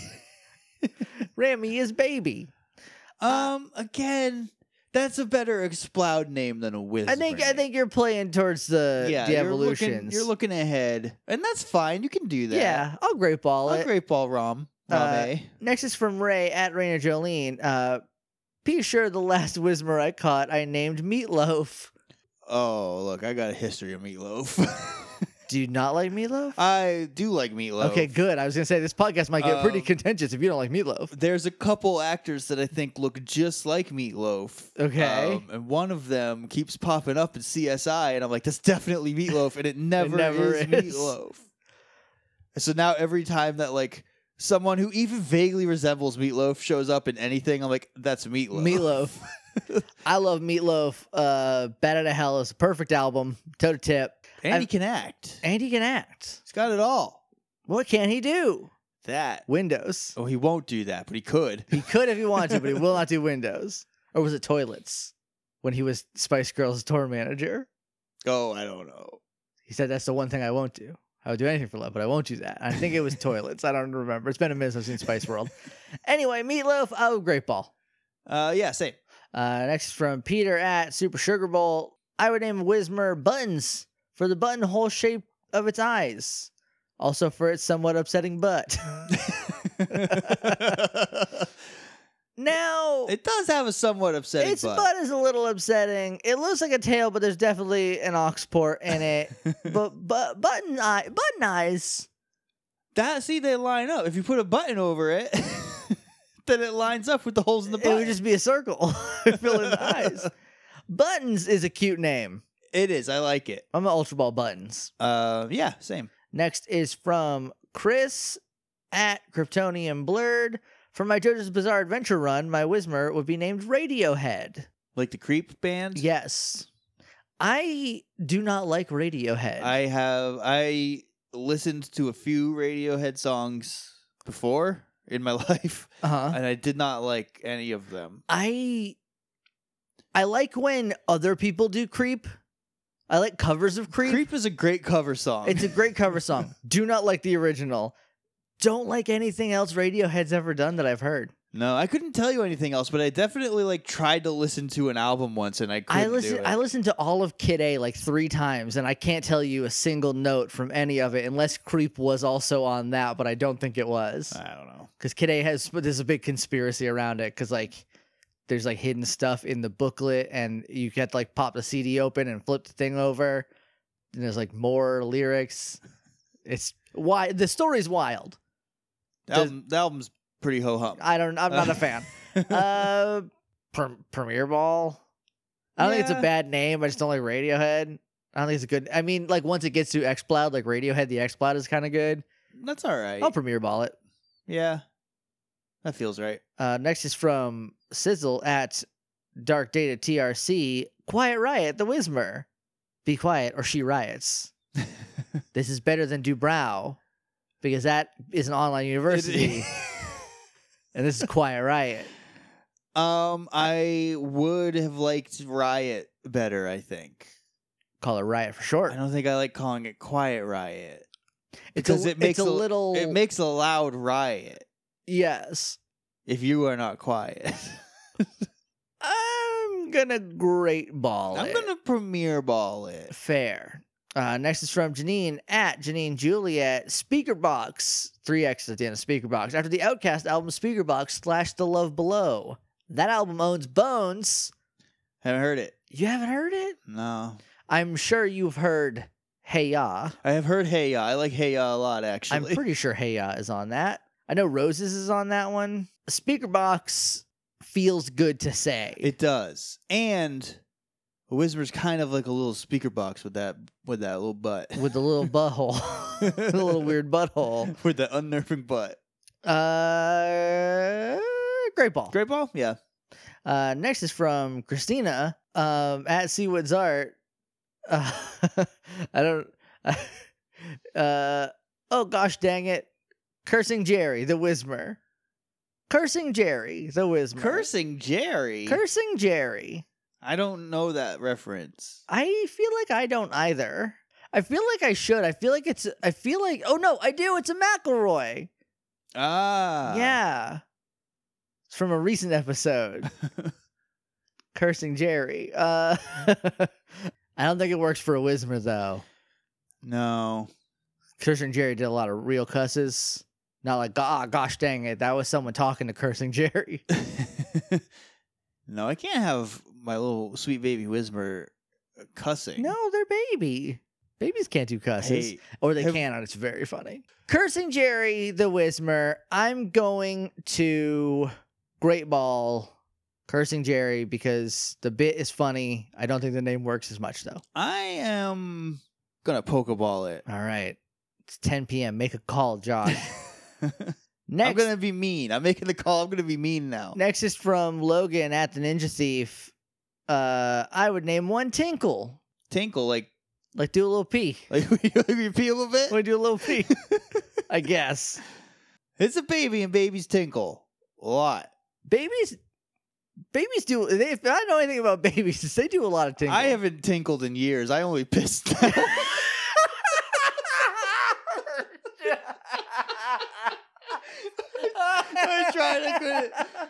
[SPEAKER 1] Rammy is baby.
[SPEAKER 2] um, again, that's a better exploud name than a Wizard.
[SPEAKER 1] I think I think you're playing towards the, the
[SPEAKER 2] you're looking-
[SPEAKER 1] evolutions.
[SPEAKER 2] You're looking, ahead, and that's fine. You can do that.
[SPEAKER 1] yeah, I'll great ball
[SPEAKER 2] a
[SPEAKER 1] it.
[SPEAKER 2] great ball, Rom.
[SPEAKER 1] Uh,
[SPEAKER 2] Rame.
[SPEAKER 1] Next is from Ray at Raina Jolene. Uh, be sure the last Whismer I caught, I named Meatloaf.
[SPEAKER 2] oh, look, I got a history of meatloaf.
[SPEAKER 1] Do you not like meatloaf?
[SPEAKER 2] I do like meatloaf.
[SPEAKER 1] Okay, good. I was gonna say this podcast might get pretty
[SPEAKER 2] Um,
[SPEAKER 1] contentious if you don't like meatloaf.
[SPEAKER 2] There's a couple actors that I think look just like Meatloaf.
[SPEAKER 1] Okay.
[SPEAKER 2] Um, and one of them keeps popping up in CSI, and I'm like, that's definitely Meatloaf, and it never,
[SPEAKER 1] never
[SPEAKER 2] is,
[SPEAKER 1] is.
[SPEAKER 2] Meatloaf. And so now every time that like someone who even vaguely resembles Meatloaf shows up in anything, I'm like, that's Meatloaf.
[SPEAKER 1] Meatloaf. I love meatloaf. Uh, Bad out of Hell is a perfect album. Toe to tip.
[SPEAKER 2] And he
[SPEAKER 1] I've-
[SPEAKER 2] can act.
[SPEAKER 1] And he can act.
[SPEAKER 2] He's got it all.
[SPEAKER 1] What can he do?
[SPEAKER 2] That.
[SPEAKER 1] Windows.
[SPEAKER 2] Oh, he won't do that, but he could.
[SPEAKER 1] He could if he wanted to, but he will not do windows. Or was it toilets? When he was Spice Girls tour manager,
[SPEAKER 2] Oh, I don't know.
[SPEAKER 1] he said that's the one thing I won't do. I would do anything for love, but I won't do that. I think it was toilets. I don't remember. It's been a minute since I've seen Spice World. Anyway, meatloaf. Oh, great ball.
[SPEAKER 2] Uh, yeah, same.
[SPEAKER 1] Uh, next is from Peter at Super Sugar Bowl. I would name Wismer Buttons for the buttonhole shape of its eyes, also for its somewhat upsetting butt. now,
[SPEAKER 2] it does have a somewhat upsetting
[SPEAKER 1] its
[SPEAKER 2] butt.
[SPEAKER 1] butt is a little upsetting. It looks like a tail, but there's definitely an oxport in it. but but button eye button eyes.
[SPEAKER 2] That see, they line up. If you put a button over it, then it lines up with the holes in the
[SPEAKER 1] It
[SPEAKER 2] button.
[SPEAKER 1] would just be a circle filling the eyes. Buttons is a cute name.
[SPEAKER 2] it is. I like it.
[SPEAKER 1] I'm an Ultra Ball Buttons.
[SPEAKER 2] Uh, yeah, same.
[SPEAKER 1] Next is from Chris at Kryptonium Blurred. For my JoJo's Bizarre Adventure run, my Wismer would be named Radiohead.
[SPEAKER 2] Like the creep band.
[SPEAKER 1] Yes. I do not like Radiohead.
[SPEAKER 2] I have. I listened to a few Radiohead songs before in my life,
[SPEAKER 1] uh-huh.
[SPEAKER 2] and I did not like any of them.
[SPEAKER 1] I I like when other people do creep. I like covers of creep.
[SPEAKER 2] Creep is a great cover song.
[SPEAKER 1] It's a great cover song. Do not like the original. Don't like anything else Radiohead's ever done that I've heard.
[SPEAKER 2] no, I couldn't tell you anything else, but I definitely like tried to listen to an album once, and I couldn't
[SPEAKER 1] I listen.
[SPEAKER 2] do it.
[SPEAKER 1] I listened to all of Kid A like three times, and I can't tell you a single note from any of it, unless Creep was also on that, but I don't think it was
[SPEAKER 2] I don't know.
[SPEAKER 1] because Kid A has. But there's a big conspiracy around it because like there's like hidden stuff in the booklet, and you have to like pop the CD open and flip the thing over, and there's like more lyrics. It's why the story's wild.
[SPEAKER 2] The,
[SPEAKER 1] Does-
[SPEAKER 2] album, the album's pretty ho hum.
[SPEAKER 1] I don't. I'm not a fan. Uh, pre- Premier Ball. I don't think it's
[SPEAKER 2] Yeah.
[SPEAKER 1] a bad name. I just don't like Radiohead. I don't think it's a good. I mean, like once it gets to Xploud, like Radiohead, the Xploud is kind of good.
[SPEAKER 2] That's all right.
[SPEAKER 1] I'll Premier Ball it.
[SPEAKER 2] Yeah. That feels right.
[SPEAKER 1] Uh, next is from Sizzle at Dark Data TRC. Quiet Riot, the Wismer. Be quiet or she riots. this is better than Dubrow because that is an online university and this is Quiet Riot.
[SPEAKER 2] um, I would have liked Riot better, I think.
[SPEAKER 1] Call it Riot for
[SPEAKER 2] I
[SPEAKER 1] short.
[SPEAKER 2] don't think I like calling it Quiet Riot.
[SPEAKER 1] It's a,
[SPEAKER 2] because it makes
[SPEAKER 1] it's a
[SPEAKER 2] a-
[SPEAKER 1] little.
[SPEAKER 2] It makes a loud riot
[SPEAKER 1] yes.
[SPEAKER 2] if you are not quiet.
[SPEAKER 1] I'm gonna great ball.
[SPEAKER 2] I'm
[SPEAKER 1] it.
[SPEAKER 2] going to premiere ball it.
[SPEAKER 1] fair. Uh, next is from Janine at Janine Juliet Speakerbox. Three X's at the end of Speakerbox. After the Outcast album, Speakerbox slash The Love Below. That album owns Bones.
[SPEAKER 2] Haven't heard it.
[SPEAKER 1] You haven't heard it?
[SPEAKER 2] No,
[SPEAKER 1] I'm sure you've heard Hey Ya.
[SPEAKER 2] I have heard Hey Ya. I like Hey Ya a lot
[SPEAKER 1] I'm
[SPEAKER 2] actually.
[SPEAKER 1] pretty sure Hey Ya is on that. I know Roses is on that one. Speaker Box feels good to say.
[SPEAKER 2] it does. And Whisper's kind of like a little speaker box with that with that little butt.
[SPEAKER 1] with the little butthole, the little weird butthole.
[SPEAKER 2] with the unnerving butt.
[SPEAKER 1] Uh, great ball.
[SPEAKER 2] Great ball? Yeah.
[SPEAKER 1] Uh, next is from Christina um, at Seawoods Art. Uh, I don't. uh, oh gosh, dang it! Cursing Jerry the Whismer. Cursing Jerry the Whismer.
[SPEAKER 2] Cursing Jerry.
[SPEAKER 1] Cursing Jerry.
[SPEAKER 2] I don't know that reference.
[SPEAKER 1] I feel like I don't either. I feel like I should. I feel like it's. I feel like. Oh no, I do. It's a McElroy. Uh,
[SPEAKER 2] Ah.
[SPEAKER 1] yeah. It's from a recent episode. Cursing Jerry. Uh I don't think it works for a Whismer though.
[SPEAKER 2] No.
[SPEAKER 1] Cursing Jerry did a lot of real cusses. Not like ah gosh dang it, that was someone talking to Cursing Jerry.
[SPEAKER 2] no, I can't have my little sweet baby Whismer cussing.
[SPEAKER 1] no, they're baby. Babies can't do cusses.
[SPEAKER 2] Hey,
[SPEAKER 1] Or they
[SPEAKER 2] Have-
[SPEAKER 1] can, and it's very funny. Cursing Jerry the Whismer. I'm going to Great Ball Cursing Jerry because the bit is funny. I don't think the name works as much, though.
[SPEAKER 2] I am gonna pokeball it.
[SPEAKER 1] All right. It's 10 p.m. Make a call, Josh.
[SPEAKER 2] I'm
[SPEAKER 1] Next,
[SPEAKER 2] gonna be mean. I'm making the call. I'm gonna be mean now.
[SPEAKER 1] next is from Logan at the Ninja Thief. Uh, I would name one Tinkle.
[SPEAKER 2] Tinkle, like
[SPEAKER 1] Like, do a little pee.
[SPEAKER 2] like we pee a little bit.
[SPEAKER 1] We do a little pee, I guess.
[SPEAKER 2] It's a baby and babies tinkle. A lot.
[SPEAKER 1] Babies. Babies do. They, if I know anything about babies, is they do a lot of tinkle.
[SPEAKER 2] I haven't tinkled in years. I only pissed now.
[SPEAKER 1] I
[SPEAKER 2] tried, I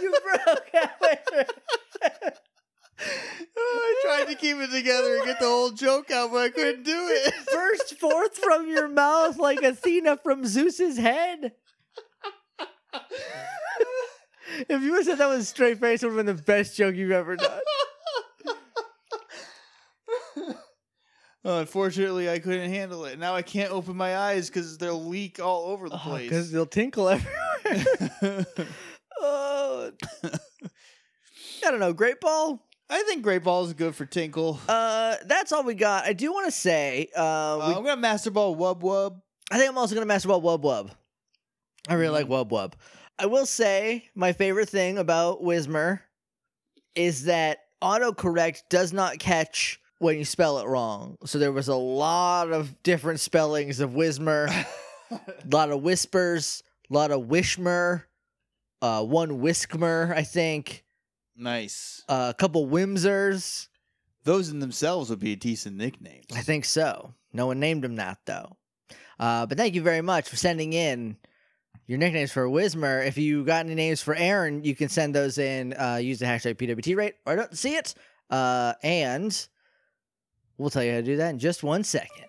[SPEAKER 1] you broke halfway through.
[SPEAKER 2] I tried to keep it together and get the whole joke out, but I couldn't do it.
[SPEAKER 1] Burst forth from your mouth like Athena from Zeus's head. If you would have said that with a straight face, it would have been the best joke you've ever done.
[SPEAKER 2] Oh, Unfortunately, I couldn't handle it. Now I can't open my eyes because they'll leak all over the
[SPEAKER 1] Oh, Because
[SPEAKER 2] place.
[SPEAKER 1] they'll tinkle everywhere. oh. I don't know. Great ball.
[SPEAKER 2] I think Great Ball is good for tinkle.
[SPEAKER 1] Uh, that's all we got. I do want to say, uh,
[SPEAKER 2] Uh,
[SPEAKER 1] we
[SPEAKER 2] I'm gonna master ball wub wub.
[SPEAKER 1] I think I'm also gonna master about Wub Wub. I really like Wub Wub. I will say my favorite thing about Wismer is that autocorrect does not catch when you spell it wrong. So there was a lot of different spellings of Wismer, a lot of whispers, a lot of wishmer, uh, one whiskmer, I think, uh,
[SPEAKER 2] Nice.
[SPEAKER 1] a couple whimsers.
[SPEAKER 2] Those in themselves would be a decent nickname.
[SPEAKER 1] I think so. No one named him that though. Uh, but thank you very much for sending in your nicknames for Wismer. If you got any names for Aaron, you can send those in. Uh, use the hashtag PWT rate. Or I don't see it. Uh, and we'll tell you how to do that in just one second.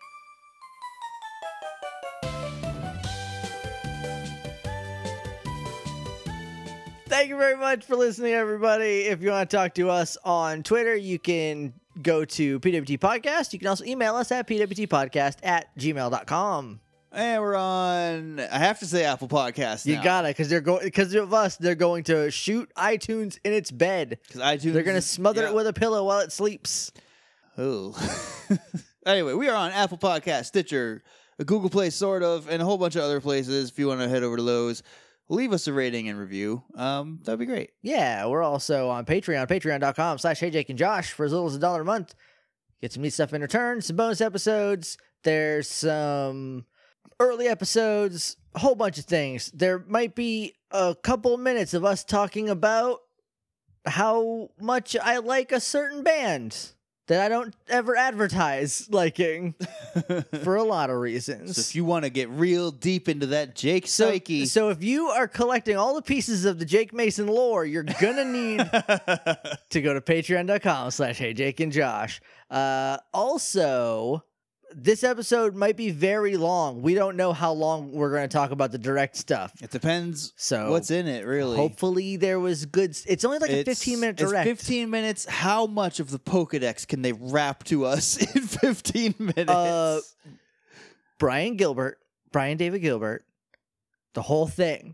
[SPEAKER 1] Thank you very much for listening, everybody. If you want to talk to us on Twitter, you can go to PWT Podcast. You can also email us at pwtpodcast at gmail.com.
[SPEAKER 2] And we're on. I have to say Apple Podcasts.
[SPEAKER 1] You got it, because they're going because of us, they're going to shoot iTunes in its bed.
[SPEAKER 2] because iTunes.
[SPEAKER 1] They're gonna smother
[SPEAKER 2] Yeah.
[SPEAKER 1] it with a pillow while it sleeps.
[SPEAKER 2] Ooh. Oh. anyway, we are on Apple Podcast, Stitcher, Google Play, sort of, and a whole bunch of other places. If you want to head over to those, leave us a rating and review. Um, that'd be great.
[SPEAKER 1] Yeah, we're also on Patreon, patreon.com slash hey Jake and Josh for as little as a dollar a month. Get some neat stuff in return, some bonus episodes. There's some early episodes, a whole bunch of things. There might be a couple minutes of us talking about how much I like a certain band that I don't ever advertise liking for a lot of reasons.
[SPEAKER 2] So if you want to get real deep into that Jake
[SPEAKER 1] So-
[SPEAKER 2] Psyche,
[SPEAKER 1] So if you are collecting all the pieces of the Jake Mason lore, you're gonna need to go to patreon.com slash hey Jake and Josh. Uh also this episode might be very long. We don't know how long we're going to talk about the direct stuff.
[SPEAKER 2] It depends
[SPEAKER 1] So
[SPEAKER 2] what's in it, really.
[SPEAKER 1] Hopefully there was good. s- It's only Oh. like a
[SPEAKER 2] It's-
[SPEAKER 1] fifteen minute direct.
[SPEAKER 2] It's 15 minutes. How much of the Pokedex can they wrap to us in 15 minutes?
[SPEAKER 1] Uh, Brian Gilbert, Brian David Gilbert, the whole thing.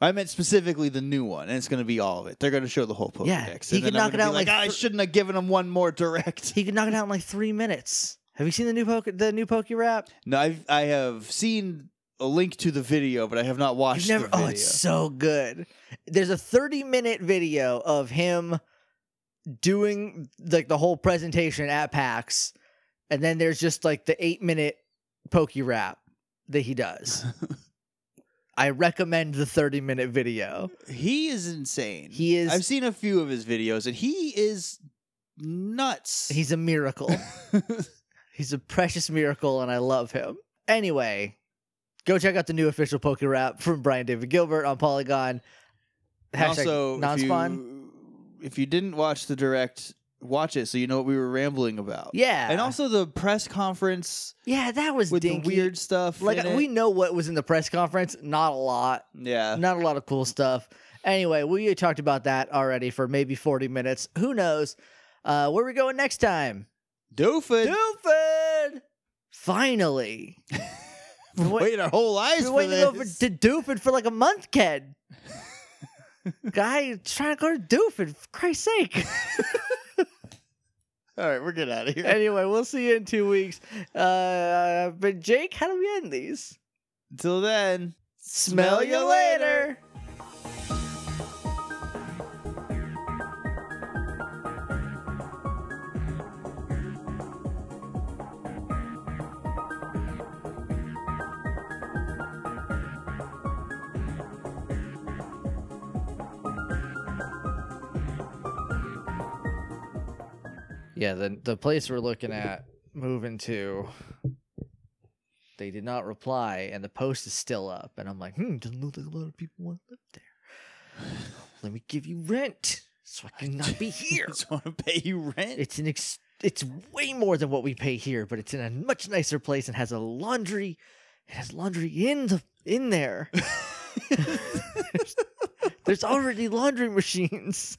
[SPEAKER 2] I meant specifically the new one, and it's going to be all of it. They're going to show the whole Pokedex.
[SPEAKER 1] Yeah,
[SPEAKER 2] and
[SPEAKER 1] he
[SPEAKER 2] then
[SPEAKER 1] could
[SPEAKER 2] I'm
[SPEAKER 1] knock it
[SPEAKER 2] gonna be
[SPEAKER 1] out
[SPEAKER 2] like,
[SPEAKER 1] like
[SPEAKER 2] "Ah, I
[SPEAKER 1] thr-
[SPEAKER 2] shouldn't have given him one more direct.
[SPEAKER 1] He could knock it out in like three minutes. Have you seen the new poke the new Poke rap?
[SPEAKER 2] No, I've, I have seen a link to the video, but I have not watched
[SPEAKER 1] You've never.
[SPEAKER 2] the video.
[SPEAKER 1] Oh, it's so good. There's a 30 minute video of him doing like the whole presentation at PAX, and then there's just like the eight minute pokey rap that he does. I recommend the 30 minute video.
[SPEAKER 2] He is insane.
[SPEAKER 1] He is-
[SPEAKER 2] I've seen a few of his videos, and he is nuts.
[SPEAKER 1] He's a miracle. He's a precious miracle, and I love him. Anyway, go check out the new official poker rap from Brian David Gilbert on Polygon.
[SPEAKER 2] And
[SPEAKER 1] Hashtag
[SPEAKER 2] also,
[SPEAKER 1] non
[SPEAKER 2] If
[SPEAKER 1] spawn.
[SPEAKER 2] you, if you didn't watch the direct, watch it so you know what we were rambling about.
[SPEAKER 1] Yeah.
[SPEAKER 2] And also the press conference
[SPEAKER 1] yeah, that was
[SPEAKER 2] with
[SPEAKER 1] dinky.
[SPEAKER 2] the weird stuff.
[SPEAKER 1] Like
[SPEAKER 2] in it. Uh.
[SPEAKER 1] we know what was in the press conference, not a lot,
[SPEAKER 2] Yeah.
[SPEAKER 1] not a lot of cool stuff. Anyway, we talked about that already for maybe 40 minutes. Who knows? Uh, where are we going next time?
[SPEAKER 2] Doofus.
[SPEAKER 1] Doofin! Finally. What-
[SPEAKER 2] Wait our whole lives
[SPEAKER 1] Been
[SPEAKER 2] for
[SPEAKER 1] waiting to go for,
[SPEAKER 2] this.
[SPEAKER 1] to Doofin for like a month, Ken. Guy trying to go to Doofin, for Christ's sake.
[SPEAKER 2] All right, we're getting out of here.
[SPEAKER 1] anyway, we'll see you in two weeks. Uh, but Jake, how do we end these?
[SPEAKER 2] Until then,
[SPEAKER 1] Smell you later. Yeah, the the place we're looking at moving to they did not reply and the post is still up and i'm like hmm doesn't look like a lot of people want to live there let me give you rent so i can not be here
[SPEAKER 2] just want to pay you rent.
[SPEAKER 1] it's an ex- it's way more than what we pay here but it's in a much nicer place and has a laundry it has laundry in the in there there's already laundry machines